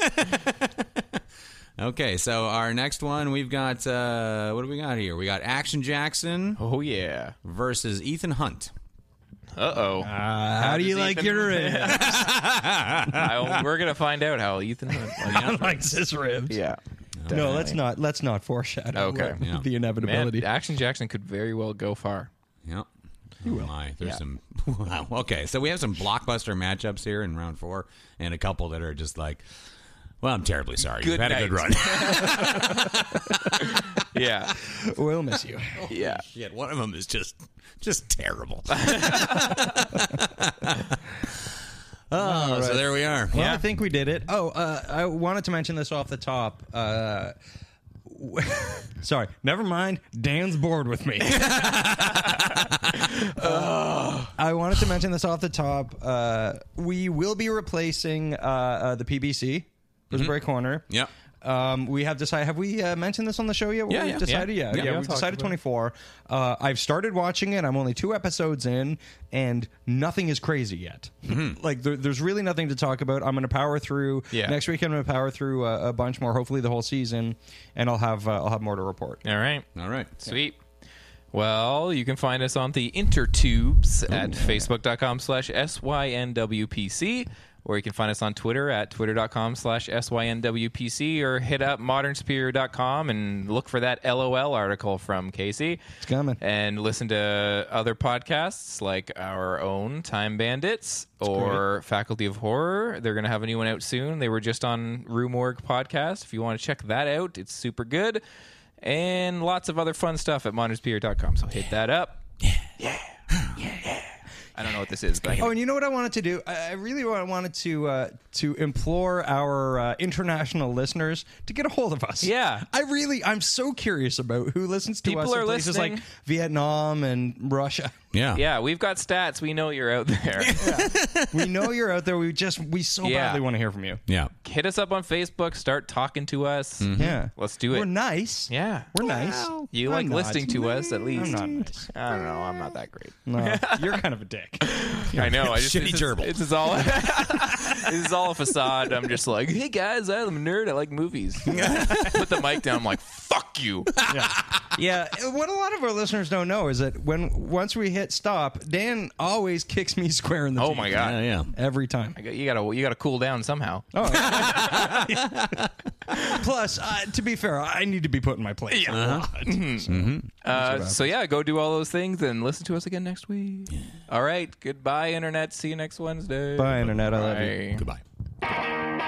[SPEAKER 6] Okay, so our next one we've got. Uh, what do we got here? We got Action Jackson
[SPEAKER 4] Oh yeah.
[SPEAKER 6] versus Ethan Hunt.
[SPEAKER 4] Uh oh.
[SPEAKER 5] How do you
[SPEAKER 4] does
[SPEAKER 5] like
[SPEAKER 4] Ethan-
[SPEAKER 5] your ribs?
[SPEAKER 4] we're going to find out how Ethan.
[SPEAKER 5] I like his ribs.
[SPEAKER 4] yeah.
[SPEAKER 5] No, let's not. Let's not foreshadow.
[SPEAKER 4] Okay.
[SPEAKER 5] what-
[SPEAKER 6] Yeah.
[SPEAKER 5] The
[SPEAKER 4] Man,
[SPEAKER 5] inevitability.
[SPEAKER 4] Action Jackson could very well go far.
[SPEAKER 6] Yep. You will. My, there's some. Wow. Okay. So we have some blockbuster matchups here in round four, and a couple that are just like, well, I'm terribly sorry. You've
[SPEAKER 4] Good
[SPEAKER 6] had a good
[SPEAKER 4] night.
[SPEAKER 6] run.
[SPEAKER 4] Yeah.
[SPEAKER 5] we'll miss you.
[SPEAKER 4] Yeah.
[SPEAKER 6] Shit. One of them is just, just terrible. Oh, so there we are.
[SPEAKER 5] Well, I think we did it. Oh, uh, I wanted to mention this off the top. Uh, w- sorry, never mind. Dan's bored with me. Uh, I wanted to mention this off the top. Uh, we will be replacing uh, uh, the PBC, Brisbane Corner.
[SPEAKER 6] Yep.
[SPEAKER 5] Um, we have decided. Have we uh, mentioned this on the show yet? What
[SPEAKER 6] Yeah,
[SPEAKER 5] we've
[SPEAKER 6] yeah.
[SPEAKER 5] decided.
[SPEAKER 6] Yeah.
[SPEAKER 5] Yeah,
[SPEAKER 6] Yeah,
[SPEAKER 5] yeah.
[SPEAKER 6] we
[SPEAKER 5] we've
[SPEAKER 6] talked
[SPEAKER 5] decided twenty four. Uh, I've started watching it. I'm only two episodes in, and nothing is crazy yet. like there, there's really nothing to talk about. I'm going to power through.
[SPEAKER 4] Yeah.
[SPEAKER 5] Next week, I'm going to power through uh, a bunch more. Hopefully, the whole season, and I'll have uh, I'll have more to report.
[SPEAKER 4] All right.
[SPEAKER 6] All right.
[SPEAKER 4] Sweet. Well, you can find us on the intertubes at facebook.com slash synwpc, or you can find us on Twitter at twitter.com slash synwpc, or hit up modernspear.com and look for that LOL article from Casey. It's
[SPEAKER 5] coming.
[SPEAKER 4] And listen to other podcasts like our own Time Bandits or Faculty of Horror. They're going to have a new one out soon. They were just on Room Org podcast. If you want to check that out, it's super good. And lots of other fun stuff at monterspear.com. So hit that up. Yeah. Yeah. I don't know know what this is, but
[SPEAKER 5] Oh, and you know what I wanted to do? I I really wa- wanted to uh, to implore our uh, international listeners to get a hold of us.
[SPEAKER 4] Yeah.
[SPEAKER 5] I really, I'm so curious about who listens to
[SPEAKER 4] People
[SPEAKER 5] us. in
[SPEAKER 4] are
[SPEAKER 5] places like
[SPEAKER 4] listening.
[SPEAKER 5] Vietnam and Russia.
[SPEAKER 6] Yeah.
[SPEAKER 4] yeah, we've got stats. We know you're out there.
[SPEAKER 5] we know you're out there. We just, we so
[SPEAKER 4] Yeah.
[SPEAKER 5] badly want to hear from you.
[SPEAKER 6] Yeah.
[SPEAKER 4] Hit us up on Facebook. Start talking to us.
[SPEAKER 5] Yeah,
[SPEAKER 4] Mm-hmm. Let's do it.
[SPEAKER 5] Mm-hmm. We're nice.
[SPEAKER 4] Yeah.
[SPEAKER 5] we're nice.
[SPEAKER 4] You
[SPEAKER 5] I'm
[SPEAKER 4] like
[SPEAKER 5] not.
[SPEAKER 4] listening to us at least.
[SPEAKER 5] I'm not nice.
[SPEAKER 4] I don't know. I'm not that great.
[SPEAKER 5] No, you're kind of a dick.
[SPEAKER 4] I know. I just
[SPEAKER 6] Shitty
[SPEAKER 4] this is-
[SPEAKER 6] gerbil.
[SPEAKER 4] This is all. this is all a facade. I'm just like, hey guys, I'm a nerd. I like movies. Put the mic down. I'm like, fuck you.
[SPEAKER 5] yeah, what a lot of our listeners don't know is that when once we hit stop, Dan always kicks me square in the
[SPEAKER 4] Oh
[SPEAKER 5] teeth.
[SPEAKER 4] my god.
[SPEAKER 6] Yeah. Yeah.
[SPEAKER 5] every time.
[SPEAKER 4] I got- You gotta you gotta cool down somehow.
[SPEAKER 5] Plus, uh, to be fair, I need to be put in my place. a lot. So,
[SPEAKER 4] Uh, so yeah, go do all those things and listen to us again next week. All right, goodbye, internet. See you next Wednesday.
[SPEAKER 5] Bye, internet. I love you.
[SPEAKER 4] Bye.
[SPEAKER 6] Goodbye.